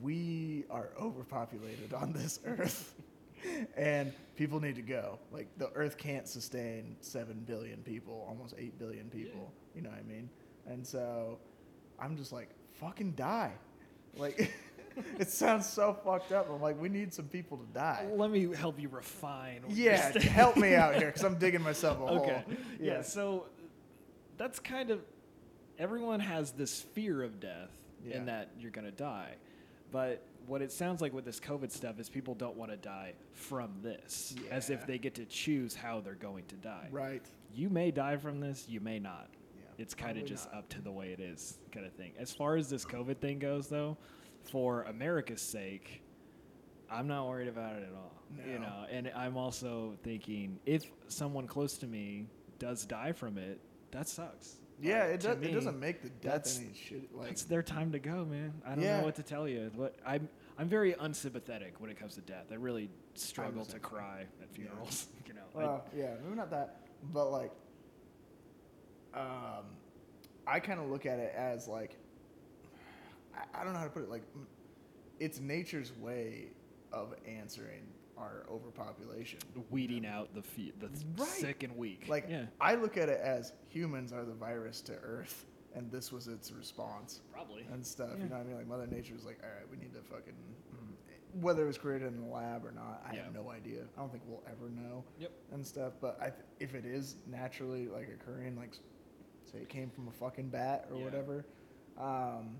we are overpopulated on this earth. And people need to go. Like the Earth can't sustain seven billion people, almost eight billion people. You know what I mean? And so, I'm just like, fucking die. Like, it sounds so fucked up. I'm like, we need some people to die.
Let me help you refine. what you're
Yeah,
saying.
help me out here because I'm digging myself a
okay.
hole.
Yeah.
Yes.
So that's kind of everyone has this fear of death
Yeah.
and that you're gonna die, But what it sounds like with this COVID stuff is people don't want to die from this, as
Yeah.
if they get to choose how they're going to die.
Right.
You may die from this, you may not.
Yeah,
it's kind
probably
of just
not.
up to the way it is, kind of thing. As far as this COVID thing goes, though, for America's sake, I'm not worried about it at all. You
No.
know, and I'm also thinking if someone close to me does die from it, that sucks.
Yeah,
Like,
it,
to
does, it
me,
doesn't make the death
that's-
any shit. Like,
it's their time to go, man. I don't
Yeah.
know what to tell you. But I'm I'm very unsympathetic when it comes to death. I really struggle to
same.
cry at funerals. You know, I-
well, yeah, maybe not that, but like, um, I kind of look at it as like, I, I don't know how to put it. Like, m- it's nature's way of answering our overpopulation.
weeding out the fe- the th-
Right.
sick and weak.
Like,
yeah,
I look at it as humans are the virus to Earth, and this was its response.
probably.
and stuff.
Yeah.
You know what I mean? Like Mother Nature was like, all right, we need to fucking mm, whether it was created in the lab or not, I have
Yeah.
no idea. I don't think we'll ever know.
Yep.
And stuff, but I th- if it is naturally like occurring, like s- say it came from a fucking bat or
Yeah.
whatever, um,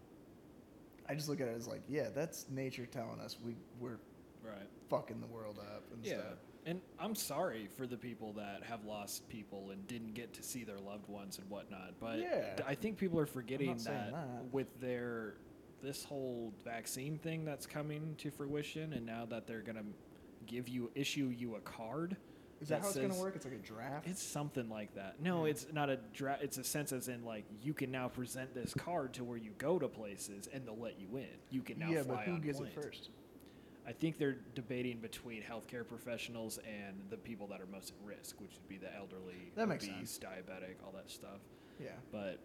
I just look at it as like, yeah, that's nature telling us we we're
Right.
fucking the world up and
Yeah.
stuff.
And I'm sorry for the people that have lost people and didn't get to see their loved ones and whatnot. But
Yeah.
d- I think people are forgetting
saying
that,
that.
with their this whole vaccine thing that's coming to fruition, and now that they're gonna give you issue you a card.
Is that, how it's gonna
says-
work? It's like a draft.
It's something like that. No,
Yeah.
it's not a draft. It's a sense as in like you can now present this card to where you go to places and they'll let you in. You can now
yeah,
fly
but who
on
gets
planes.
it first?
I think they're debating between healthcare professionals and the people that are most at risk, which would be the elderly,
That makes
obese, diabetic, all that stuff.
Yeah.
But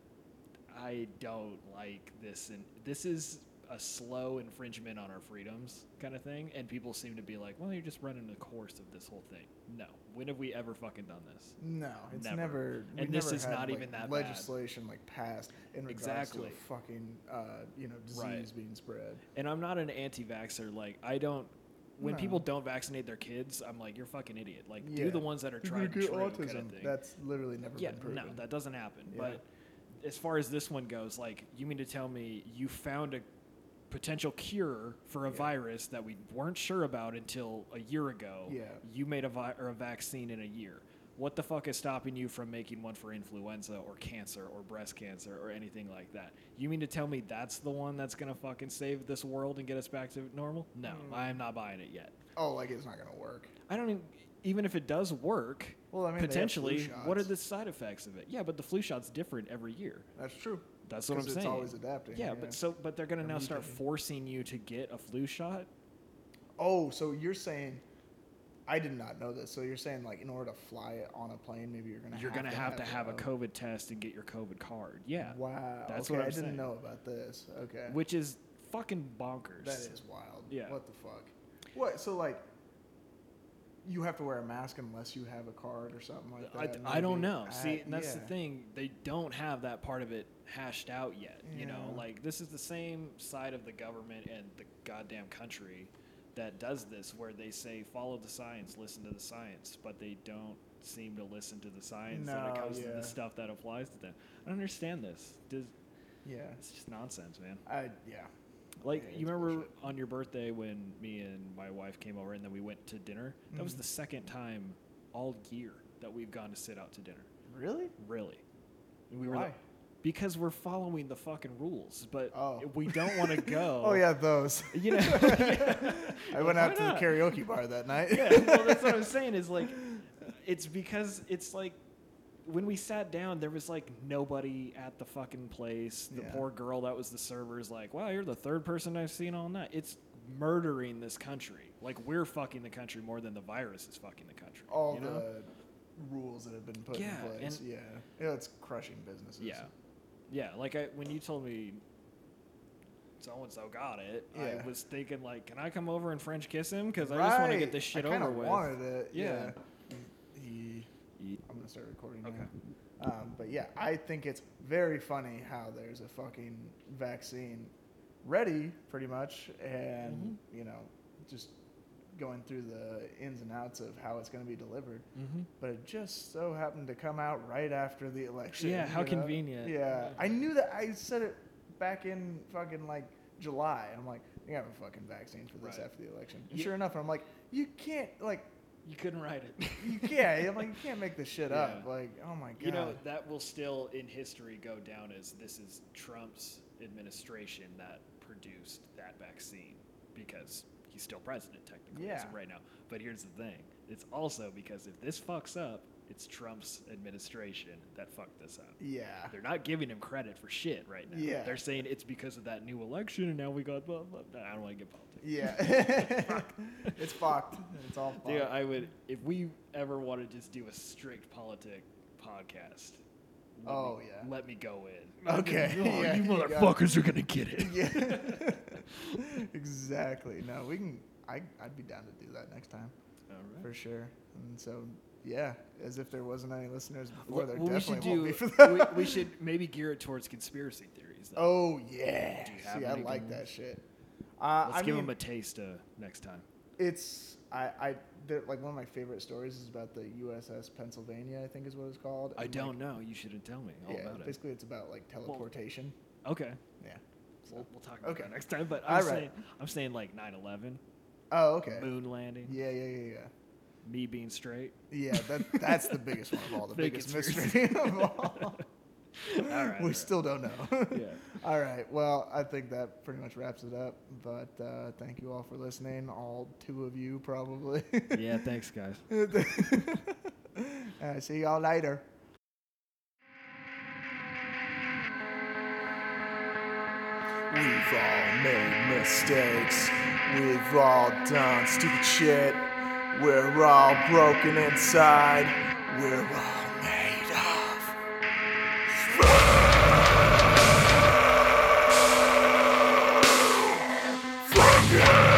I don't like this, and this is a slow infringement on our freedoms kind of thing. And people seem to be like, "Well, you're just running the course of this whole thing." No, when have we ever fucking done this?
No, it's
Never.
never.
And
we've
this
never
is
had,
not
like,
even that bad.
legislation like passed in regards to
Exactly.
a fucking uh, you know disease
Right.
being spread.
And I'm not an anti-vaxxer. Like I don't. When
No.
people don't vaccinate their kids, I'm like, "You're a fucking idiot." Like do
Yeah.
the ones that are
You're
tried
gonna
and true.
get
Kind of
autism.
thing.
That's literally never
Yeah,
been
no,
proven.
that doesn't happen.
Yeah.
But as far as this one goes, like, you mean to tell me you found a potential cure for a
Yeah.
virus that we weren't sure about until a year ago?
Yeah.
You made a, vi- or a vaccine in a year. What the fuck is stopping you from making one for influenza or cancer or breast cancer or anything like that? You mean to tell me that's the one that's gonna fucking save this world and get us back to normal? No,
Mm.
I'm not buying it yet.
oh, like it's not gonna work.
I don't even, even if it does work.
Well, I mean, they have flu
potentially, what are
shots.
the side effects of it? Yeah, but the flu shot's different every year.
That's true.
That's what I'm
'Cause
saying.
It's always adapting.
Yeah, but so but they're gonna now start
Immediately.
forcing you to get a flu shot.
oh, so you're saying. I did not know this. So you're saying, like, in order to fly it on a plane, maybe you're gonna
You're
have
gonna
to
have to have a
it.
COVID test and get your COVID card. Yeah,
Wow.
That's
okay,
what I'm
I didn't
saying.
know about this. Okay.
which is fucking bonkers.
That is wild.
Yeah.
What the fuck? What? So like, you have to wear a mask unless you have a card or something like
I,
that.
I don't
maybe.
know.
I-
See, and that's
yeah.
the thing. They don't have that part of it hashed out yet. You know,
Yeah.
like this is the same side of the government and the goddamn country that does this, where they say follow the science, listen to the science, but they don't seem to listen to the science when it
No,
comes to
yeah.
the stuff that applies to them. I don't understand this. Does
Yeah.
it's just nonsense, man.
I yeah.
Like
Yeah,
you
it's
remember
bullshit.
on your birthday when me and my wife came over and then we went to dinner. That
Mm-hmm.
was the second time all year that we've gone to sit out to dinner.
Really?
Really? And we were
Why?
like, because we're following the fucking rules, but
Oh.
we don't want to go.
Oh yeah, those.
You know, Yeah.
I went
Why
out to the
not?
karaoke bar that night.
Yeah, well, that's what I'm saying is like, it's because it's like when we sat down, there was like nobody at the fucking place. The
Yeah.
poor girl that was the server is like, wow, you're the third person I've seen all night. It's murdering this country. Like, we're fucking the country more than the virus is fucking the country.
All
you
the
know?
rules that have been put
Yeah,
in place.
and-
yeah. Yeah, it's crushing businesses.
Yeah. Yeah, like I when you told me so and so got it,
Yeah.
I was thinking like, can I come over and French kiss him? Because I just want to get
Right.
this shit
I kinda
over with.
wanted it. Yeah.
Yeah.
He-
Ye-
I'm gonna start recording. now.
Okay.
Um, but yeah, I think it's very funny how there's a fucking vaccine ready, pretty much, and you know, just going through the ins and outs of how it's going to be delivered.
Mm-hmm.
But it just so happened to come out right after the election.
Yeah, how
you know?
convenient.
Yeah, I knew that. I said it back in fucking like July. I'm like, you have a fucking vaccine for this
Right.
after the election. And
You-
sure enough, I'm like, you can't like,
You couldn't write it.
you can't. I'm like, you can't make this shit up.
Yeah.
Like, oh my god.
You know, that will still in history go down as this is Trump's administration that produced that vaccine because he's still president technically as of
Yeah.
right now. But here's the thing it's also because if this fucks up, it's Trump's administration that fucked this up.
yeah.
They're not giving him credit for shit right now.
Yeah.
They're saying it's because of that new election and now we got blah blah. blah. I don't want to get politics.
Yeah. it's fucked. It's all fucked.
Yeah, I would. If we ever want to just do a strict politic podcast. let
Oh,
me-
yeah.
Let me go in.
Okay,
Oh,
yeah,
you
you got it.
motherfuckers are gonna get it.
yeah. exactly. No, we can. I, I'd be down to do that next time
All
for
right.
sure. And so, yeah, as if there wasn't any listeners before,
Well,
there
we should
definitely won't
do.
be for that.
We, we should maybe gear it towards conspiracy theories. Though.
Oh yeah.
Do you have
See, I
any
like
good
that
ones?
shit. Uh,
Let's
I
give
mean,
them a taste uh, next time.
it's I I they're- like one of my favorite stories is about the USS Pennsylvania. I think is what it's called.
I
and,
don't know. You shouldn't tell me all
Like, yeah,
about it.
basically it's about like teleportation.
Okay.
yeah. So-
We'll, we'll talk about
Okay.
that next time. But I'm
All
saying,
right.
I'm saying like 9/11,
Oh okay.
moon landing,
Yeah yeah yeah yeah.
me being straight.
Yeah, that, that's the biggest one of all, the
Big
biggest
conspiracy.
mystery of all.
All right. all
we
right.
still don't know.
Yeah.
all right. Well, I think that pretty much wraps it up. But uh, thank you all for listening, all two of you probably.
Yeah. Thanks, guys.
uh, see y'all later.
We've all made mistakes. We've all done stupid shit. We're all broken inside. We're all made of. Fucking